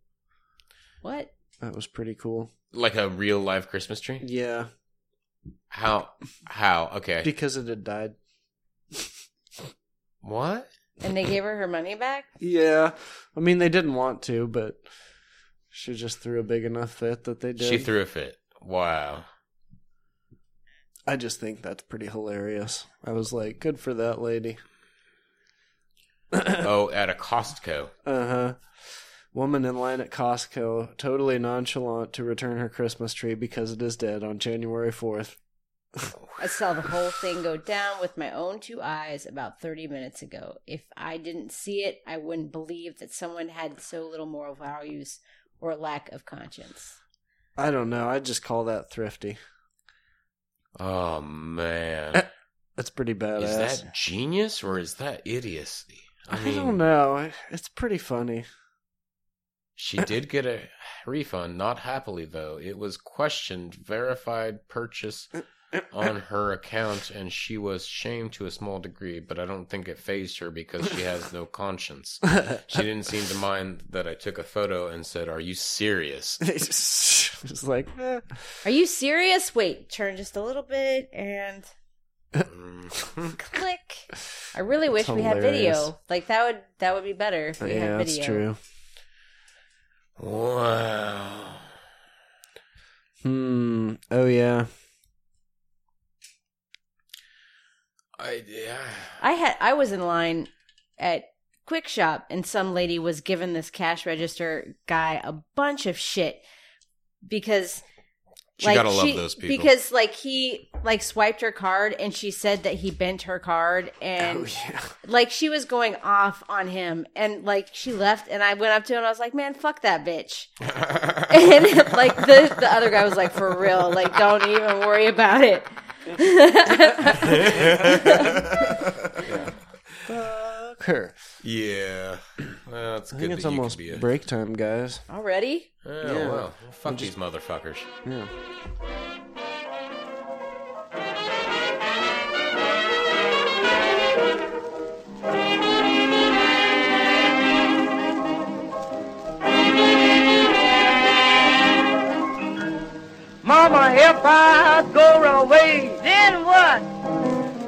Speaker 3: What?
Speaker 1: That was pretty cool.
Speaker 2: Like a real live Christmas tree.
Speaker 1: Yeah,
Speaker 2: How? How? Okay.
Speaker 1: because it had died.
Speaker 2: What?
Speaker 3: And they gave her her money back?
Speaker 1: Yeah, I mean they didn't want to, but she just threw a big enough fit that they did.
Speaker 2: She threw a fit. Wow.
Speaker 1: I just think that's pretty hilarious. I was like, good for that lady.
Speaker 2: oh, at a Costco.
Speaker 1: Uh huh. Woman in line at Costco, totally nonchalant to return her Christmas tree because it is dead on January 4th.
Speaker 3: I saw the whole thing go down with my own two eyes about 30 minutes ago. If I didn't see it, I wouldn't believe that someone had so little moral values or lack of conscience.
Speaker 1: I don't know. I just call that thrifty.
Speaker 2: Oh man,
Speaker 1: That's pretty badass.
Speaker 2: is that genius or is that idiocy?
Speaker 1: I,
Speaker 2: I mean,
Speaker 1: don't know. It's pretty funny.
Speaker 2: she did get a refund, not happily though. It was questioned, verified purchase on her account, and she was shamed to a small degree. But I don't think it phased her because she has no conscience. She didn't seem to mind that I took a photo and said, "Are you serious?"
Speaker 1: it's like, eh.
Speaker 3: Are you serious? Wait, turn just a little bit and
Speaker 2: Mm.
Speaker 3: click. I really wish
Speaker 1: That's
Speaker 3: we had
Speaker 1: hilarious.
Speaker 3: video. Like that would that would be better if we
Speaker 1: yeah,
Speaker 3: had video.
Speaker 1: that's true.
Speaker 2: wow.
Speaker 1: Hmm. Oh, yeah.
Speaker 2: I yeah.
Speaker 3: I had I was in line at Quick Shop and some lady was giving this cash register guy a bunch of shit because
Speaker 2: She gotta love those people.
Speaker 3: because like he like swiped her card and she said that he bent her card and
Speaker 1: oh, yeah.
Speaker 3: like she was going off on him and like she left and I went up to him and I was like man fuck that bitch and like the the other guy was like for real like don't even worry about it
Speaker 1: Fuck her.
Speaker 2: Yeah, well, it's
Speaker 1: I
Speaker 2: good
Speaker 1: think
Speaker 2: that
Speaker 1: it's
Speaker 2: you
Speaker 1: almost
Speaker 2: could be a.
Speaker 1: break time, guys.
Speaker 3: Already?
Speaker 2: oh,
Speaker 1: Yeah.
Speaker 2: well, fuck these motherfuckers.
Speaker 1: Yeah.
Speaker 4: Mama, if I go away,
Speaker 5: Then what?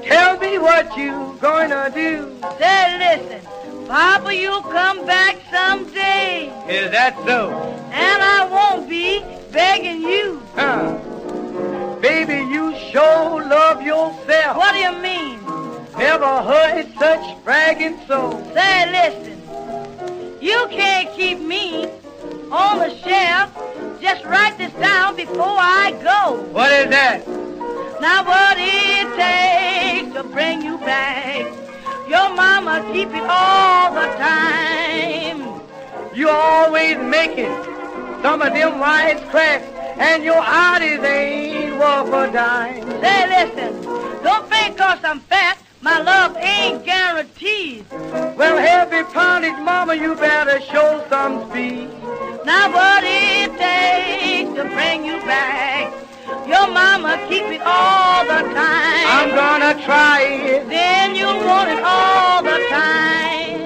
Speaker 4: tell me what you gonna do.
Speaker 5: Say, listen, Papa, you'll come back someday,
Speaker 4: Is that so?
Speaker 5: and I won't be begging you.
Speaker 4: Huh? Baby, you sure love yourself.
Speaker 5: What do you mean?
Speaker 4: Never heard such bragging soul.
Speaker 5: Say, listen, you can't keep me on the shelf. Just write this down before I go.
Speaker 4: What is that?
Speaker 5: Now, what it takes to bring you back, your mama keep it all the time.
Speaker 4: You always make it. Some of them wise cracks, and your oddies ain't worth a dime.
Speaker 5: Say, listen, don't think i I'm fat, my love ain't guaranteed.
Speaker 4: Well, heavy pounded, mama, you better show some speed.
Speaker 5: Now what it takes to bring you back, your mama keep it all the
Speaker 4: I'm
Speaker 5: time.
Speaker 4: gonna try it.
Speaker 5: Then you'll want it all the time.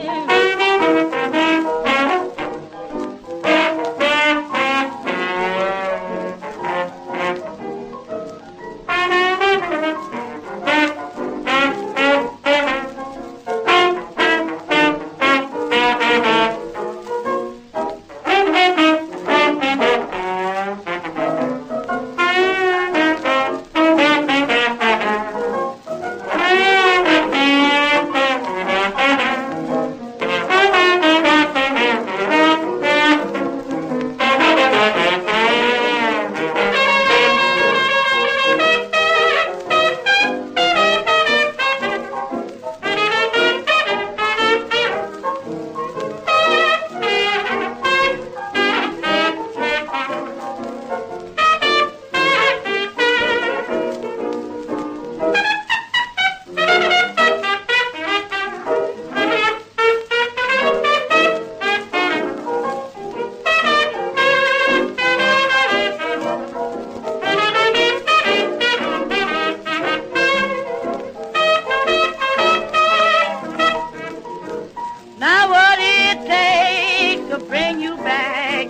Speaker 5: Now what it takes to bring you back,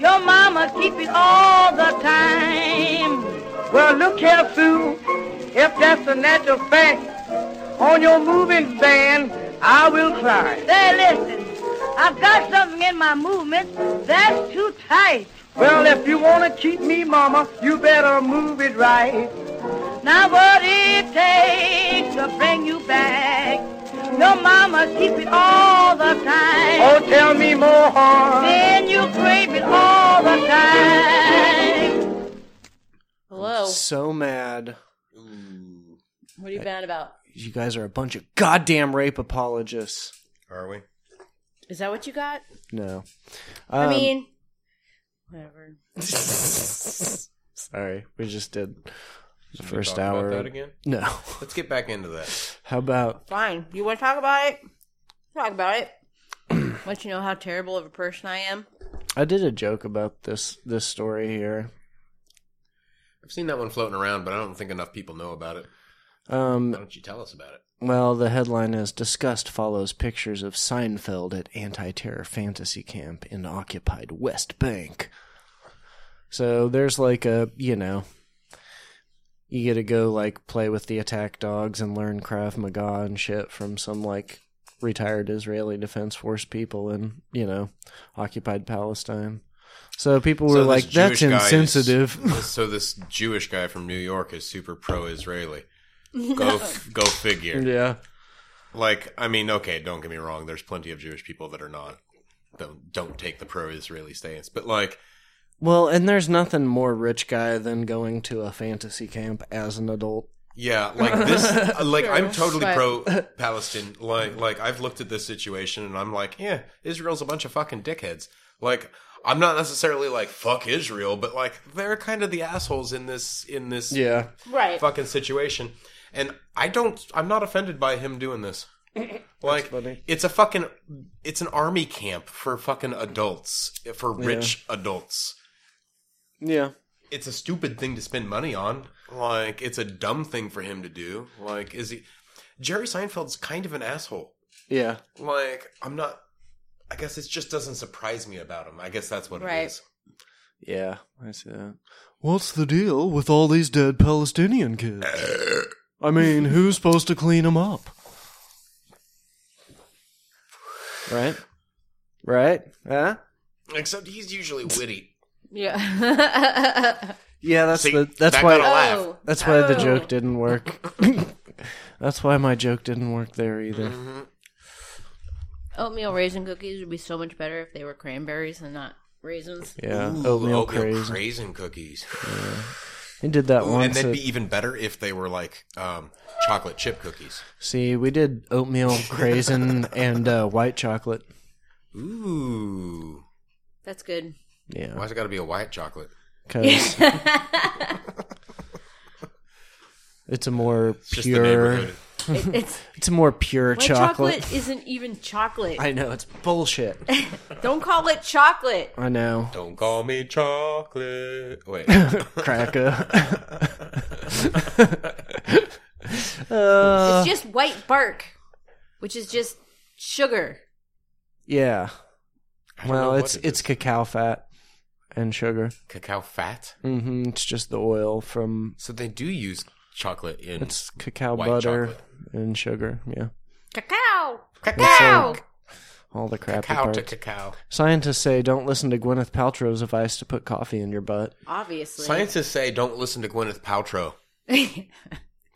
Speaker 5: your mama keep it all the time.
Speaker 4: Well, look here, Sue. If that's a natural fact, on your moving van, I will climb.
Speaker 5: Say, listen, I've got something in my movement that's too tight.
Speaker 4: Well, if you wanna keep me, Mama, you better move it right.
Speaker 5: Now what it takes to bring you back. Your mama keep it all the time.
Speaker 4: Oh, tell me more, hon.
Speaker 5: Then you crave it all the time.
Speaker 3: Hello.
Speaker 1: So mad.
Speaker 3: What are you mad about?
Speaker 1: You guys are a bunch of goddamn rape apologists.
Speaker 2: Are we?
Speaker 3: Is that what you got?
Speaker 1: No.
Speaker 3: I
Speaker 1: Um,
Speaker 3: mean, whatever.
Speaker 1: sorry, we just did the
Speaker 2: Should we
Speaker 1: first
Speaker 2: talk
Speaker 1: hour.
Speaker 2: About that again?
Speaker 1: No.
Speaker 2: Let's get back into that.
Speaker 1: How about
Speaker 3: Fine. You want to talk about it? Talk about it. Once you know how terrible of a person I am.
Speaker 1: I did a joke about this this story here.
Speaker 2: I've seen that one floating around, but I don't think enough people know about it. Why
Speaker 1: Um,
Speaker 2: don't you tell us about it?
Speaker 1: well, the headline is "Disgust follows pictures of Seinfeld at anti-terror fantasy camp in occupied West Bank." So there's like a you know, you get to go like play with the attack dogs and learn Krav Maga and shit from some like retired Israeli Defense Force people in you know occupied Palestine. So people were
Speaker 2: So this
Speaker 1: like, "That's
Speaker 2: Jewish guy is-
Speaker 1: insensitive."
Speaker 2: so this Jewish guy from New York is super pro-Israeli. Go, f- go figure.
Speaker 1: yeah.
Speaker 2: Like, I mean, okay, don't get me wrong. There's plenty of Jewish people that are not don't don't take the pro-Israeli stance, but like,
Speaker 1: Well, and there's nothing more rich guy than going to a fantasy camp as an adult.
Speaker 2: yeah, like this, uh, like I'm totally
Speaker 3: but-
Speaker 2: pro-Palestine. Like, like I've looked at this situation and I'm like, yeah, Israel's a bunch of fucking dickheads. Like, I'm not necessarily like fuck Israel, but like they're kind of the assholes in this in this
Speaker 1: Yeah.
Speaker 3: Right.
Speaker 2: fucking situation. And I don't, I'm not offended by him doing this. Like
Speaker 1: funny.
Speaker 2: it's a fucking it's an army camp for fucking adults for rich adults.
Speaker 1: Yeah.
Speaker 2: It's a stupid thing to spend money on. Like it's a dumb thing for him to do. Like is he Jerry Seinfeld's kind of an asshole.
Speaker 1: Yeah.
Speaker 2: Like I'm not I guess it just doesn't surprise me about him. I guess that's what
Speaker 3: Right.
Speaker 2: it is.
Speaker 1: Yeah. I see that. What's the deal with all these dead Palestinian kids? I mean, who's supposed to clean them up? Right? Right? Huh?
Speaker 2: Except he's usually witty.
Speaker 3: Yeah.
Speaker 1: Yeah, that's
Speaker 2: See,
Speaker 1: the that's
Speaker 2: that
Speaker 1: why
Speaker 2: got a laugh.
Speaker 3: Oh.
Speaker 1: that's why the
Speaker 3: Oh.
Speaker 1: joke didn't work. that's why my joke didn't work there either.
Speaker 3: Oatmeal raisin cookies would be so much better if they were cranberries and not raisins.
Speaker 1: Yeah,
Speaker 2: Ooh,
Speaker 1: oatmeal,
Speaker 2: oatmeal
Speaker 1: crazy.
Speaker 2: Craisin cookies.
Speaker 1: We did that
Speaker 2: Ooh, and
Speaker 1: once.
Speaker 2: that'd
Speaker 1: at-
Speaker 2: be even better if they were like um, chocolate chip cookies.
Speaker 1: see, we did oatmeal craisin and uh, white chocolate.
Speaker 2: Ooh.
Speaker 3: That's good.
Speaker 1: Yeah,
Speaker 2: Why's it gotta be a white chocolate?
Speaker 1: 'cause it's a more
Speaker 2: It's just the
Speaker 1: pure.
Speaker 2: neighborhood.
Speaker 3: It- it's
Speaker 1: It's a more pure
Speaker 3: white chocolate. isn't even chocolate.
Speaker 1: I know it's bullshit.
Speaker 3: Don't call it chocolate.
Speaker 1: I know.
Speaker 2: Don't call me chocolate. Wait.
Speaker 1: Cracker.
Speaker 3: it's just white bark, which is just sugar.
Speaker 1: yeah. Well,
Speaker 2: what
Speaker 1: it's
Speaker 2: it
Speaker 1: it's cacao fat and sugar.
Speaker 2: Cacao fat.
Speaker 1: hmm It's just the oil from
Speaker 2: So they do use chocolate in
Speaker 1: it's cacao
Speaker 2: White
Speaker 1: butter
Speaker 2: chocolate.
Speaker 1: and sugar. Yeah,
Speaker 3: Cacao.
Speaker 2: cacao.
Speaker 1: It's like all the crappy
Speaker 2: Cacao
Speaker 1: parts.
Speaker 2: to cacao.
Speaker 1: Scientists say don't listen to Gwyneth Paltrow's advice to put coffee in your butt.
Speaker 3: Obviously.
Speaker 2: Scientists say don't listen to Gwyneth Paltrow.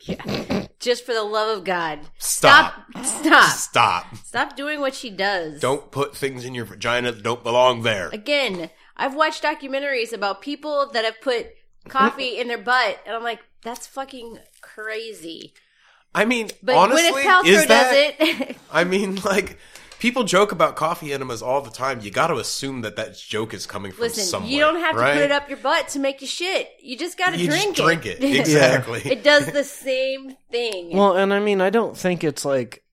Speaker 3: yeah. Just for the love of God.
Speaker 2: Stop.
Speaker 3: Stop. Stop.
Speaker 2: Stop.
Speaker 3: Stop doing what she does.
Speaker 2: Don't put things in your vagina that don't belong there.
Speaker 3: Again, I've watched documentaries about people that have put coffee in their butt, and I'm like, that's fucking crazy.
Speaker 2: I mean,
Speaker 3: But
Speaker 2: honestly,
Speaker 3: Gwyneth Paltrow
Speaker 2: is that?
Speaker 3: does it.
Speaker 2: I mean, like people joke about coffee enemas all the time. You got to assume that that joke is coming from
Speaker 3: Listen,
Speaker 2: somewhere.
Speaker 3: you don't have to
Speaker 2: right?
Speaker 3: put it up your butt to make you shit. You just got to
Speaker 2: You
Speaker 3: drink
Speaker 2: just drink it.
Speaker 3: it.
Speaker 2: Exactly.
Speaker 3: it does the same thing.
Speaker 1: Well, and I mean, I don't think it's like,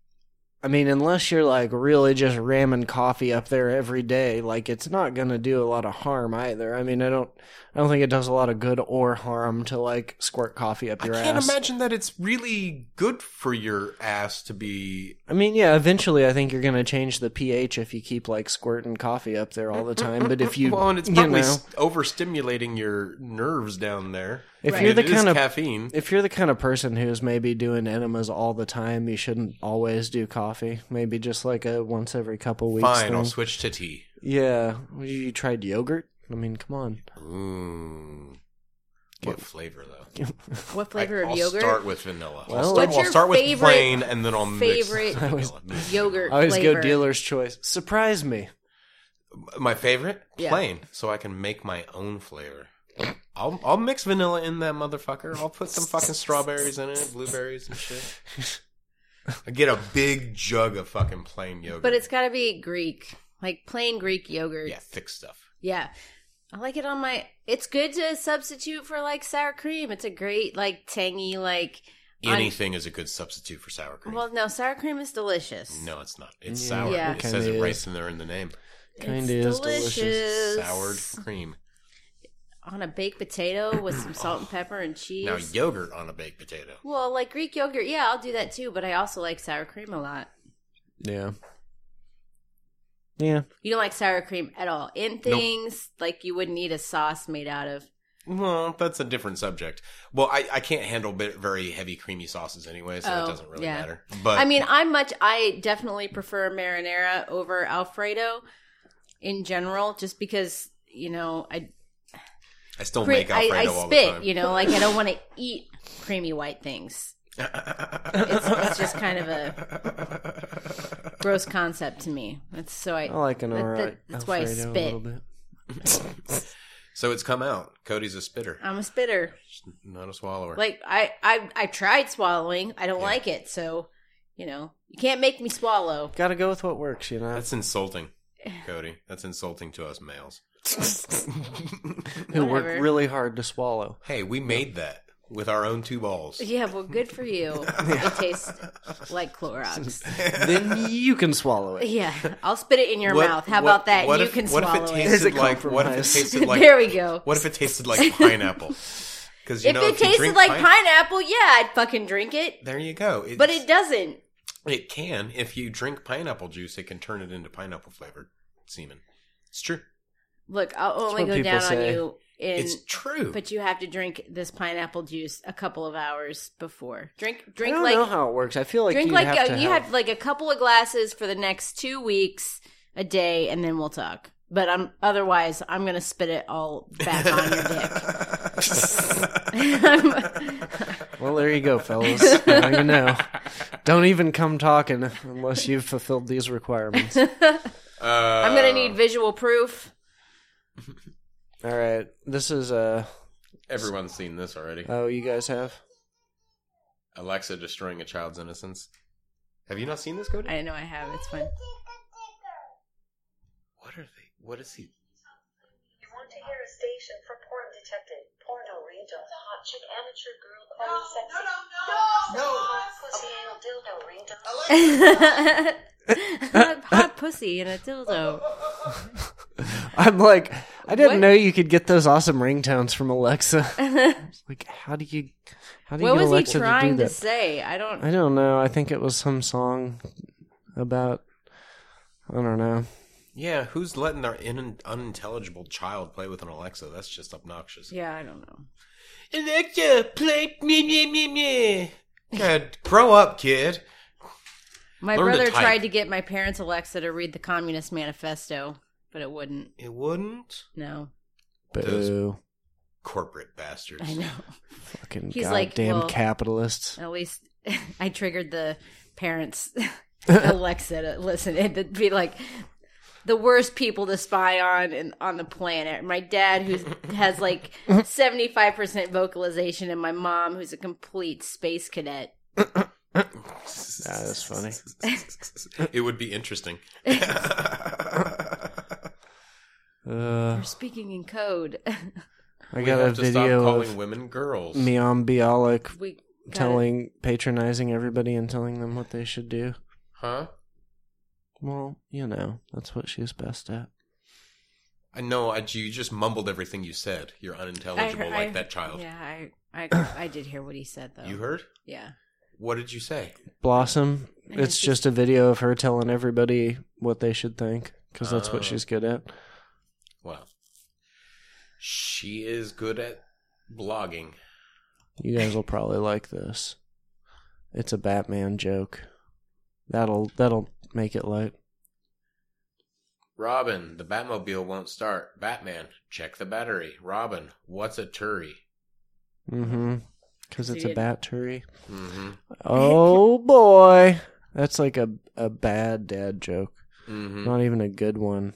Speaker 1: I mean, unless you're like really just ramming coffee up there every day, like it's not gonna do a lot of harm either. I mean, I don't, I don't think it does a lot of good or harm to like squirt coffee up
Speaker 2: I
Speaker 1: your
Speaker 2: can't
Speaker 1: ass.
Speaker 2: imagine that it's really good for your ass to be.
Speaker 1: I mean, yeah, eventually I think you're gonna change the pH if you keep like squirting coffee up there all the time. But if you,
Speaker 2: Well, and it's
Speaker 1: you
Speaker 2: probably
Speaker 1: know,
Speaker 2: s overstimulating your nerves down there.
Speaker 1: If
Speaker 2: I
Speaker 1: you're
Speaker 2: mean,
Speaker 1: the
Speaker 2: it is
Speaker 1: kind of-
Speaker 2: caffeine,
Speaker 1: if you're the kind of person who's maybe doing enemas all the time, you shouldn't always do coffee. Maybe just like a once every couple weeks
Speaker 2: fine.
Speaker 1: thing.
Speaker 2: I'll switch to tea.
Speaker 1: Yeah, you you tried yogurt. I mean, come on.
Speaker 2: Ooh. What flavor though?
Speaker 3: what flavor
Speaker 2: I,
Speaker 3: of
Speaker 2: I'll
Speaker 3: yogurt?
Speaker 2: start with vanilla. I'll
Speaker 1: Well,
Speaker 2: start-
Speaker 1: What's
Speaker 2: I'll
Speaker 3: your
Speaker 2: start with
Speaker 3: favorite-
Speaker 2: plain, and then I'll mix
Speaker 3: favorite-
Speaker 1: I always-
Speaker 2: vanilla.
Speaker 1: I
Speaker 3: Yogurt.
Speaker 1: always
Speaker 3: flavor.
Speaker 1: go dealer's choice. Surprise me.
Speaker 2: My favorite?
Speaker 3: Yeah.
Speaker 2: Plain. So I can make my own flavor. I'll I'll mix vanilla in that motherfucker. I'll put some fucking strawberries in it, blueberries and shit. I get a big jug of fucking plain yogurt.
Speaker 3: But it's got to be Greek, like plain Greek yogurt.
Speaker 2: yeah, thick stuff.
Speaker 3: Yeah. I like it on my. It's good to substitute for like sour cream. It's a great like tangy like. on-
Speaker 2: Anything is a good substitute for sour cream.
Speaker 3: well, no, sour cream is delicious.
Speaker 2: no, it's not. It's
Speaker 1: Yeah,
Speaker 2: sour.
Speaker 3: Yeah.
Speaker 2: It
Speaker 1: kinda
Speaker 2: says it
Speaker 1: is.
Speaker 2: right in there in the name.
Speaker 3: It's
Speaker 1: Kinda is delicious.
Speaker 2: Soured cream.
Speaker 3: on a baked potato with some salt and pepper and cheese.
Speaker 2: Now yogurt on a baked potato.
Speaker 3: well, like Greek yogurt, yeah, I'll do that too. But I also like sour cream a lot.
Speaker 1: Yeah. Yeah.
Speaker 3: You don't like sour cream at all in things like you wouldn't eat a sauce made out of.
Speaker 2: Well, that's a different subject. Well, I, I can't handle bit, very heavy creamy sauces anyway, so
Speaker 3: Oh,
Speaker 2: it doesn't really
Speaker 3: yeah.
Speaker 2: matter. But
Speaker 3: I mean, I'm much. I definitely prefer marinara over Alfredo in general, just because you know I
Speaker 2: I still
Speaker 3: cre-
Speaker 2: make
Speaker 3: I,
Speaker 2: Alfredo
Speaker 3: I
Speaker 2: all the
Speaker 3: spit.
Speaker 2: time.
Speaker 3: You know, like I don't want to eat creamy white things. It's, it's just kind of a gross concept to me. That's so I.
Speaker 1: I like an
Speaker 3: that- that-
Speaker 1: alright.
Speaker 3: that's why I
Speaker 1: Alfredo a
Speaker 3: spit.
Speaker 1: little bit.
Speaker 2: so it's come out. Cody's a spitter,
Speaker 3: I'm a spitter.
Speaker 2: not a swallower.
Speaker 3: Um, Like I, I, I tried swallowing. I don't like it. So, you know, you can't make me swallow.
Speaker 1: Gotta go with what works, you know.
Speaker 2: that's insulting, Cody. That's insulting to us males.
Speaker 1: Who work
Speaker 3: whatever.
Speaker 1: really hard to swallow.
Speaker 2: hey, we made that.
Speaker 6: with our own two balls.
Speaker 3: Yeah, well, good for you. It tastes like Clorox.
Speaker 1: then you can swallow it.
Speaker 3: Yeah, I'll spit it in your
Speaker 6: What-
Speaker 3: mouth. How
Speaker 6: what-
Speaker 3: about that?
Speaker 6: what
Speaker 3: you
Speaker 6: if-
Speaker 3: can
Speaker 6: what if
Speaker 3: swallow
Speaker 6: it
Speaker 3: it.
Speaker 1: There's a
Speaker 6: tasted like what if it
Speaker 1: compromise.
Speaker 6: tasted like
Speaker 3: there we go.
Speaker 6: what if it tasted like pineapple? Because you
Speaker 3: if
Speaker 6: know
Speaker 3: it
Speaker 6: if you
Speaker 3: tasted
Speaker 6: drink
Speaker 3: like
Speaker 6: pine-
Speaker 3: pineapple, yeah, I'd fucking drink it.
Speaker 6: there you go.
Speaker 3: But
Speaker 6: It's-
Speaker 3: it doesn't.
Speaker 6: It can. If you drink pineapple juice, it can turn it into pineapple flavored semen. It's true.
Speaker 3: Look, I'll only
Speaker 1: what
Speaker 3: go
Speaker 1: people
Speaker 3: down on
Speaker 1: say.
Speaker 3: you in.
Speaker 6: it's true.
Speaker 3: but you have to drink this pineapple juice a couple of hours before. Drink,
Speaker 1: I
Speaker 3: drink
Speaker 1: don't
Speaker 3: like
Speaker 1: know how it works. I feel like
Speaker 3: drink
Speaker 1: you
Speaker 3: like
Speaker 1: have
Speaker 3: a,
Speaker 1: to
Speaker 3: you
Speaker 1: have,
Speaker 3: have like a couple of glasses for the next two weeks a day, and then we'll talk. But I'm otherwise I'm gonna spit it all back on your dick.
Speaker 1: Well, there you go, fellas. now you know. Don't even come talking unless you've fulfilled these requirements.
Speaker 3: I'm gonna
Speaker 1: Oh.
Speaker 3: need
Speaker 6: Uh,
Speaker 3: visual proof.
Speaker 1: All right, this is uh
Speaker 2: Everyone's seen this already.
Speaker 1: oh you guys have
Speaker 2: Alexa destroying a child's innocence. Have you not seen this, Cody?
Speaker 3: I know I have. It's fine.
Speaker 2: What are they? What is he?
Speaker 7: You want to hear a station for porn detected, porno rangel, hot chick, amateur girl, calling sexy. No, no, no, no, Pussy anal
Speaker 3: hot,
Speaker 7: dildo rangel.
Speaker 3: hot pussy and a dildo.
Speaker 1: I'm like, I didn't
Speaker 3: What?
Speaker 1: know you could get those awesome ringtones from Alexa. It's like, how do you, how do you
Speaker 3: What
Speaker 1: get
Speaker 3: was
Speaker 1: Alexa
Speaker 3: he
Speaker 1: to do
Speaker 3: trying to,
Speaker 1: that?
Speaker 3: say? I don't.
Speaker 1: I don't know. I think it was some song about, I don't know.
Speaker 6: yeah, who's letting their in- unintelligible child play with an Alexa? That's just obnoxious.
Speaker 3: yeah, I don't know.
Speaker 6: Alexa, play me me me me. God, grow up, kid.
Speaker 3: My
Speaker 6: Learn to
Speaker 3: brother
Speaker 6: type.
Speaker 3: tried to get my parents' Alexa to read the Communist Manifesto, but it wouldn't.
Speaker 6: It wouldn't.
Speaker 3: No,
Speaker 6: Those-
Speaker 1: Boo!
Speaker 6: Corporate bastards.
Speaker 3: I know.
Speaker 1: Fucking
Speaker 3: He's like,
Speaker 1: goddamn
Speaker 3: well-
Speaker 1: capitalists.
Speaker 3: At least I triggered the parents' Alexa to listen. It'd be like the worst people to spy on and on the planet. My dad, who has like seventy five percent vocalization, and my mom, who's a complete space cadet.
Speaker 1: Nah, that's funny.
Speaker 6: it would be interesting.
Speaker 1: Uh,
Speaker 3: We're speaking in code.
Speaker 1: I
Speaker 2: We
Speaker 1: got a
Speaker 2: have to stop
Speaker 1: video
Speaker 2: calling
Speaker 1: of
Speaker 2: women girls.
Speaker 1: Miam Bialik
Speaker 3: we gotta-
Speaker 1: telling, patronizing everybody and telling them what they should do.
Speaker 2: Huh?
Speaker 1: Well, you know, that's what she's best at.
Speaker 6: I know. I, you just mumbled everything you said. You're unintelligible
Speaker 3: heard-
Speaker 6: like
Speaker 3: I-
Speaker 6: that child.
Speaker 3: Yeah, I, I, I did hear what he said though.
Speaker 6: You heard?
Speaker 3: Yeah.
Speaker 6: What did you say?
Speaker 1: Blossom.
Speaker 3: And
Speaker 1: It's
Speaker 3: she's-
Speaker 1: just a video of her telling everybody what they should think because that's
Speaker 2: Oh.
Speaker 1: what she's good at.
Speaker 2: Well, she is good at blogging.
Speaker 1: You guys will probably like this. It's a Batman joke. That'll that'll make it light.
Speaker 2: Robin, the Batmobile won't start. Batman, check the battery. Robin, what's a turry?
Speaker 1: Mm-hmm. Because it's a
Speaker 3: Dude.
Speaker 1: battery.
Speaker 2: Mm-hmm.
Speaker 1: Oh boy, that's like a a bad dad joke.
Speaker 2: Mm-hmm.
Speaker 1: Not even a good one.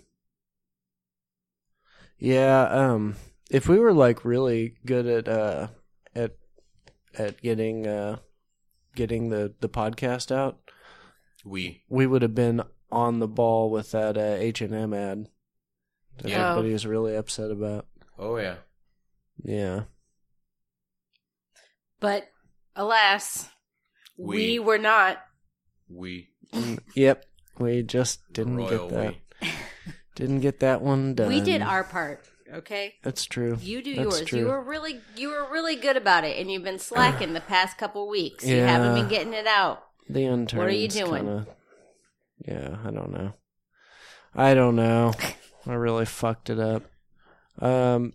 Speaker 1: Yeah, um if we were like really good at uh at at getting uh getting the the podcast out,
Speaker 2: We.
Speaker 1: we would have been on the ball with that uh, H&M ad that
Speaker 3: Yeah.
Speaker 1: everybody was really upset about.
Speaker 2: Oh yeah.
Speaker 1: Yeah.
Speaker 3: But alas,
Speaker 2: We-
Speaker 3: we, were not.
Speaker 2: We.
Speaker 1: Yep. We just didn't
Speaker 2: Royal
Speaker 1: get that.
Speaker 2: we.
Speaker 1: Didn't get that one done.
Speaker 3: We did our part. Okay.
Speaker 1: That's true.
Speaker 3: You do
Speaker 1: That's
Speaker 3: yours.
Speaker 1: True.
Speaker 3: You were really, you were really good about it, and you've been slacking the past couple weeks. You haven't
Speaker 1: Yeah.
Speaker 3: been getting it out.
Speaker 1: The interns.
Speaker 3: are you doing?
Speaker 1: Kinda, yeah, I don't know. I don't know. I really fucked it up. Um,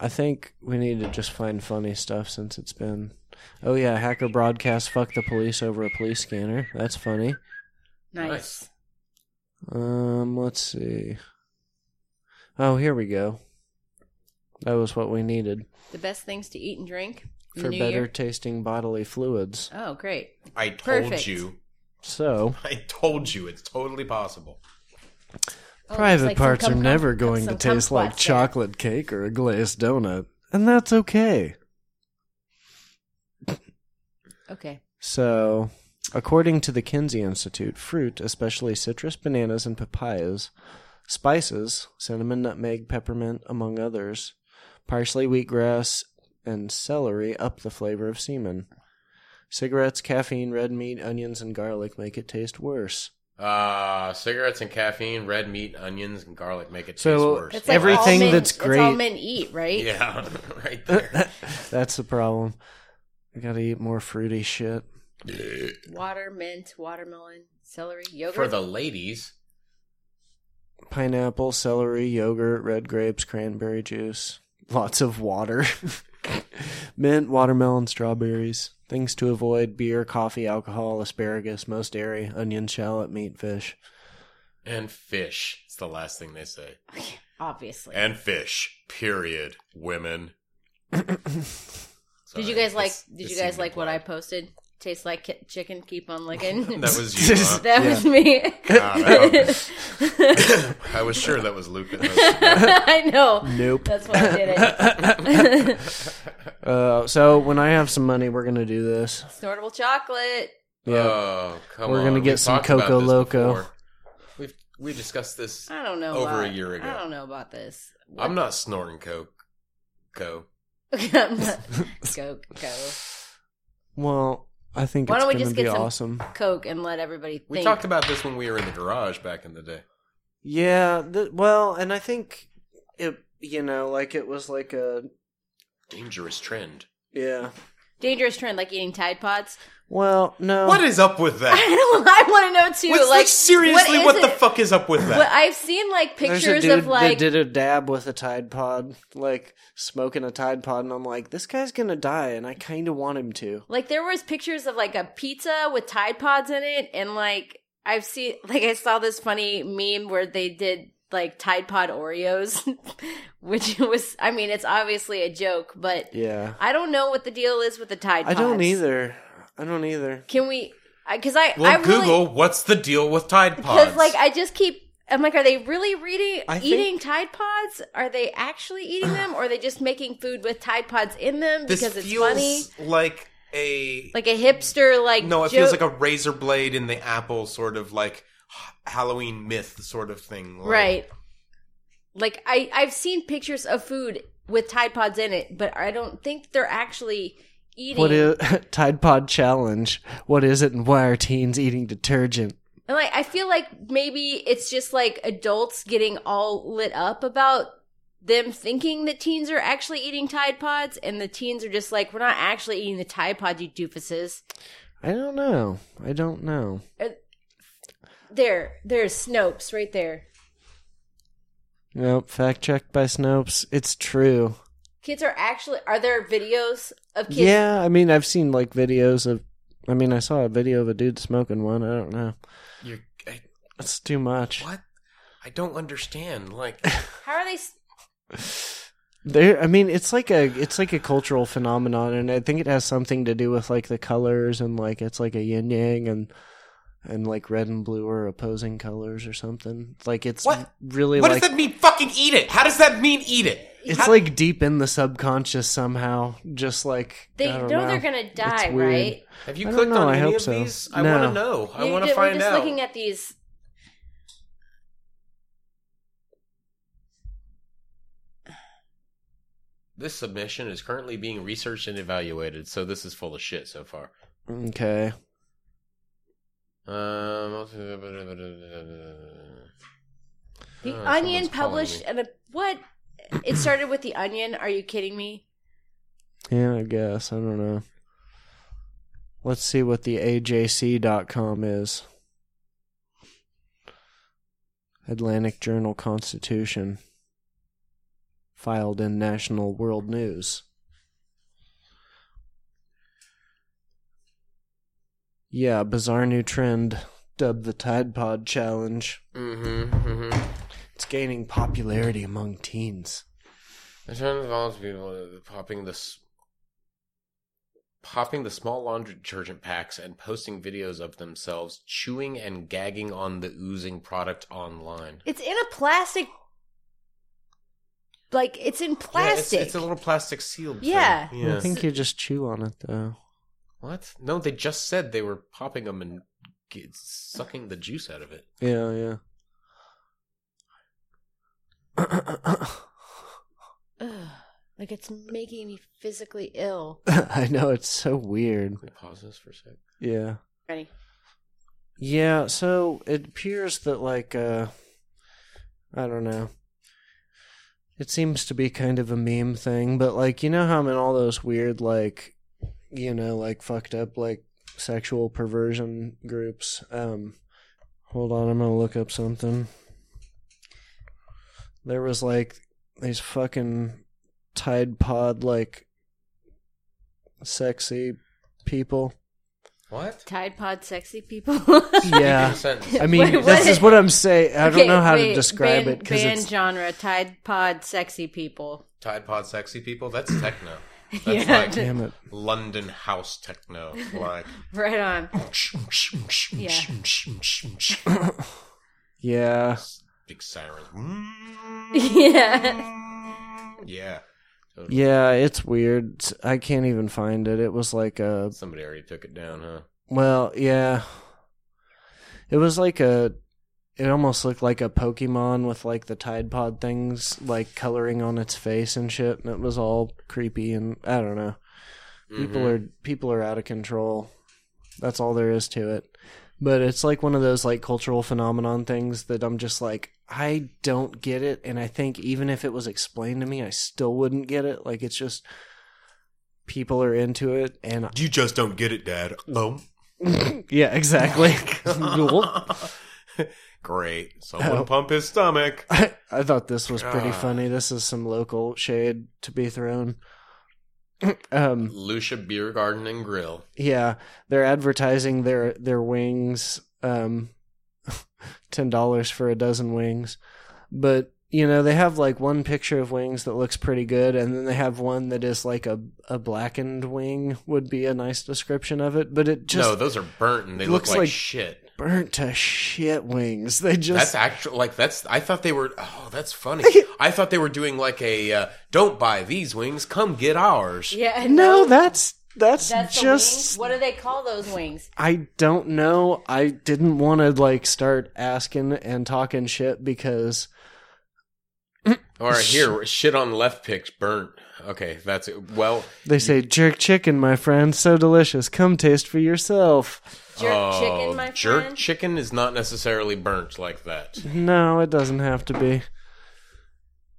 Speaker 1: I think we need to just find funny stuff since it's been. Oh yeah, hacker broadcast fuck the police over a police scanner. That's funny.
Speaker 3: Nice.
Speaker 2: Nice.
Speaker 1: Um, let's see. Oh, here we go. That was what we needed
Speaker 3: The best things to eat and drink in the
Speaker 1: for
Speaker 3: new
Speaker 1: better
Speaker 3: year.
Speaker 1: tasting bodily fluids.
Speaker 3: Oh, great.
Speaker 6: I told
Speaker 3: Perfect.
Speaker 6: you.
Speaker 1: So,
Speaker 6: I told you. It's totally possible.
Speaker 3: Oh,
Speaker 1: Private
Speaker 3: looks like some
Speaker 1: parts are
Speaker 3: cum-
Speaker 1: never
Speaker 3: cum-
Speaker 1: going to
Speaker 3: some
Speaker 1: taste
Speaker 3: kumquats
Speaker 1: like
Speaker 3: there.
Speaker 1: chocolate cake or a glazed donut, and that's okay.
Speaker 3: Okay.
Speaker 1: So, according to the Kinsey Institute, fruit, especially citrus, bananas, and papayas, spices, cinnamon, nutmeg, peppermint, among others, parsley, wheatgrass, and celery up the flavor of semen. Cigarettes, caffeine, red meat, onions, and garlic make it taste worse.
Speaker 2: Uh, cigarettes and caffeine, red meat, onions, and garlic make it taste
Speaker 1: So-
Speaker 2: worse.
Speaker 3: It's like all
Speaker 1: Everything
Speaker 3: men,
Speaker 1: that's
Speaker 3: It's all
Speaker 1: great-
Speaker 3: men eat, right?
Speaker 2: yeah, right there.
Speaker 1: That's the problem. I gotta eat more fruity shit.
Speaker 3: Water, mint, watermelon, celery, yogurt.
Speaker 2: For the ladies,
Speaker 1: Pineapple, celery, yogurt, red grapes, cranberry juice, lots of water, mint, watermelon, strawberries. Things to avoid beer, coffee, alcohol, asparagus, most dairy, onion, shallot, meat, fish.
Speaker 2: and fish. It's the last thing they say.
Speaker 3: obviously.
Speaker 2: And fish. Period. Women.
Speaker 3: did you guys like? Did you guys like what I posted? Tastes like ki- chicken. Keep on licking.
Speaker 2: That was you. huh?
Speaker 3: That was me.
Speaker 2: Ah, that- I was sure that was Lucas.
Speaker 3: I know.
Speaker 1: Nope.
Speaker 3: That's why I did it.
Speaker 1: Uh, so when I have some money, we're gonna do this.
Speaker 3: Snortable chocolate.
Speaker 1: Yeah,
Speaker 2: Oh, come
Speaker 1: We're
Speaker 2: on.
Speaker 1: gonna get
Speaker 2: We've
Speaker 1: some
Speaker 2: talked about
Speaker 1: Coco
Speaker 2: this
Speaker 1: Loco.
Speaker 2: before. We've we discussed this.
Speaker 3: I don't know.
Speaker 2: Over a
Speaker 3: about-
Speaker 2: year ago.
Speaker 3: I don't know about this.
Speaker 2: I'm not snorting coke. Co.
Speaker 3: I'm not- Coke, Coke,
Speaker 1: well, I think
Speaker 3: Why
Speaker 1: it's
Speaker 3: don't we
Speaker 1: gonna
Speaker 3: just
Speaker 1: be
Speaker 3: get some-
Speaker 1: awesome.
Speaker 3: Coke, and let everybody think.
Speaker 2: We talked about this when we were in the garage back in the day.
Speaker 1: Yeah, th- well, and I think it, you know, like it was like a
Speaker 2: Dangerous trend.
Speaker 1: yeah.
Speaker 3: dangerous trend, like eating Tide Pods.
Speaker 1: Well, no,
Speaker 6: What is up with
Speaker 3: I
Speaker 6: that?
Speaker 3: don't. I want to know too.
Speaker 6: What's,
Speaker 3: like
Speaker 6: like seriously,
Speaker 3: is
Speaker 6: what, the
Speaker 3: it?
Speaker 6: fuck is up with
Speaker 3: But
Speaker 6: that?
Speaker 3: I've seen like
Speaker 1: There's
Speaker 3: pictures
Speaker 1: a dude
Speaker 3: of
Speaker 1: that
Speaker 3: like
Speaker 1: did a dab with a Tide Pod, like smoking a Tide Pod, and I'm like, this guy's gonna die, and I kind of want him to.
Speaker 3: Like there was pictures of like a pizza with Tide Pods in it, and like I've seen like I saw this funny meme where they did like Tide Pod Oreos, which was I mean it's obviously a joke, but
Speaker 1: Yeah,
Speaker 3: I don't know what the deal is with the Tide.
Speaker 1: I
Speaker 3: Pods.
Speaker 1: don't either. I don't either.
Speaker 3: Can we? Because I,
Speaker 6: well,
Speaker 3: I
Speaker 6: Google, what's the deal with Tide Pods?
Speaker 3: because like I just keep. I'm like, are they really reading
Speaker 1: I think-
Speaker 3: eating Tide Pods? Are they actually eating them, or are they just making food with Tide Pods in them
Speaker 6: this
Speaker 3: because it's
Speaker 6: feels
Speaker 3: funny?
Speaker 6: like a
Speaker 3: Like a hipster, like
Speaker 6: no, it feels
Speaker 3: joke-
Speaker 6: like a razor blade in the apple sort of like Halloween myth sort of thing. Like,
Speaker 3: Right. Like I I've seen pictures of food with Tide Pods in it, but I don't think they're actually eating.
Speaker 1: What is Tide Pod challenge? What is it, and why are teens eating detergent?
Speaker 3: And like I feel like maybe it's just like adults getting all lit up about them thinking that teens are actually eating Tide Pods and the teens are just like we're not actually eating the Tide Pod you doofuses.
Speaker 1: I don't know. I don't know.
Speaker 3: There, there's Snopes right there.
Speaker 1: Nope. Fact checked by Snopes. It's true.
Speaker 3: Kids are actually are there videos of kids
Speaker 1: Yeah, I mean, I've seen like videos of. I mean, I saw a video of a dude smoking one. I don't know.
Speaker 6: You're, I,
Speaker 1: That's too much.
Speaker 6: what? I don't understand. Like,
Speaker 3: How are they s-
Speaker 1: There, I mean, it's like a it's like a cultural phenomenon, and I think it has something to do with like the colors and like it's like a yin yang and and like red and blue are opposing colors or something. Like it's
Speaker 6: What?
Speaker 1: really
Speaker 6: what
Speaker 1: like
Speaker 6: does that mean? Fucking eat it. How does that mean? Eat it.
Speaker 1: it's like deep in the subconscious somehow. Just like
Speaker 3: they
Speaker 1: I
Speaker 3: know,
Speaker 1: don't
Speaker 3: they're going to die,
Speaker 1: weird.
Speaker 3: right?
Speaker 6: Have you
Speaker 1: I don't
Speaker 6: clicked
Speaker 1: know,
Speaker 6: on
Speaker 1: I
Speaker 6: any
Speaker 1: hope
Speaker 6: of
Speaker 1: so.
Speaker 6: these? I
Speaker 1: No.
Speaker 6: want to know. I
Speaker 3: You
Speaker 6: want to
Speaker 3: did-
Speaker 6: find
Speaker 3: We're just
Speaker 6: out.
Speaker 3: looking at these.
Speaker 2: This submission is currently being researched and evaluated, so this is full of shit so far.
Speaker 1: Okay,
Speaker 2: Um,
Speaker 3: The
Speaker 2: Oh, uh, someone's calling
Speaker 3: Onion published
Speaker 2: me.
Speaker 3: and a what? It started with the Onion. Are you kidding me?
Speaker 1: yeah, I guess I don't know. Let's see what the AJC.com is. Atlantic Journal Constitution. Filed in National World News. Yeah, bizarre new trend dubbed the Tide Pod Challenge.
Speaker 2: Mm-hmm, mm-hmm.
Speaker 1: It's gaining popularity among teens.
Speaker 2: The trend involves people popping the s- popping the small laundry detergent packs and posting videos of themselves chewing and gagging on the oozing product online.
Speaker 3: It's in a plastic. Like it's in
Speaker 6: Yeah, it's,
Speaker 3: plastic.
Speaker 6: it's a little plastic seal.
Speaker 3: Yeah.
Speaker 6: Thing.
Speaker 1: I think you just chew on it though.
Speaker 2: What? No, they just said they were popping them and g sucking the juice out of it.
Speaker 1: Yeah, yeah.
Speaker 3: Like it's making me physically ill.
Speaker 1: I know it's so weird.
Speaker 2: Can we pause this for a sec?
Speaker 1: Yeah.
Speaker 3: Ready?
Speaker 1: Yeah, so it appears that like uh I don't know. It seems to be kind of a meme thing, but like you know how I'm in all those weird like you know, like fucked up like sexual perversion groups. Um hold on, I'm going to look up something. There was like these fucking Tide Pod like sexy people.
Speaker 2: What?
Speaker 3: Tide Pod sexy people.
Speaker 1: Yeah. I mean,
Speaker 3: Wait, what?
Speaker 1: this is what I'm saying. I
Speaker 3: Okay,
Speaker 1: don't know how
Speaker 3: wait,
Speaker 1: to describe
Speaker 3: ban-
Speaker 1: it because
Speaker 3: ban
Speaker 1: it's
Speaker 3: genre Tide Pod sexy people.
Speaker 6: Tide Pod Sexy People? That's techno. That's
Speaker 3: Yeah.
Speaker 6: like
Speaker 1: damn it.
Speaker 6: London house techno. Like,
Speaker 3: Right on. yeah.
Speaker 1: Yeah,
Speaker 6: big sirens. Mm,
Speaker 3: yeah.
Speaker 6: Yeah.
Speaker 1: yeah, it's weird. I can't even find it. It was like a
Speaker 2: Somebody already took it down, huh?
Speaker 1: well, yeah. It was like a. It almost looked like a Pokemon with like the Tide Pod things like coloring on its face and shit, and it was all creepy and I don't know.
Speaker 2: Mm-hmm.
Speaker 1: People are people are out of control. That's all there is to it. But it's like one of those like cultural phenomenon things that I'm just like I don't get it and I think even if it was explained to me I still wouldn't get it. Like it's just people are into it and
Speaker 6: You just don't get it, Dad. Oh. No.
Speaker 1: yeah, exactly.
Speaker 6: Great. Someone
Speaker 1: Oh.
Speaker 6: pump his stomach.
Speaker 1: I, I thought this was pretty
Speaker 6: God.
Speaker 1: funny. This is some local shade to be thrown. um
Speaker 2: Lucia Beer Garden and Grill.
Speaker 1: Yeah, they're advertising their their wings, um, ten dollars for a dozen wings. But you know they have like one picture of wings that looks pretty good, and then they have one that is like a a blackened wing would be a nice description of it. But it just
Speaker 2: no, those are burnt and they look
Speaker 1: looks
Speaker 2: like,
Speaker 1: like-
Speaker 2: shit.
Speaker 1: burnt to shit wings. They just
Speaker 2: That's actual. Like that's. I thought they were. Oh, that's funny. I thought they were doing like a. Uh, Don't buy these wings. Come get ours.
Speaker 3: Yeah.
Speaker 1: no, that's that's,
Speaker 3: That's the wings.
Speaker 1: just
Speaker 3: What do they call those wings?
Speaker 1: I don't know. I didn't want to like start asking and talking shit because
Speaker 2: All right, here. Shit on left picks burnt. Okay, that's it. Well,
Speaker 1: They say jerk chicken, my friend, so delicious. Come taste for yourself.
Speaker 3: Jerk
Speaker 2: oh,
Speaker 3: chicken, my
Speaker 2: jerk
Speaker 3: friend.
Speaker 2: chicken is not necessarily burnt like that.
Speaker 1: No, it doesn't have to be.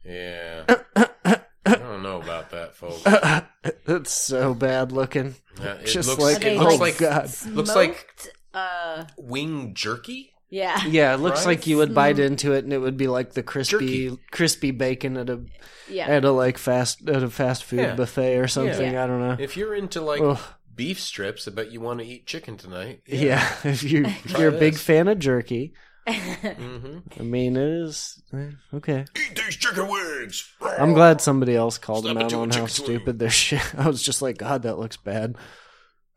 Speaker 2: Yeah. I don't know about that, folks. Uh,
Speaker 1: It's so bad looking.
Speaker 2: it
Speaker 1: Just
Speaker 2: looks
Speaker 1: like-
Speaker 2: like, it looks
Speaker 1: oh,
Speaker 2: like
Speaker 1: God.
Speaker 2: looks like-
Speaker 3: Smoked, uh
Speaker 2: wing jerky.
Speaker 3: yeah.
Speaker 1: Yeah, it looks
Speaker 2: Right?
Speaker 1: like you would bite into it and it would be like the crispy crispy bacon at a
Speaker 3: Yeah.
Speaker 1: at a like fast at a fast food
Speaker 2: Yeah.
Speaker 1: buffet or something.
Speaker 3: Yeah.
Speaker 1: I don't know.
Speaker 2: If you're into like
Speaker 1: Ugh.
Speaker 2: beef strips, I bet you want to eat chicken tonight.
Speaker 1: yeah. if you if you're a big
Speaker 2: this.
Speaker 1: fan of jerky,
Speaker 2: Mm-hmm.
Speaker 1: I mean it is eh, okay.
Speaker 6: Eat these chicken wings.
Speaker 1: I'm glad somebody else called
Speaker 6: Snap
Speaker 1: them
Speaker 6: it
Speaker 1: out
Speaker 6: to a
Speaker 1: on how
Speaker 6: chicken swing.
Speaker 1: stupid their shit. I was just like, God, that looks bad.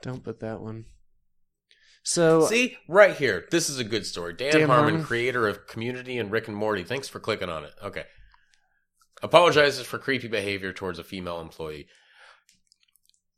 Speaker 1: Don't put that one. So
Speaker 2: See, right here. This is a good story. Dan,
Speaker 1: Dan
Speaker 2: Harmon,
Speaker 1: Harmon.
Speaker 2: creator of Community and Rick and Morty. Thanks for clicking on it. Okay. Apologizes for creepy behavior towards a female employee.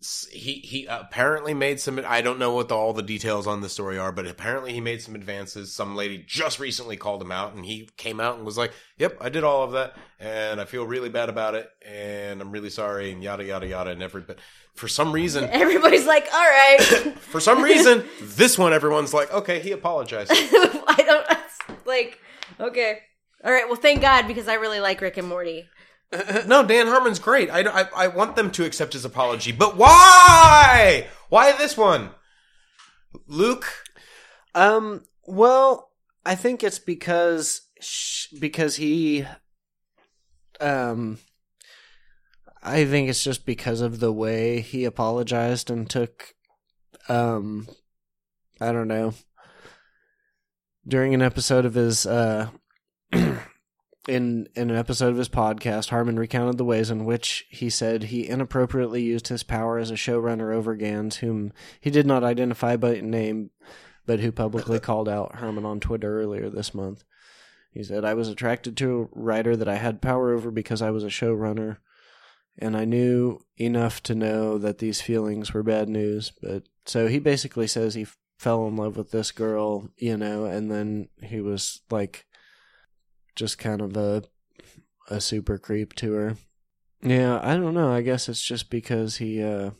Speaker 2: S- He he apparently made some. I don't know what the, all the details on the story are, but apparently he made some advances. Some lady just recently called him out, and he came out and was like, "Yep, I did all of that, and I feel really bad about it, and I'm really sorry, and yada yada yada." And every but for some reason,
Speaker 3: Everybody's like, all right.
Speaker 2: for some reason, this one everyone's like, "Okay, he apologized."
Speaker 3: I don't it's like. Okay. All right. Well, thank God because I really like Rick and Morty.
Speaker 2: No, Dan Harmon's great. I, I, I want them to accept his apology, but why? Why this one? Luke,
Speaker 1: Um. Well, I think it's because sh- because he. Um. I think it's just because of the way he apologized and took, um, I don't know. During an episode of his, uh, in in an episode of his podcast, Harmon recounted the ways in which he said he inappropriately used his power as a showrunner over Gans, whom he did not identify by name, but who publicly called out Herman on Twitter earlier this month. He said, I was attracted to a writer that I had power over because I was a showrunner, and I knew enough to know that these feelings were bad news. But so he basically says he f- fell in love with this girl, you know, and then he was like just kind of a a super creep to her. Yeah, I don't know. I guess it's just because he uh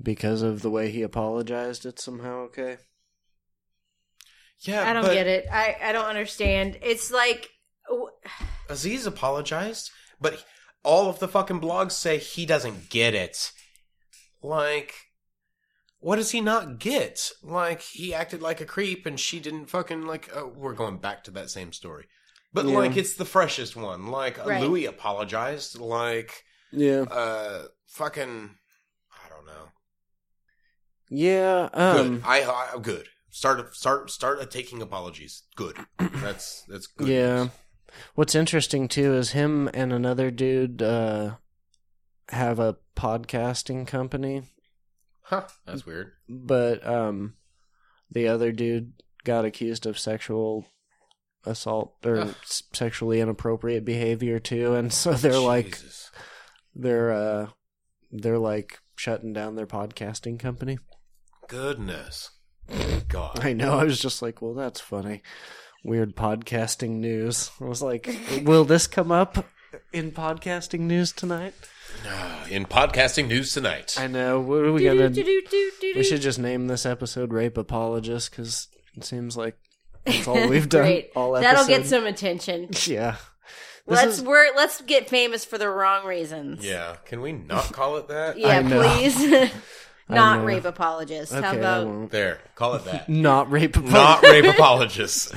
Speaker 1: because of the way he apologized it's somehow okay.
Speaker 2: Yeah,
Speaker 3: I don't
Speaker 2: but
Speaker 3: get it. I, I don't understand. It's like, w-
Speaker 2: Aziz apologized, but all of the fucking blogs say he doesn't get it. Like, what does he not get? Like, he acted like a creep and she didn't fucking, like, oh, we're going back to that same story. But,
Speaker 1: Yeah.
Speaker 2: like, it's the freshest one. Like,
Speaker 3: Right.
Speaker 2: Louis apologized. Like,
Speaker 1: Yeah.
Speaker 2: uh, fucking, I don't know.
Speaker 1: Yeah, um
Speaker 2: good. I, I, I'm good. Start, start, start taking apologies. Good. That's, that's good.
Speaker 1: Yeah.
Speaker 2: news.
Speaker 1: What's interesting too is him and another dude uh have a podcasting company,
Speaker 2: Huh. That's weird.
Speaker 1: but um the other dude got accused of sexual assault or
Speaker 2: Ugh.
Speaker 1: s- sexually inappropriate behavior too and so they're like
Speaker 2: Jesus.
Speaker 1: they're uh they're like shutting down their podcasting company.
Speaker 2: Goodness. God.
Speaker 1: I know. I was just like, well, that's funny. Weird podcasting news. I was like, will this come up in podcasting news tonight?
Speaker 2: Ah, In podcasting news tonight.
Speaker 1: I know. What are we
Speaker 3: do,
Speaker 1: gonna?
Speaker 3: do, do, do, do,
Speaker 1: We should just name this episode "Rape Apologist" because it seems like that's all we've done.
Speaker 3: Great.
Speaker 1: All
Speaker 3: That'll
Speaker 1: episode.
Speaker 3: get some attention.
Speaker 1: Yeah. This
Speaker 3: let's
Speaker 1: is-
Speaker 3: we're let's get famous for the wrong reasons.
Speaker 2: Yeah. Can we not call it that?
Speaker 3: Yeah,
Speaker 1: I know.
Speaker 3: please.
Speaker 1: know.
Speaker 3: Not rape apologists.
Speaker 1: okay.
Speaker 3: How
Speaker 1: I
Speaker 3: about
Speaker 1: won't.
Speaker 2: There. Call it that.
Speaker 1: Not rape. Apologist.
Speaker 2: not rape apologists.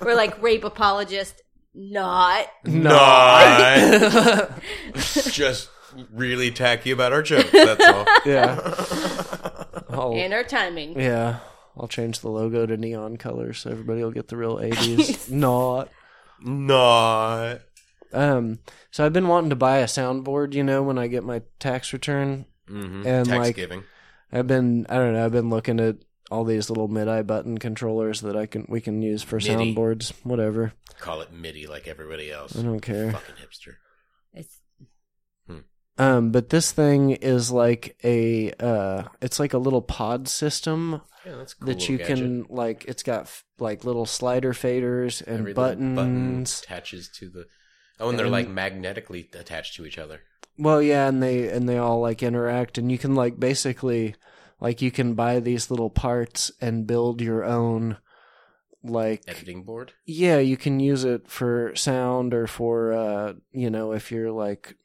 Speaker 3: we're like rape apologist, not
Speaker 2: not. Just really tacky about our jokes. That's all.
Speaker 1: yeah. I'll-
Speaker 3: and our timing.
Speaker 1: yeah. I'll change the logo to neon colors so everybody will get the real 80s. Not.
Speaker 2: Not.
Speaker 1: Um, so I've been wanting to buy a soundboard, you know, when I get my tax return,
Speaker 2: Mm-hmm.
Speaker 1: and
Speaker 2: Tax
Speaker 1: like
Speaker 2: giving.
Speaker 1: I've been, I don't know, I've been looking at all these little mid-eye button controllers that I can we can use for
Speaker 2: MIDI.
Speaker 1: soundboards, whatever.
Speaker 2: Call it MIDI like everybody else.
Speaker 1: I don't care.
Speaker 2: Fucking hipster.
Speaker 3: It's
Speaker 1: Um, but this thing is like a, uh, it's like a little pod system
Speaker 2: Yeah, that's cool.
Speaker 1: that you can like. It's got f- like little slider faders and
Speaker 2: Every little
Speaker 1: buttons.
Speaker 2: button attaches to the. Oh, and they're
Speaker 1: And-
Speaker 2: like magnetically attached to each other.
Speaker 1: Well, yeah, and they and they all like interact, and you can like basically like you can buy these little parts and build your own. Like,
Speaker 2: Editing board.
Speaker 1: yeah, you can use it for sound or for uh, you know, if you're like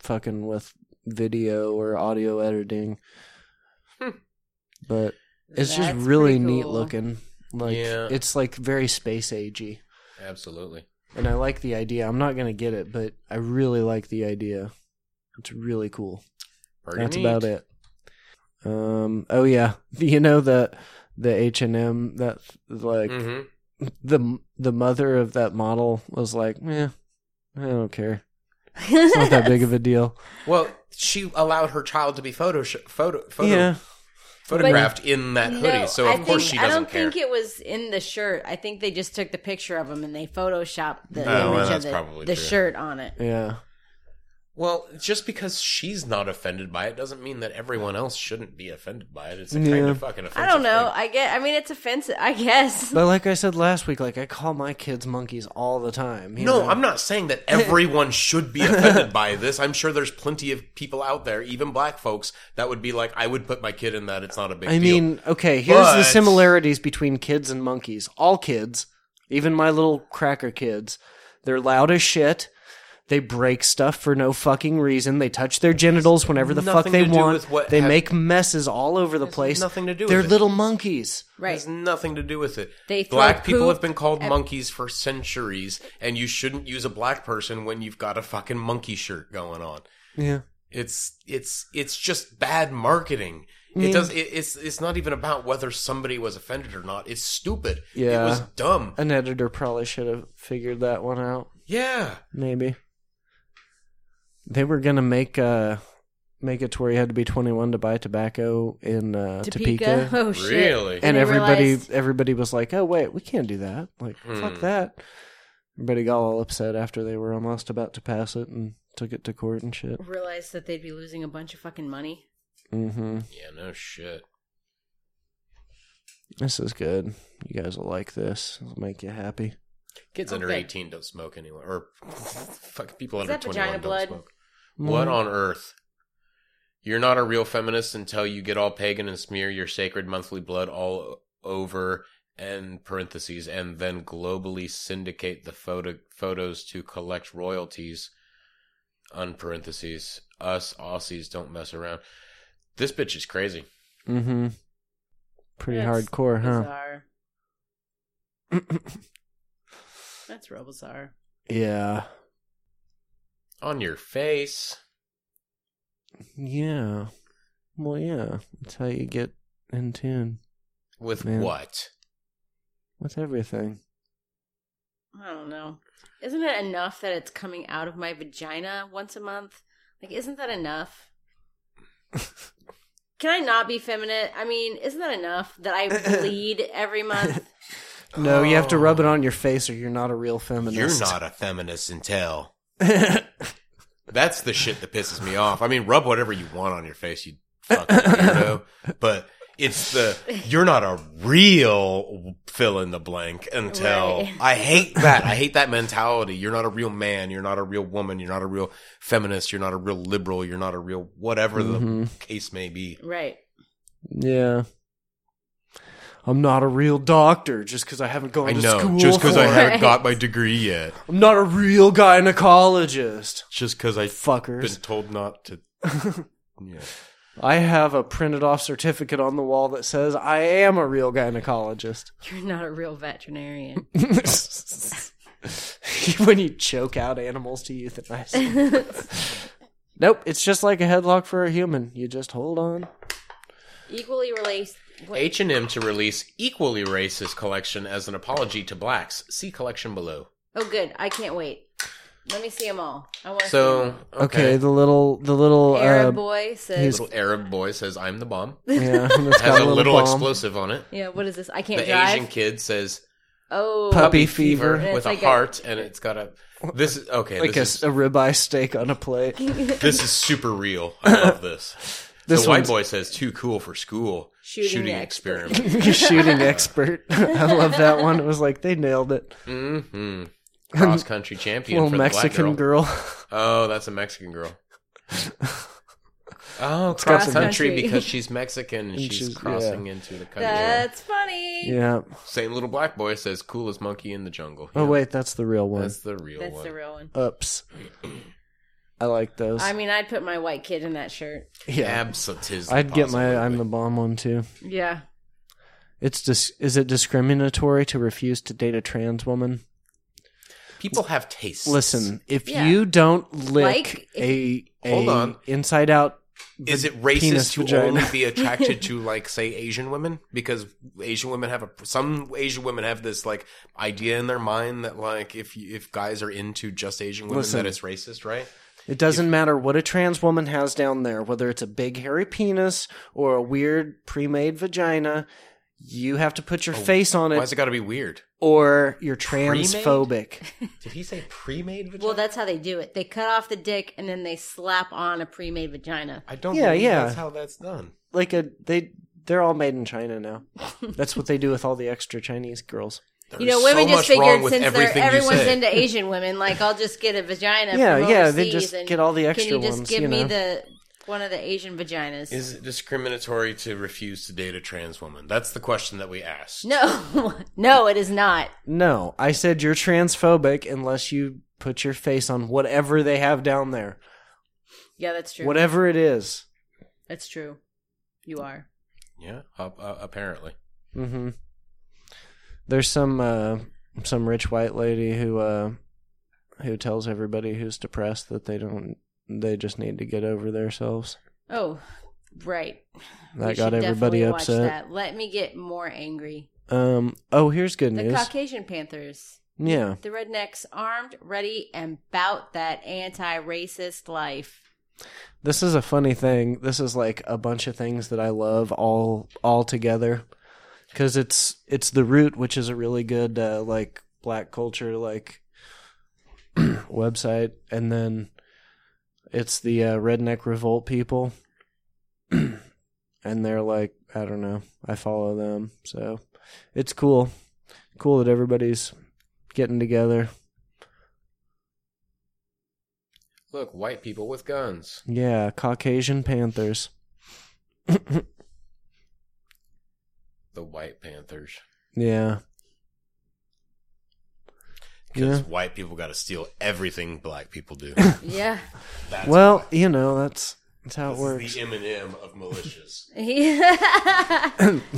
Speaker 1: fucking with video or audio editing.
Speaker 2: Hmm.
Speaker 1: But it's
Speaker 3: that's
Speaker 1: just really
Speaker 3: pretty
Speaker 1: neat
Speaker 3: cool.
Speaker 1: looking. Like
Speaker 2: Yeah.
Speaker 1: it's like very space agey,
Speaker 2: Absolutely.
Speaker 1: and I like the idea. I'm not gonna get it, but I really like the idea. It's really cool.
Speaker 2: Pretty
Speaker 1: That's
Speaker 2: neat.
Speaker 1: about it. Um. Oh yeah. You know the the H and M that like
Speaker 2: Mhm.
Speaker 1: the the mother of that model was like, yeah, I don't care. It's not that big of a deal.
Speaker 2: Well, she allowed her child to be photo photo, photo
Speaker 1: yeah.
Speaker 2: photographed in that hoodie,
Speaker 3: No,
Speaker 2: so
Speaker 3: I
Speaker 2: of course
Speaker 3: think-
Speaker 2: she
Speaker 3: I
Speaker 2: doesn't
Speaker 3: don't
Speaker 2: care.
Speaker 3: think it was in the shirt. I think they just took the picture of him and they photoshopped the
Speaker 2: Oh, well,
Speaker 3: image
Speaker 2: that's
Speaker 3: of the,
Speaker 2: probably
Speaker 3: the
Speaker 2: true.
Speaker 3: shirt on it.
Speaker 1: Yeah.
Speaker 2: well, just because she's not offended by it doesn't mean that everyone else shouldn't be offended by it. It's a kind
Speaker 1: Yeah.
Speaker 2: of fucking offensive.
Speaker 3: I don't know.
Speaker 2: thing.
Speaker 3: I get. I mean, it's offensive. I guess.
Speaker 1: But like I said last week, like I call my kids monkeys all the time. you
Speaker 2: No,
Speaker 1: know?
Speaker 2: I'm not saying that everyone should be offended by this. I'm sure there's plenty of people out there, even black folks, that would be like, "I would put my kid in that. It's not a big
Speaker 1: I
Speaker 2: deal."
Speaker 1: mean, okay. Here's the
Speaker 2: But-
Speaker 1: similarities between kids and monkeys. All kids, even my little cracker kids, they're loud as shit. They break stuff for no fucking reason. They touch their genitals whenever the fuck
Speaker 2: Nothing
Speaker 1: they
Speaker 2: to do
Speaker 1: want.
Speaker 2: with what
Speaker 1: They
Speaker 2: hap-
Speaker 1: make messes all over the place.
Speaker 2: nothing to do with
Speaker 1: They're
Speaker 2: it.
Speaker 1: little monkeys.
Speaker 2: It
Speaker 3: Right.
Speaker 2: has nothing to do with it.
Speaker 3: They throw
Speaker 2: black people
Speaker 3: poop
Speaker 2: have been called monkeys for centuries, and you shouldn't use a black person when you've got a fucking monkey shirt going on.
Speaker 1: Yeah.
Speaker 2: It's it's it's just bad marketing. It does. It, it's it's not even about whether somebody was offended or not. It's stupid.
Speaker 1: Yeah.
Speaker 2: it was dumb.
Speaker 1: An editor probably should have figured that one out.
Speaker 2: Yeah,
Speaker 1: Maybe. They were gonna make uh make it to where you had to be twenty one to buy tobacco in uh Topeka.
Speaker 3: Topeka. Oh shit.
Speaker 2: Really?
Speaker 1: And
Speaker 3: they
Speaker 1: everybody
Speaker 3: realized-
Speaker 1: everybody was like, Oh wait, we can't do that. Like,
Speaker 2: Hmm.
Speaker 1: fuck that. Everybody got all upset after they were almost about to pass it and took it to court and shit.
Speaker 3: realized that they'd be losing a bunch of fucking money.
Speaker 1: Mm-hmm.
Speaker 2: yeah. No shit.
Speaker 1: This is good. You guys will like this. It'll make you happy.
Speaker 2: Kids under
Speaker 3: Okay.
Speaker 2: 18 don't smoke anyway. Or fuck, people
Speaker 3: Is
Speaker 2: under
Speaker 3: that
Speaker 2: 21
Speaker 3: vagina
Speaker 2: don't
Speaker 3: blood? Mm-hmm.
Speaker 2: smoke.
Speaker 1: Mm-hmm.
Speaker 2: What on earth? You're not a real feminist until you get all pagan and smear your sacred monthly blood all over and parentheses and then globally syndicate the photo photos to collect royalties on parentheses. Us Aussies don't mess around. This bitch is crazy.
Speaker 1: Mm-hmm. Pretty
Speaker 3: That's
Speaker 1: hardcore, huh?
Speaker 3: Bizarre. That's real bizarre.
Speaker 1: yeah.
Speaker 2: On your face.
Speaker 1: Yeah. Well, yeah. That's how you get in tune
Speaker 2: With
Speaker 1: Man.
Speaker 2: what?
Speaker 1: with everything.
Speaker 3: I don't know. Isn't it enough that it's coming out of my vagina once a month? Like, isn't that enough? Can I not be feminine? I mean, isn't that enough that I bleed every month?
Speaker 1: No, you have to
Speaker 6: Oh.
Speaker 1: rub it on your face, or you're not a real feminist.
Speaker 6: You're not a feminist until.
Speaker 2: That's the shit that pisses me off. I mean, rub whatever you want on your face, you fucking weirdo. But it's the you're not a real fill in the blank until
Speaker 3: Right.
Speaker 2: I hate that. I hate that mentality. You're not a real man. You're not a real woman. You're not a real feminist. You're not a real liberal. You're not a real whatever the
Speaker 1: Mhm.
Speaker 2: case may be.
Speaker 3: Right.
Speaker 1: Yeah. I'm not a real doctor just because I haven't gone
Speaker 2: I
Speaker 1: to
Speaker 2: know.
Speaker 1: school.
Speaker 2: Just because I
Speaker 1: for it.
Speaker 2: haven't got my degree yet.
Speaker 1: I'm not a real gynecologist.
Speaker 2: Just because I've been
Speaker 1: Fuckers.
Speaker 2: told not to. Yeah.
Speaker 1: I have a printed off certificate on the wall that says I am a real gynecologist.
Speaker 3: You're not a real veterinarian.
Speaker 1: when you choke out animals to euthanize. them. nope, it's just like a headlock for a human. You just hold on.
Speaker 3: Equally related.
Speaker 2: H&M to release equally racist collection as an apology to blacks. See collection below.
Speaker 3: Oh, good. I can't wait. Let me see them all. I want to
Speaker 2: So,
Speaker 1: Okay,
Speaker 2: okay.
Speaker 1: the little the little
Speaker 3: Arab
Speaker 1: uh,
Speaker 3: boy says,
Speaker 1: his-
Speaker 2: little Arab boy says, I'm the bomb.
Speaker 1: yeah, it's got
Speaker 2: Has a little
Speaker 1: bomb.
Speaker 2: explosive on it.
Speaker 3: "Yeah, what is this? I can't
Speaker 2: The
Speaker 3: drive."
Speaker 2: Asian kid says,
Speaker 3: oh,
Speaker 1: Puppy
Speaker 2: fever,
Speaker 1: fever.
Speaker 3: It's
Speaker 2: with a
Speaker 3: like a-
Speaker 2: heart, and it's got a... This is... Okay,
Speaker 1: like a,
Speaker 2: this,
Speaker 1: a ribeye steak on a plate.
Speaker 2: is, this is super real. I love this.
Speaker 1: This
Speaker 2: the white
Speaker 1: one's-
Speaker 2: boy says, too cool for school.
Speaker 3: Shooting
Speaker 2: Shooting,
Speaker 3: expert.
Speaker 2: experiment.
Speaker 1: shooting expert. I love that one. It was like they nailed it.
Speaker 2: hmm Cross-country champion
Speaker 1: Little
Speaker 2: for the
Speaker 1: Mexican
Speaker 2: black girl.
Speaker 1: girl.
Speaker 2: Oh, that's a Mexican girl. Oh,
Speaker 1: got
Speaker 2: cross
Speaker 1: some-
Speaker 2: country,
Speaker 3: Cross-country.
Speaker 2: because she's Mexican and
Speaker 1: And
Speaker 2: she's,
Speaker 1: she's-
Speaker 2: crossing into the country.
Speaker 3: That's funny.
Speaker 1: yeah.
Speaker 2: Same little black boy says, "Coolest monkey in the jungle."
Speaker 1: Oh
Speaker 2: Yeah,
Speaker 1: wait, that's the real one.
Speaker 2: that's the real
Speaker 3: That's
Speaker 2: one.
Speaker 3: the real one.
Speaker 1: Ups. I like those.
Speaker 3: I mean, I'd put my white kid in that shirt.
Speaker 1: yeah.
Speaker 2: Absentism.
Speaker 1: I'd get my
Speaker 2: possibly.
Speaker 1: I'm the bomb one too.
Speaker 3: Yeah.
Speaker 1: It's dis- is it discriminatory to refuse to date a trans woman?
Speaker 2: People have tastes.
Speaker 1: Listen, if
Speaker 3: Yeah.
Speaker 1: you don't lick
Speaker 3: Like,
Speaker 1: a, a
Speaker 2: Hold on.
Speaker 1: inside out
Speaker 6: Is it
Speaker 1: penis
Speaker 6: racist to
Speaker 1: vagina.
Speaker 6: only be attracted to, like, say, Asian women? Because Asian women have a some Asian women have this like idea in their mind that like if you, if guys are into just Asian women,
Speaker 1: Listen.
Speaker 6: that it's racist, right?
Speaker 1: It doesn't matter what a trans woman has down there, whether it's a big hairy penis or a weird pre-made vagina. You have to put your face on
Speaker 6: Why's
Speaker 1: it,
Speaker 6: it got to be weird?
Speaker 1: or you're transphobic.
Speaker 6: Did he say pre-made vagina?
Speaker 3: Well, that's how they do it. They cut off the dick and then they slap on a pre-made vagina.
Speaker 6: I don't.
Speaker 1: Yeah,
Speaker 6: believe
Speaker 1: yeah.
Speaker 6: That's how that's done.
Speaker 1: Like a they, they're all made in China now. That's what they do with all the extra Chinese girls.
Speaker 3: you know,
Speaker 6: There's
Speaker 3: women
Speaker 6: so
Speaker 3: just
Speaker 6: much wrong
Speaker 3: figured
Speaker 6: with
Speaker 3: since they're
Speaker 6: everything you
Speaker 3: everyone's
Speaker 6: say.
Speaker 3: into Asian women, like I'll just get a vagina.
Speaker 1: Yeah,
Speaker 3: from
Speaker 1: yeah, they
Speaker 3: overseas
Speaker 1: just
Speaker 3: and
Speaker 1: get all the
Speaker 3: Can
Speaker 1: extra
Speaker 3: you just
Speaker 1: ones,
Speaker 3: give
Speaker 1: you
Speaker 3: me
Speaker 1: know."
Speaker 3: the one of the Asian vaginas?
Speaker 2: Is it discriminatory to refuse to date a trans woman? That's the question that we asked.
Speaker 3: no, no, it is not.
Speaker 1: No, I said you're transphobic unless you put your face on whatever they have down there,
Speaker 3: Yeah, that's true.
Speaker 1: whatever it is.
Speaker 3: That's true. You are.
Speaker 2: Yeah, uh, uh, apparently.
Speaker 1: Mm-hmm. There's some uh, some rich white lady who uh, who tells everybody who's depressed that they don't they just need to get over themselves.
Speaker 3: Oh, right.
Speaker 1: That
Speaker 3: We
Speaker 1: got
Speaker 3: should
Speaker 1: everybody
Speaker 3: definitely
Speaker 1: upset.
Speaker 3: that. Let me get more angry.
Speaker 1: Um. Oh, here's good
Speaker 3: The
Speaker 1: news.
Speaker 3: Caucasian Panthers,
Speaker 1: yeah.
Speaker 3: the rednecks, armed, ready, and bout that anti-racist life.
Speaker 1: This is a funny thing. This is like a bunch of things that I love all all together because it's it's the root, which is a really good uh, like black culture like website, and then it's the uh, redneck revolt people, and they're like I don't know. I follow them, so it's cool. Cool that everybody's getting together.
Speaker 2: Look, white people with guns.
Speaker 1: Yeah, Caucasian Panthers.
Speaker 2: The White Panthers.
Speaker 1: Yeah.
Speaker 2: Because
Speaker 1: Yeah.
Speaker 2: white people got to steal everything black people do.
Speaker 3: Yeah.
Speaker 2: That's
Speaker 1: Well, you know, that's that's how it
Speaker 2: why.
Speaker 1: works.
Speaker 2: This is the Eminem of militias.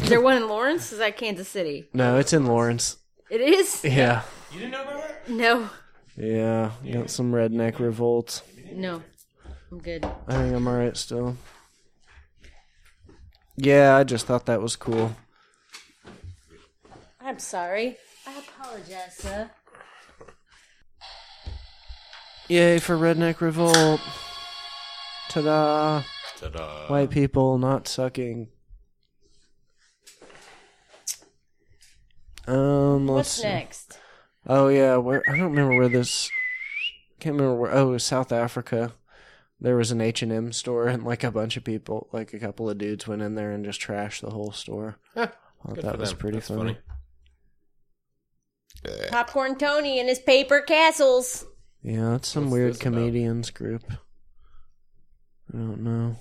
Speaker 3: Is there one in Lawrence? Is that Kansas City?
Speaker 1: No, it's in Lawrence.
Speaker 3: It is?
Speaker 1: Yeah.
Speaker 2: you didn't know about that?
Speaker 3: No.
Speaker 1: Yeah. Got some redneck revolts.
Speaker 3: No. I'm good.
Speaker 1: I think I'm alright still. Yeah, I just thought that was cool.
Speaker 3: I'm sorry. I apologize, sir.
Speaker 1: Yay for redneck revolt. Ta da.
Speaker 2: Ta-da.
Speaker 1: White people not sucking. Um, let's
Speaker 3: What's
Speaker 1: see.
Speaker 3: next?
Speaker 1: Oh yeah, where I don't remember where this. Can't remember where. Oh, it was South Africa. There was an H and M store, and like a bunch of people, like a couple of dudes, went in there and just trashed the whole store.
Speaker 2: Huh.
Speaker 1: I thought
Speaker 2: Good
Speaker 1: that
Speaker 2: for
Speaker 1: was
Speaker 2: them.
Speaker 1: pretty
Speaker 2: That's
Speaker 1: funny.
Speaker 3: Popcorn Tony and his paper castles.
Speaker 1: Yeah, it's some
Speaker 2: What's
Speaker 1: weird
Speaker 2: this about?
Speaker 1: comedians group. I don't know.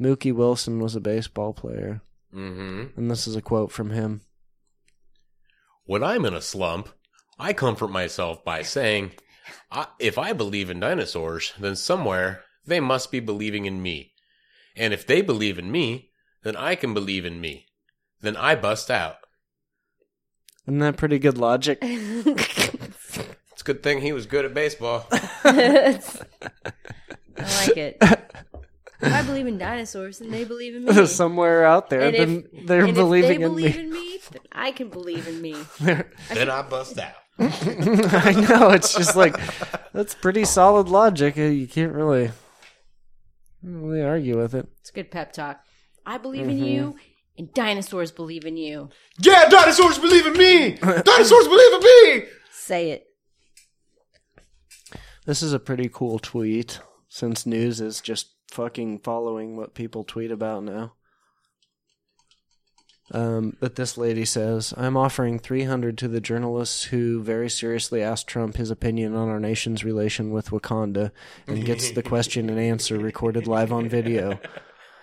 Speaker 1: Mookie Wilson was a baseball player,
Speaker 2: Mm-hmm.
Speaker 1: and this is a quote from him.
Speaker 2: When I'm in a slump, I comfort myself by saying, I, if I believe in dinosaurs, then somewhere they must be believing in me. And if they believe in me, then I can believe in me. Then I bust out.
Speaker 1: Isn't that pretty good logic?
Speaker 2: It's a good thing he was good at baseball.
Speaker 3: I like it. I believe in dinosaurs and they believe in me.
Speaker 1: Somewhere out there,
Speaker 3: And if-
Speaker 1: then they're
Speaker 3: and if
Speaker 1: believing
Speaker 3: they
Speaker 1: in
Speaker 3: believe
Speaker 1: me.
Speaker 3: in me, then I can believe in me.
Speaker 2: then I bust out.
Speaker 1: I know. It's just like that's pretty solid logic. Uh, You can't really, really argue with it.
Speaker 3: It's good pep talk. I believe in you,
Speaker 1: Mm-hmm.
Speaker 3: and dinosaurs believe in you.
Speaker 2: Yeah, dinosaurs believe in me! Dinosaurs believe in me!
Speaker 3: Say it.
Speaker 1: This is a pretty cool tweet since news is just fucking following what people tweet about now. Um, but this lady says, I'm offering 300 to the journalists who very seriously asked Trump his opinion on our nation's relation with Wakanda and gets the question and answer recorded live on video.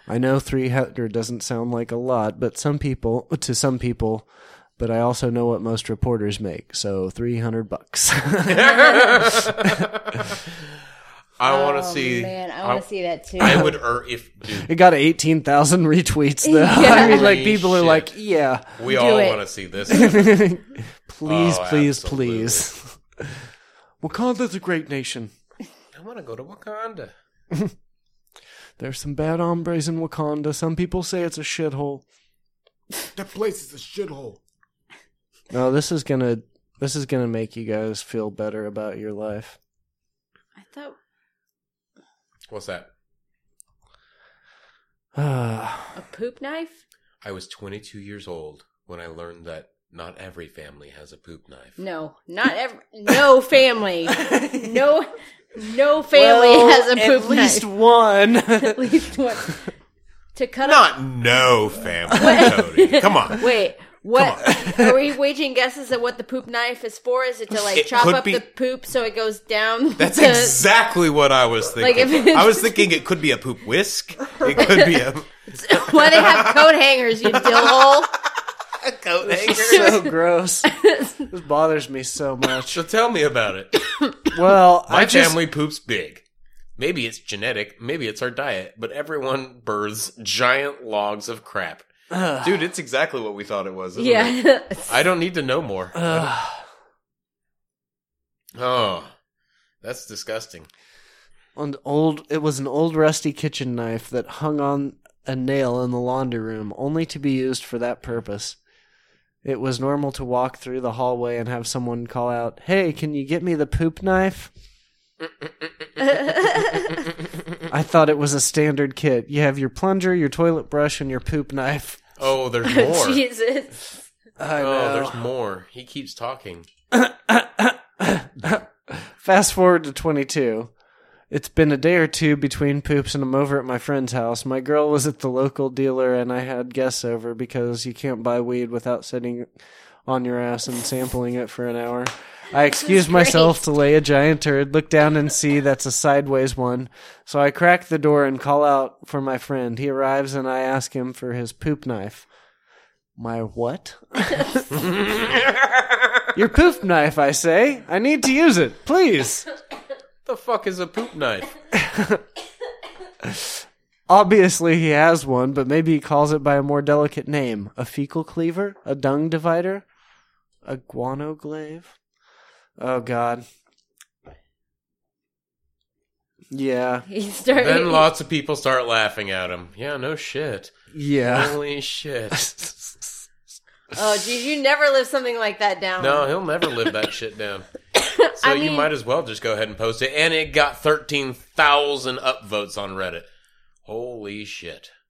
Speaker 1: I know 300 doesn't sound like a lot, but some people, to some people, but I also know what most reporters make, so 300 bucks.
Speaker 2: I want to see.
Speaker 3: Oh, Man, I want to see that too.
Speaker 2: I would, or if, dude,
Speaker 1: It got 18,000 retweets, though. I mean, like,
Speaker 2: Holy
Speaker 1: people are
Speaker 2: shit.
Speaker 1: like, yeah.
Speaker 2: we all
Speaker 3: it.
Speaker 2: want to see this. happen.
Speaker 1: Please,
Speaker 2: Oh,
Speaker 1: please,
Speaker 2: absolutely.
Speaker 1: please. Wakanda's a great nation.
Speaker 2: I want to go to Wakanda.
Speaker 1: There's some bad hombres in Wakanda. Some people say it's a shithole.
Speaker 6: That place is a shithole.
Speaker 1: No, this is gonna this is gonna make you guys feel better about your life.
Speaker 3: I thought
Speaker 2: What's that?
Speaker 1: Ah,
Speaker 3: a poop knife?
Speaker 2: I was 22 years old when I learned that not every family has a poop knife.
Speaker 3: No, not every. No family. No, no family
Speaker 1: Well,
Speaker 3: has a poop
Speaker 1: at least
Speaker 3: knife.
Speaker 1: one.
Speaker 3: At least one. To cut up.
Speaker 2: Not no family, Cody. Come on.
Speaker 3: Wait, what? Are we waging guesses at what the poop knife is for? Is it to like
Speaker 2: It
Speaker 3: chop
Speaker 2: could
Speaker 3: up
Speaker 2: be-
Speaker 3: the poop so it goes down?
Speaker 2: That's
Speaker 3: the-
Speaker 2: exactly what I was
Speaker 3: Like,
Speaker 2: thinking.
Speaker 3: if it's-
Speaker 2: I was thinking it could be a poop whisk. It could be a,
Speaker 3: why they have coat hangers, you dillhole.
Speaker 2: a coat hanger.
Speaker 1: so gross. This bothers me so much.
Speaker 2: Uh, So tell me about it.
Speaker 1: Well,
Speaker 2: My
Speaker 1: I just,
Speaker 2: family poops big. Maybe it's genetic, maybe it's our diet, but everyone births giant logs of crap. Dude, it's exactly what we thought it was. isn't it?
Speaker 3: Yeah.
Speaker 2: I don't need to know more.
Speaker 1: Ugh.
Speaker 2: Oh, that's disgusting.
Speaker 1: an old it was an old rusty kitchen knife that hung on a nail in the laundry room only to be used for that purpose it was normal to walk through the hallway and have someone call out hey can you get me the poop knife i thought it was a standard kit you have your plunger your toilet brush and your poop knife
Speaker 2: Oh, there's more.
Speaker 3: Jesus.
Speaker 1: I
Speaker 2: Oh,
Speaker 1: know.
Speaker 2: there's more. He keeps talking.
Speaker 1: Fast forward to 22. It's been a day or two between poops, and I'm over at my friend's house. My girl was at the local dealer, and I had guests over because you can't buy weed without sitting on your ass and sampling it for an hour. I excused myself to lay a giant turd, look down and see that's a sideways one. So I crack the door and call out for my friend. He arrives and I ask him for his poop knife. My what? Your poop knife, I say. I need to use it, please.
Speaker 2: The fuck is a poop knife?
Speaker 1: Obviously, he has one, but maybe he calls it by a more delicate name a fecal cleaver, a dung divider, a guano glaive. Oh, God. Yeah.
Speaker 3: He started.
Speaker 2: Then lots of people start laughing at him. Yeah, no shit.
Speaker 1: Yeah.
Speaker 2: Holy shit.
Speaker 3: oh, geez, you never live something like that down.
Speaker 2: No, he'll never live that shit down. So
Speaker 3: I
Speaker 2: you
Speaker 3: mean-
Speaker 2: might as well just go ahead and post it. And it got 13,000 upvotes on Reddit. Holy shit.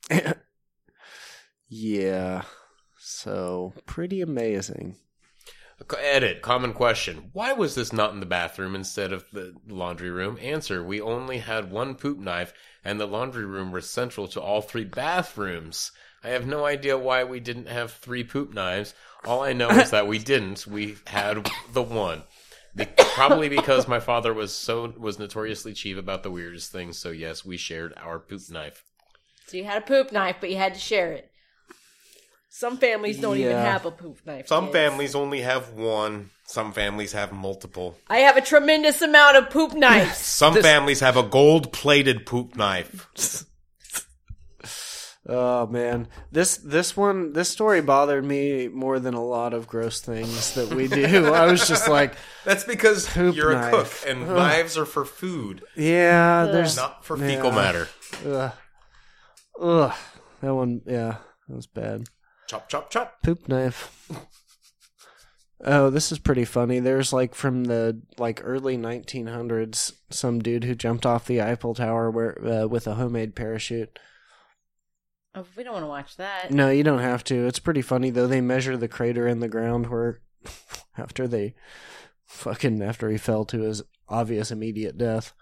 Speaker 1: yeah. So, pretty amazing.
Speaker 2: Co- Edit, common question. Why was this not in the bathroom instead of the laundry room? Answer, we only had one poop knife and the laundry room was central to all three bathrooms. I have no idea why we didn't have three poop knives. All I know is that we didn't. We had the one. Be- probably because my father was so was notoriously cheap about the weirdest things, so yes, we shared our poop knife.
Speaker 3: So you had a poop knife, but you had to share it. Some families don't even
Speaker 1: Yeah.
Speaker 3: have a poop knife.
Speaker 6: Some
Speaker 3: kids.
Speaker 6: families only have one. Some families have multiple.
Speaker 3: I have a tremendous amount of poop knives.
Speaker 6: Some families have a gold-plated poop knife.
Speaker 1: Oh man, this this one this story bothered me more than a lot of gross things that we do. I was just like,
Speaker 6: That's because
Speaker 1: Poop
Speaker 6: you're
Speaker 1: knife.
Speaker 6: a cook, and knives are for food,
Speaker 1: yeah, there's
Speaker 6: not for fecal
Speaker 1: Yeah.
Speaker 6: matter.
Speaker 1: ugh, ugh. that one, yeah, that was bad.
Speaker 6: Chop, chop, chop.
Speaker 1: Poop knife. Oh, this is pretty funny. There's like from the like early 1900s, some dude who jumped off the Eiffel Tower where, uh, with a homemade parachute.
Speaker 3: Oh, we don't want to watch that.
Speaker 2: Mm.
Speaker 1: No, you don't have to. It's pretty funny though. They measure the crater in the ground where after they fucking after he fell to his obvious immediate death.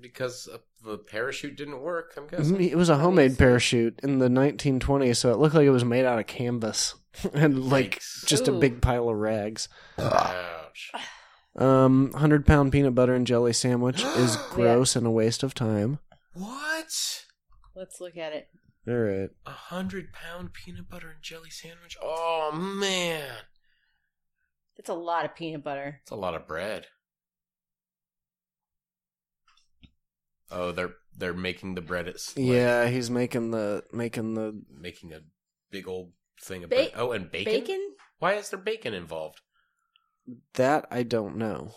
Speaker 2: Because uh, the parachute didn't work, I'm guessing.
Speaker 1: Mm, It was a homemade parachute in the 1920s, so it looked like it was made out of canvas and like
Speaker 2: Yikes.
Speaker 1: just a
Speaker 3: Ooh.
Speaker 1: big pile of rags.
Speaker 2: Ouch.
Speaker 1: Um, 100 pound peanut butter and jelly sandwich is gross and a waste of time.
Speaker 6: What?
Speaker 3: Let's look at it.
Speaker 1: All right.
Speaker 2: A hundred pound peanut butter and jelly sandwich. Oh man,
Speaker 3: It's a lot of peanut butter.
Speaker 2: it's a lot of bread. Oh, they're they're making the bread at Slim.
Speaker 1: Yeah, he's making the making the
Speaker 2: making a big old thing of
Speaker 3: Ba-
Speaker 2: bread. Oh, and bacon.
Speaker 3: Bacon?
Speaker 2: Why is there bacon involved?
Speaker 1: that I don't know.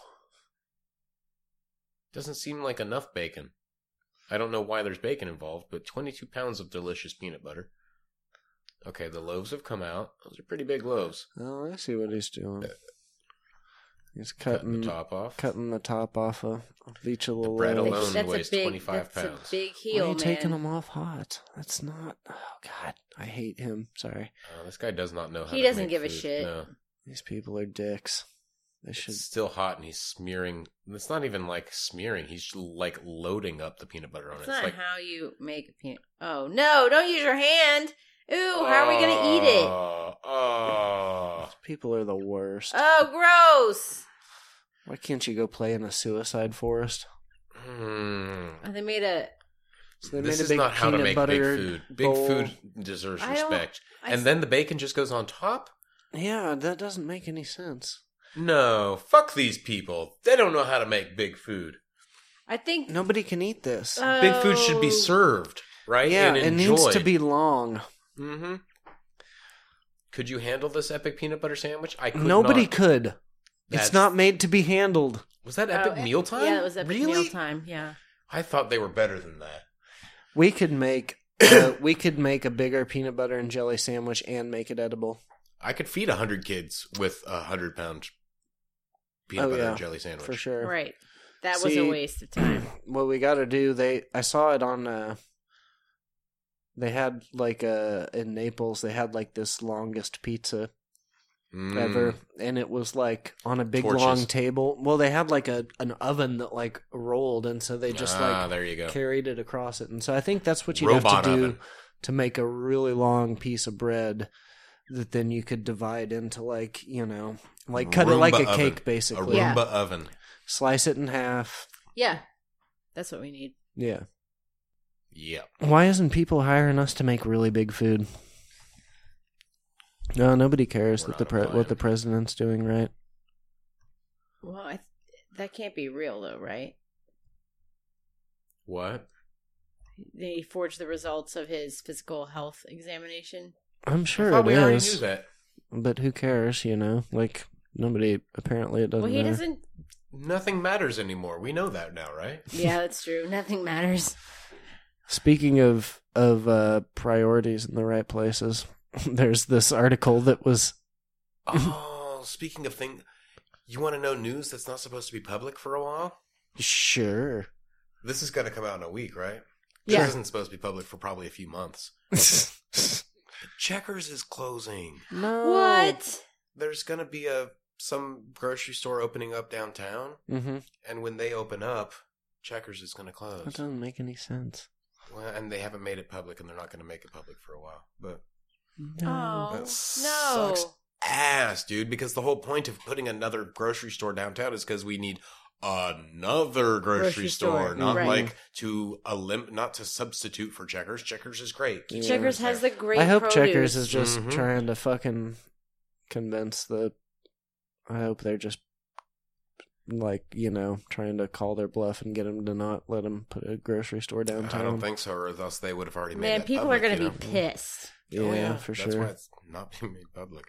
Speaker 2: Doesn't seem like enough bacon. I don't know why there's bacon involved, but 22 pounds of delicious peanut butter. Okay, the loaves have come out. Those are pretty big loaves.
Speaker 1: Oh, I see what he's doing. He's
Speaker 2: Uh, Cutting
Speaker 1: cutting
Speaker 2: the top off.
Speaker 1: cutting the top off of, of each of the,
Speaker 2: The bread
Speaker 1: loaves.
Speaker 2: alone.
Speaker 3: that's
Speaker 2: weighs
Speaker 3: a big,
Speaker 2: 25
Speaker 3: that's
Speaker 2: pounds.
Speaker 3: a big
Speaker 1: Why
Speaker 3: heel,
Speaker 1: are you
Speaker 3: man.
Speaker 1: taking them off hot? That's not. Oh God, I hate him. Sorry,
Speaker 2: Oh, this guy does not know how.
Speaker 3: He
Speaker 2: to
Speaker 3: doesn't
Speaker 2: make
Speaker 3: give a
Speaker 2: food.
Speaker 3: shit.
Speaker 2: No.
Speaker 1: these people are dicks. They should.
Speaker 2: It's still hot, and he's smearing. It's not even like smearing. He's just, like loading up the peanut butter on
Speaker 3: That's
Speaker 2: it. It's
Speaker 3: not
Speaker 2: like,
Speaker 3: how you make a peanut. Oh no! Don't use your hand. Ooh, how are we gonna eat it?
Speaker 2: Oh, oh.
Speaker 1: People are the worst.
Speaker 3: Oh, gross!
Speaker 1: Why can't you go play in a suicide forest?
Speaker 2: Mm.
Speaker 3: Oh, they made a.
Speaker 1: So they
Speaker 2: this
Speaker 1: made a
Speaker 2: is
Speaker 1: big
Speaker 2: not how to
Speaker 1: peanut
Speaker 2: make big
Speaker 1: butter
Speaker 2: food.
Speaker 1: bowl.
Speaker 2: Big food deserves
Speaker 3: I don't-
Speaker 2: respect.
Speaker 3: I
Speaker 2: and then the bacon just goes on top.
Speaker 1: Yeah, that doesn't make any sense.
Speaker 2: No, fuck these people. They don't know how to make big food.
Speaker 3: I think
Speaker 1: Nobody can eat this.
Speaker 2: Big food should be
Speaker 3: Oh.
Speaker 2: served, right?
Speaker 1: yeah,
Speaker 2: and
Speaker 1: it needs to
Speaker 2: enjoyed.
Speaker 1: be long.
Speaker 2: Mm-hmm. Could you handle this epic peanut butter sandwich? I could
Speaker 1: Nobody
Speaker 2: not.
Speaker 1: could.
Speaker 2: That's-
Speaker 1: It's not made to be handled.
Speaker 2: Was that epic
Speaker 3: Oh,
Speaker 2: meal time?
Speaker 3: Yeah, it was epic
Speaker 2: really?
Speaker 3: meal time. Yeah.
Speaker 2: I thought they were better than that.
Speaker 1: We could make uh, we could make a bigger peanut butter and jelly sandwich and make it edible.
Speaker 2: I could feed a hundred kids with a hundred pound peanut
Speaker 1: Oh,
Speaker 2: butter
Speaker 1: yeah,
Speaker 2: and jelly sandwich.
Speaker 1: for sure.
Speaker 3: Right. That was a
Speaker 1: See-
Speaker 3: waste of time.
Speaker 1: What we got to do? They I saw it on. Uh, they had like uh, in Naples. They had like this longest pizza
Speaker 2: Mm.
Speaker 1: ever, and it was like on a big
Speaker 2: Torches.
Speaker 1: long table. Well, they had like a an oven that like rolled, and so they just
Speaker 2: ah,
Speaker 1: like
Speaker 2: there you go.
Speaker 1: carried it across it. And so I think that's what you
Speaker 2: Robot
Speaker 1: have to do
Speaker 2: oven.
Speaker 1: to make a really long piece of bread that then you could divide into like you know like
Speaker 6: A
Speaker 1: cut it like
Speaker 6: Roomba
Speaker 1: a cake
Speaker 6: oven. A Roomba
Speaker 1: basically
Speaker 3: Yeah.
Speaker 6: oven.
Speaker 1: slice it in half
Speaker 3: Yeah. That's what we need.
Speaker 1: yeah
Speaker 2: Yep.
Speaker 1: why isn't people hiring us to make really big food no nobody cares
Speaker 2: We're
Speaker 1: that the
Speaker 2: not
Speaker 1: pre- what
Speaker 2: applying.
Speaker 1: the president's doing right
Speaker 3: Well, I th- that can't be real though, right?
Speaker 2: What?
Speaker 3: They forged the results of his physical health examination.
Speaker 1: i'm sure
Speaker 2: Thought
Speaker 1: it
Speaker 2: we already knew
Speaker 1: is
Speaker 2: that.
Speaker 1: but who cares you know like nobody apparently it doesn't
Speaker 3: well, he
Speaker 1: matter.
Speaker 3: doesn't.
Speaker 2: Nothing matters anymore. We know that now, right?
Speaker 3: Yeah, that's true. Nothing matters.
Speaker 1: Speaking of of uh, priorities in the right places, there's this article that was
Speaker 6: Oh, speaking of things, you want to know news that's not supposed to be public for a while?
Speaker 1: sure.
Speaker 6: This is going to come out in a week, right?
Speaker 3: Yeah.
Speaker 6: This isn't supposed to be public for probably a few months. Mm-hmm. Checkers is closing.
Speaker 1: no.
Speaker 3: What?
Speaker 6: There's going to be a some grocery store opening up downtown,
Speaker 1: Mm-hmm.
Speaker 6: and when they open up, Checkers is going to
Speaker 1: That
Speaker 6: close.
Speaker 1: doesn't make any sense.
Speaker 6: Well, and they haven't made it public, and they're not going to make it public for a while. But
Speaker 3: Oh
Speaker 6: That
Speaker 3: no!
Speaker 6: sucks. ass, dude, because the whole point of putting another grocery store downtown is because we need another grocery,
Speaker 3: Grocery
Speaker 6: store,
Speaker 3: store,
Speaker 6: not
Speaker 3: right.
Speaker 6: like to a limp, not to substitute for Checkers. Checkers is great. Keep
Speaker 3: Checkers has the great.
Speaker 1: I hope
Speaker 3: produce.
Speaker 1: Checkers is just
Speaker 6: Mhm.
Speaker 1: trying to fucking convince the. I hope they're just like you know trying to call their bluff and get them to not let them put a grocery store downtown.
Speaker 6: I don't think so, or else they would have already made.
Speaker 3: Man,
Speaker 6: that
Speaker 3: people
Speaker 6: public,
Speaker 3: are
Speaker 6: you
Speaker 3: gonna
Speaker 6: know?
Speaker 3: be pissed.
Speaker 1: Yeah,
Speaker 6: Oh,
Speaker 1: for
Speaker 6: That's
Speaker 1: sure.
Speaker 6: why it's not being made public.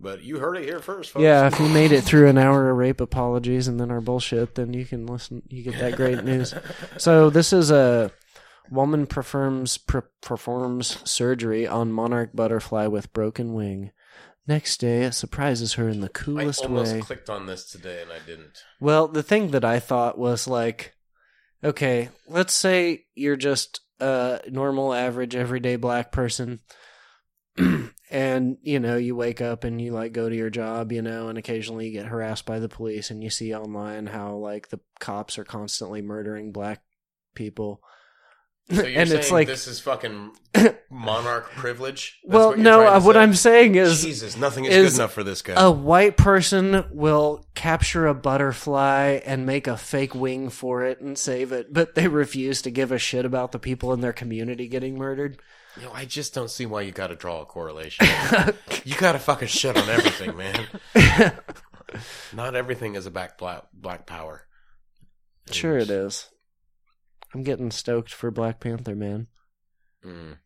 Speaker 6: But you heard it here first, folks.
Speaker 1: Yeah, if you made it through an hour of rape apologies and then our bullshit, then you can listen. You get that great news. So this is a woman performs per, performs surgery on monarch butterfly with broken wing. Next day, it surprises her in the
Speaker 2: I
Speaker 1: coolest
Speaker 2: almost
Speaker 1: way.
Speaker 2: clicked on this today and I didn't.
Speaker 1: Well, the thing that I thought was like, okay, let's say you're just a normal, average, everyday black person. and you know you wake up and you like go to your job you know and occasionally you get harassed by the police and you see online how like the cops are constantly murdering black people
Speaker 2: So you're
Speaker 1: and
Speaker 2: saying
Speaker 1: it's like
Speaker 2: this is fucking monarch privilege? That's
Speaker 1: well
Speaker 2: what you're
Speaker 1: no
Speaker 2: trying
Speaker 1: uh,
Speaker 2: to
Speaker 1: what
Speaker 2: say?
Speaker 1: i'm saying is
Speaker 6: Jesus, nothing is,
Speaker 1: is-
Speaker 6: good enough for this guy.
Speaker 1: a white person will capture a butterfly and make a fake wing for it and save it, but they refuse to give a shit about the people in their community getting murdered.
Speaker 2: You know, I just don't see why you got to draw a correlation.
Speaker 6: You gotta fucking shit on everything, man. Not everything is about black black power.
Speaker 1: Sure, it is. I'm getting stoked for Black Panther, man.
Speaker 2: Mm.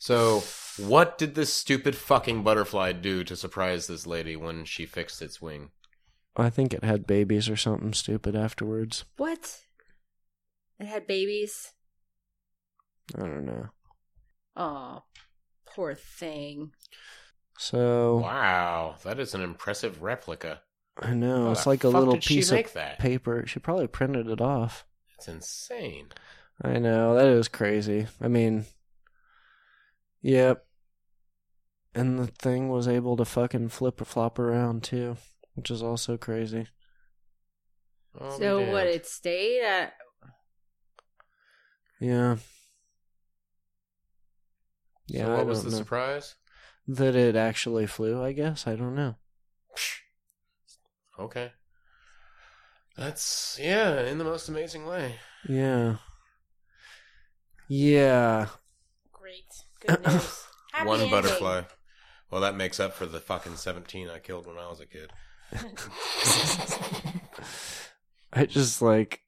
Speaker 2: so, what did this stupid fucking butterfly do to surprise this lady when she fixed its wing?
Speaker 1: I think it had babies or something stupid afterwards.
Speaker 3: What? It had babies.
Speaker 1: I don't know.
Speaker 3: Oh, poor thing.
Speaker 1: So
Speaker 2: Wow, that is an impressive replica.
Speaker 1: I know
Speaker 2: How
Speaker 1: Oh, it's
Speaker 2: the
Speaker 1: like a
Speaker 2: fuck
Speaker 1: little
Speaker 2: did she
Speaker 1: piece of
Speaker 2: make that?
Speaker 1: paper. She probably printed it off.
Speaker 2: It's insane.
Speaker 1: I know that is crazy. I mean, yep. And the thing was able to fucking flip or flop around too, which is also crazy.
Speaker 2: I'll be
Speaker 3: so what?
Speaker 2: damned.
Speaker 3: It stayed at.
Speaker 1: Yeah. Yeah,
Speaker 2: so
Speaker 1: I
Speaker 2: what was
Speaker 1: don't
Speaker 2: the
Speaker 1: know.
Speaker 2: surprise?
Speaker 1: that it actually flew. I guess I don't know.
Speaker 2: Okay. That's yeah, in the most amazing way.
Speaker 1: Yeah. Yeah.
Speaker 3: Great. Good news. Happy
Speaker 6: One
Speaker 3: ending.
Speaker 6: butterfly. Well, that makes up for the fucking seventeen I killed when I was a kid.
Speaker 1: I just like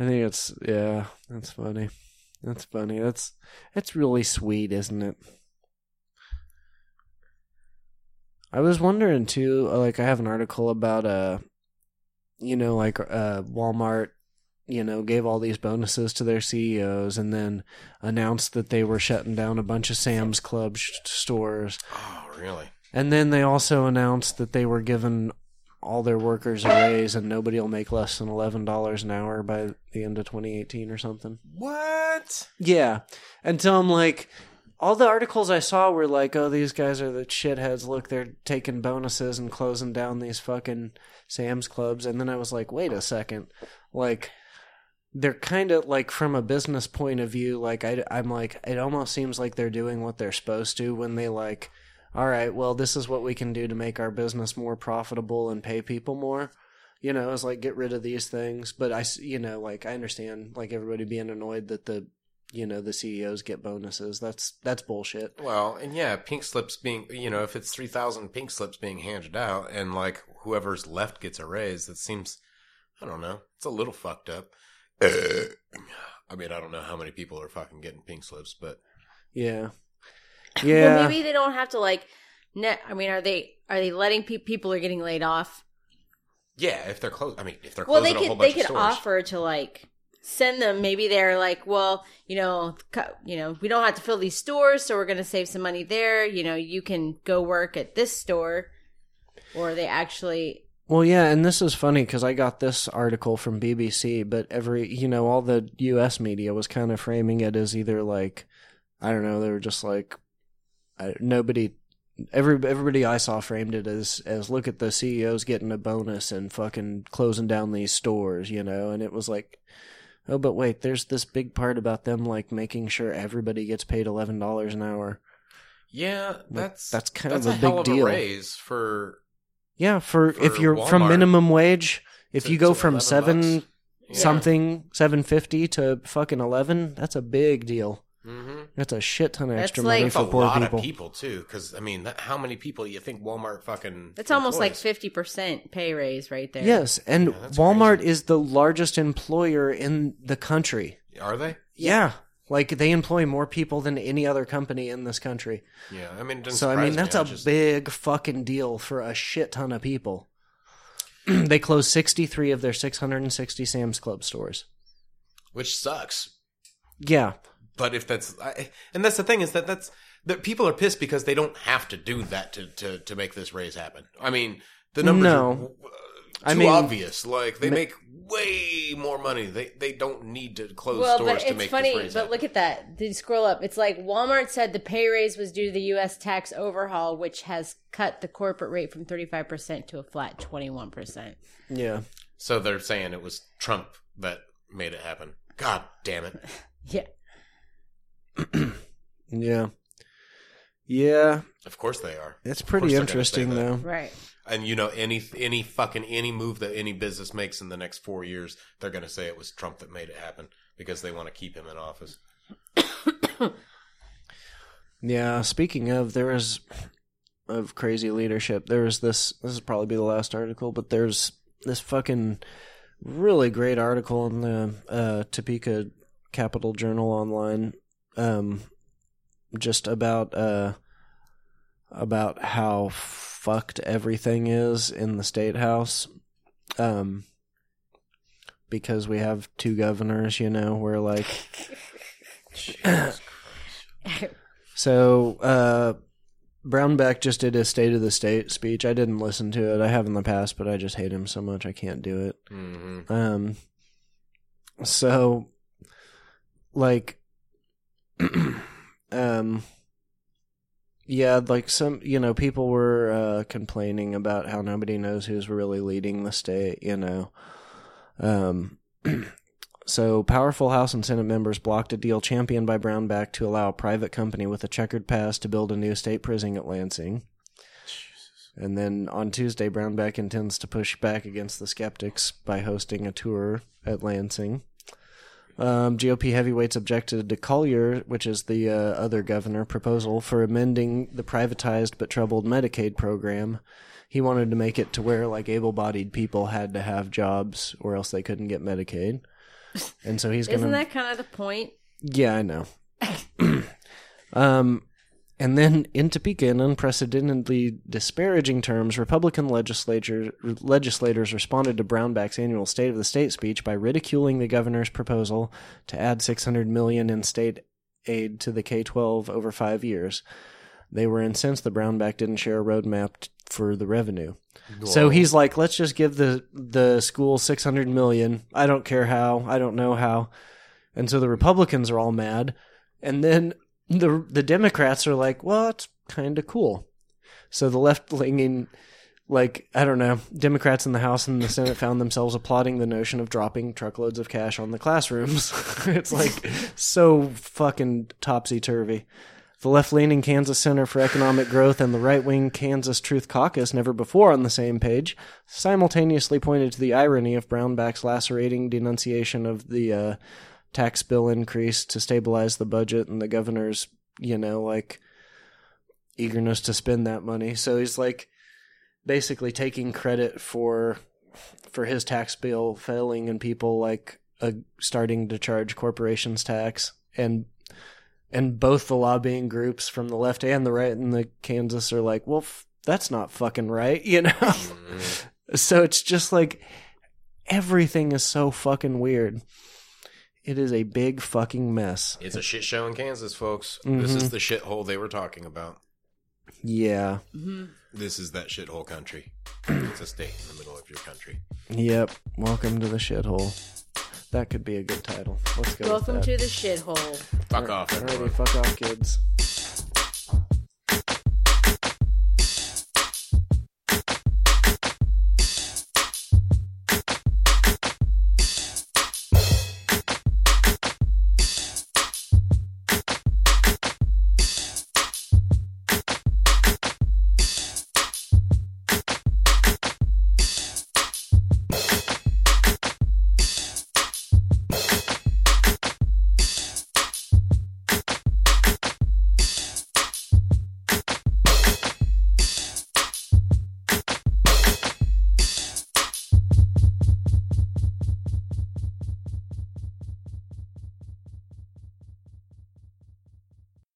Speaker 1: I think it's yeah, that's funny. That's funny. That's that's really sweet, isn't it? I was wondering too, uh, like I have an article about uh you know, like uh Walmart, you know, gave all these bonuses to their CEOs and then announced that they were shutting down a bunch of Sam's Club sh- stores.
Speaker 6: Oh, really?
Speaker 1: And then they also announced that they were giving all their workers a raise and nobody will make less than $11 an hour by the end of 2018 or something.
Speaker 6: What?
Speaker 1: Yeah. And so I'm like, all the articles I saw were like, oh, these guys are the shitheads. Look, they're taking bonuses and closing down these fucking Sam's Clubs. And then I was like, wait a second. Like, they're kind of like from a business point of view like I, i'm like it almost seems like they're doing what they're supposed to when they like all right well this is what we can do to make our business more profitable and pay people more you know it's like get rid of these things but i s- you know like i understand like everybody being annoyed that the you know the ceos get bonuses that's that's bullshit
Speaker 2: Well, and yeah, pink slips being, you know, if it's 3,000 pink slips being handed out and like whoever's left gets a raise, that seems, I don't know, it's a little fucked up. I mean, I don't know how many people are fucking getting pink slips, but
Speaker 1: yeah yeah
Speaker 3: Well, maybe they don't have to like. Net. I mean, are they are they letting pe- people are getting laid off?
Speaker 2: yeah, if they're close, I mean, if they're
Speaker 3: Well,
Speaker 2: closing
Speaker 3: they
Speaker 2: a whole
Speaker 3: could they
Speaker 2: bunch of
Speaker 3: could
Speaker 2: stores.
Speaker 3: offer to like send them. Maybe they're like, well, you know, cu- you know, we don't have to fill these stores, so we're going to save some money there. You know, you can go work at this store, or they actually.
Speaker 1: Well, yeah, and this is funny because I got this article from BBC, but every, you know, all the US media was kind of framing it as either like, I don't know, they were just like, I, nobody, every, everybody I saw framed it as, as look at the CEOs getting a bonus and fucking closing down these stores, you know, and it was like, oh, but wait, there's this big part about them like making sure everybody gets paid $11 an hour.
Speaker 2: Yeah, that's
Speaker 1: that's kind
Speaker 2: that's
Speaker 1: of a
Speaker 2: hell
Speaker 1: big
Speaker 2: of
Speaker 1: deal.
Speaker 2: A raise for
Speaker 1: Yeah, for, if
Speaker 2: For
Speaker 1: you're from
Speaker 2: Walmart,
Speaker 1: minimum wage, if
Speaker 2: it's-
Speaker 1: you go
Speaker 2: it's
Speaker 1: from
Speaker 2: 11
Speaker 1: seven
Speaker 2: bucks. Yeah.
Speaker 1: something 750 to fucking 11 that's a big deal
Speaker 3: Mm-hmm.
Speaker 2: Mhm.
Speaker 1: that's a shit ton of
Speaker 3: That's
Speaker 1: extra
Speaker 3: like-
Speaker 1: money
Speaker 2: That's
Speaker 1: for
Speaker 2: a
Speaker 1: poor
Speaker 2: lot
Speaker 1: people.
Speaker 2: of people too, because I mean, that, how many people you think Walmart fucking?
Speaker 3: That's almost like
Speaker 2: employs?
Speaker 3: fifty percent pay raise right there.
Speaker 1: yes and
Speaker 2: Yeah, that's
Speaker 1: walmart
Speaker 2: crazy.
Speaker 1: is the largest employer in the country
Speaker 2: Are they?
Speaker 1: yeah like they employ more people than any other company in this country
Speaker 2: Yeah, I mean, it doesn't
Speaker 1: so i
Speaker 2: surprise
Speaker 1: mean
Speaker 2: me.
Speaker 1: that's
Speaker 2: I
Speaker 1: a
Speaker 2: just-
Speaker 1: big fucking deal for a shit ton of people they closed 63 of their 660 sam's club stores
Speaker 2: which sucks
Speaker 1: yeah
Speaker 2: but if that's I, and that's the thing is that that's that people are pissed because they don't have to do that to to, to make this raise happen. I mean, the numbers
Speaker 1: No.
Speaker 2: are uh,
Speaker 1: I
Speaker 2: too
Speaker 1: mean-
Speaker 2: obvious. Like they
Speaker 1: Ma-
Speaker 2: make way more money. They they don't need to close
Speaker 3: Well,
Speaker 2: stores
Speaker 3: but
Speaker 2: to
Speaker 3: it's
Speaker 2: make
Speaker 3: funny.
Speaker 2: this raise.
Speaker 3: But
Speaker 2: happen.
Speaker 3: look at that. Did you scroll up? It's like Walmart said the pay raise was due to the U.S. tax overhaul, which has cut the corporate rate from 35% to a flat 21%.
Speaker 1: yeah
Speaker 2: so they're saying it was Trump that made it happen. God damn it!
Speaker 3: Yeah.
Speaker 1: yeah yeah
Speaker 2: Of course they are.
Speaker 1: it's
Speaker 2: course
Speaker 1: pretty
Speaker 2: they're gonna say
Speaker 1: interesting
Speaker 2: that.
Speaker 1: though
Speaker 3: Right.
Speaker 2: And you know any any fucking any move that any business makes in the next four years, they're going to say it was Trump that made it happen because they want to keep him in office.
Speaker 1: Yeah, speaking of, there is of crazy leadership. There is this this is probably be the last article, but there's this fucking really great article in the uh Topeka Capital Journal online um just about uh about how fucked everything is in the state house. Um because we have two governors, you know, we're like So uh, Brownback just did his State of the State speech. I didn't listen to it. I have in the past, but I just hate him so much I can't do it.
Speaker 6: Mm-hmm.
Speaker 2: hmm
Speaker 1: Um, so like, um, yeah, like some you know people were uh, complaining about how nobody knows who's really leading the state. You know, um. So, powerful House and Senate members blocked a deal championed by Brownback to allow a private company with a checkered past to build a new state prison at Lansing. And then on Tuesday, Brownback intends to push back against the skeptics by hosting a tour at Lansing. Um, GOP heavyweights objected to Collier, which is the uh, other governor, proposal for amending the privatized but troubled Medicaid program. He wanted to make it to where like able-bodied people had to have jobs, or else they couldn't get Medicaid. And so he's going to
Speaker 3: Isn't that kind of the point?
Speaker 1: yeah, I know. um, and then in Topeka, in unprecedentedly disparaging terms, Republican legislature, legislators responded to Brownback's annual State of the State speech by ridiculing the governor's proposal to add 600 million in state aid to the K-12 over five years. They were incensed that Brownback didn't share a roadmap t- for the revenue. So he's like, let's just give the the school 600 million. I don't care how. I don't know how. And so the Republicans are all mad. And then the the Democrats are like, well, it's kind of cool. So the left leaning like I don't know, Democrats in the House and the Senate found themselves applauding the notion of dropping truckloads of cash on the classrooms. it's like so fucking topsy turvy. The left leaning Kansas Center for Economic Growth and the right wing Kansas Truth Caucus, never before on the same page, simultaneously pointed to the irony of Brownback's lacerating denunciation of the uh, tax bill increase to stabilize the budget and the governor's, you know, like eagerness to spend that money. So he's like basically taking credit for for his tax bill failing and people like uh, starting to charge corporations tax and and both the lobbying groups from the left and the right in the Kansas are like, well, f- that's not fucking right, you know. Mm. so it's just like everything is so fucking weird. It is a big fucking mess.
Speaker 6: It's a shit show in Kansas, folks. This is the shithole they were talking about.
Speaker 1: Yeah.
Speaker 6: This is that shithole country. It's a state in the middle of your country.
Speaker 1: Yep. Welcome to the shithole. That could be a good title. Let's go.
Speaker 3: Welcome
Speaker 1: with
Speaker 3: to
Speaker 1: that.
Speaker 3: the shithole.
Speaker 6: Fuck off, everyone.
Speaker 1: Alrighty, fuck off, kids.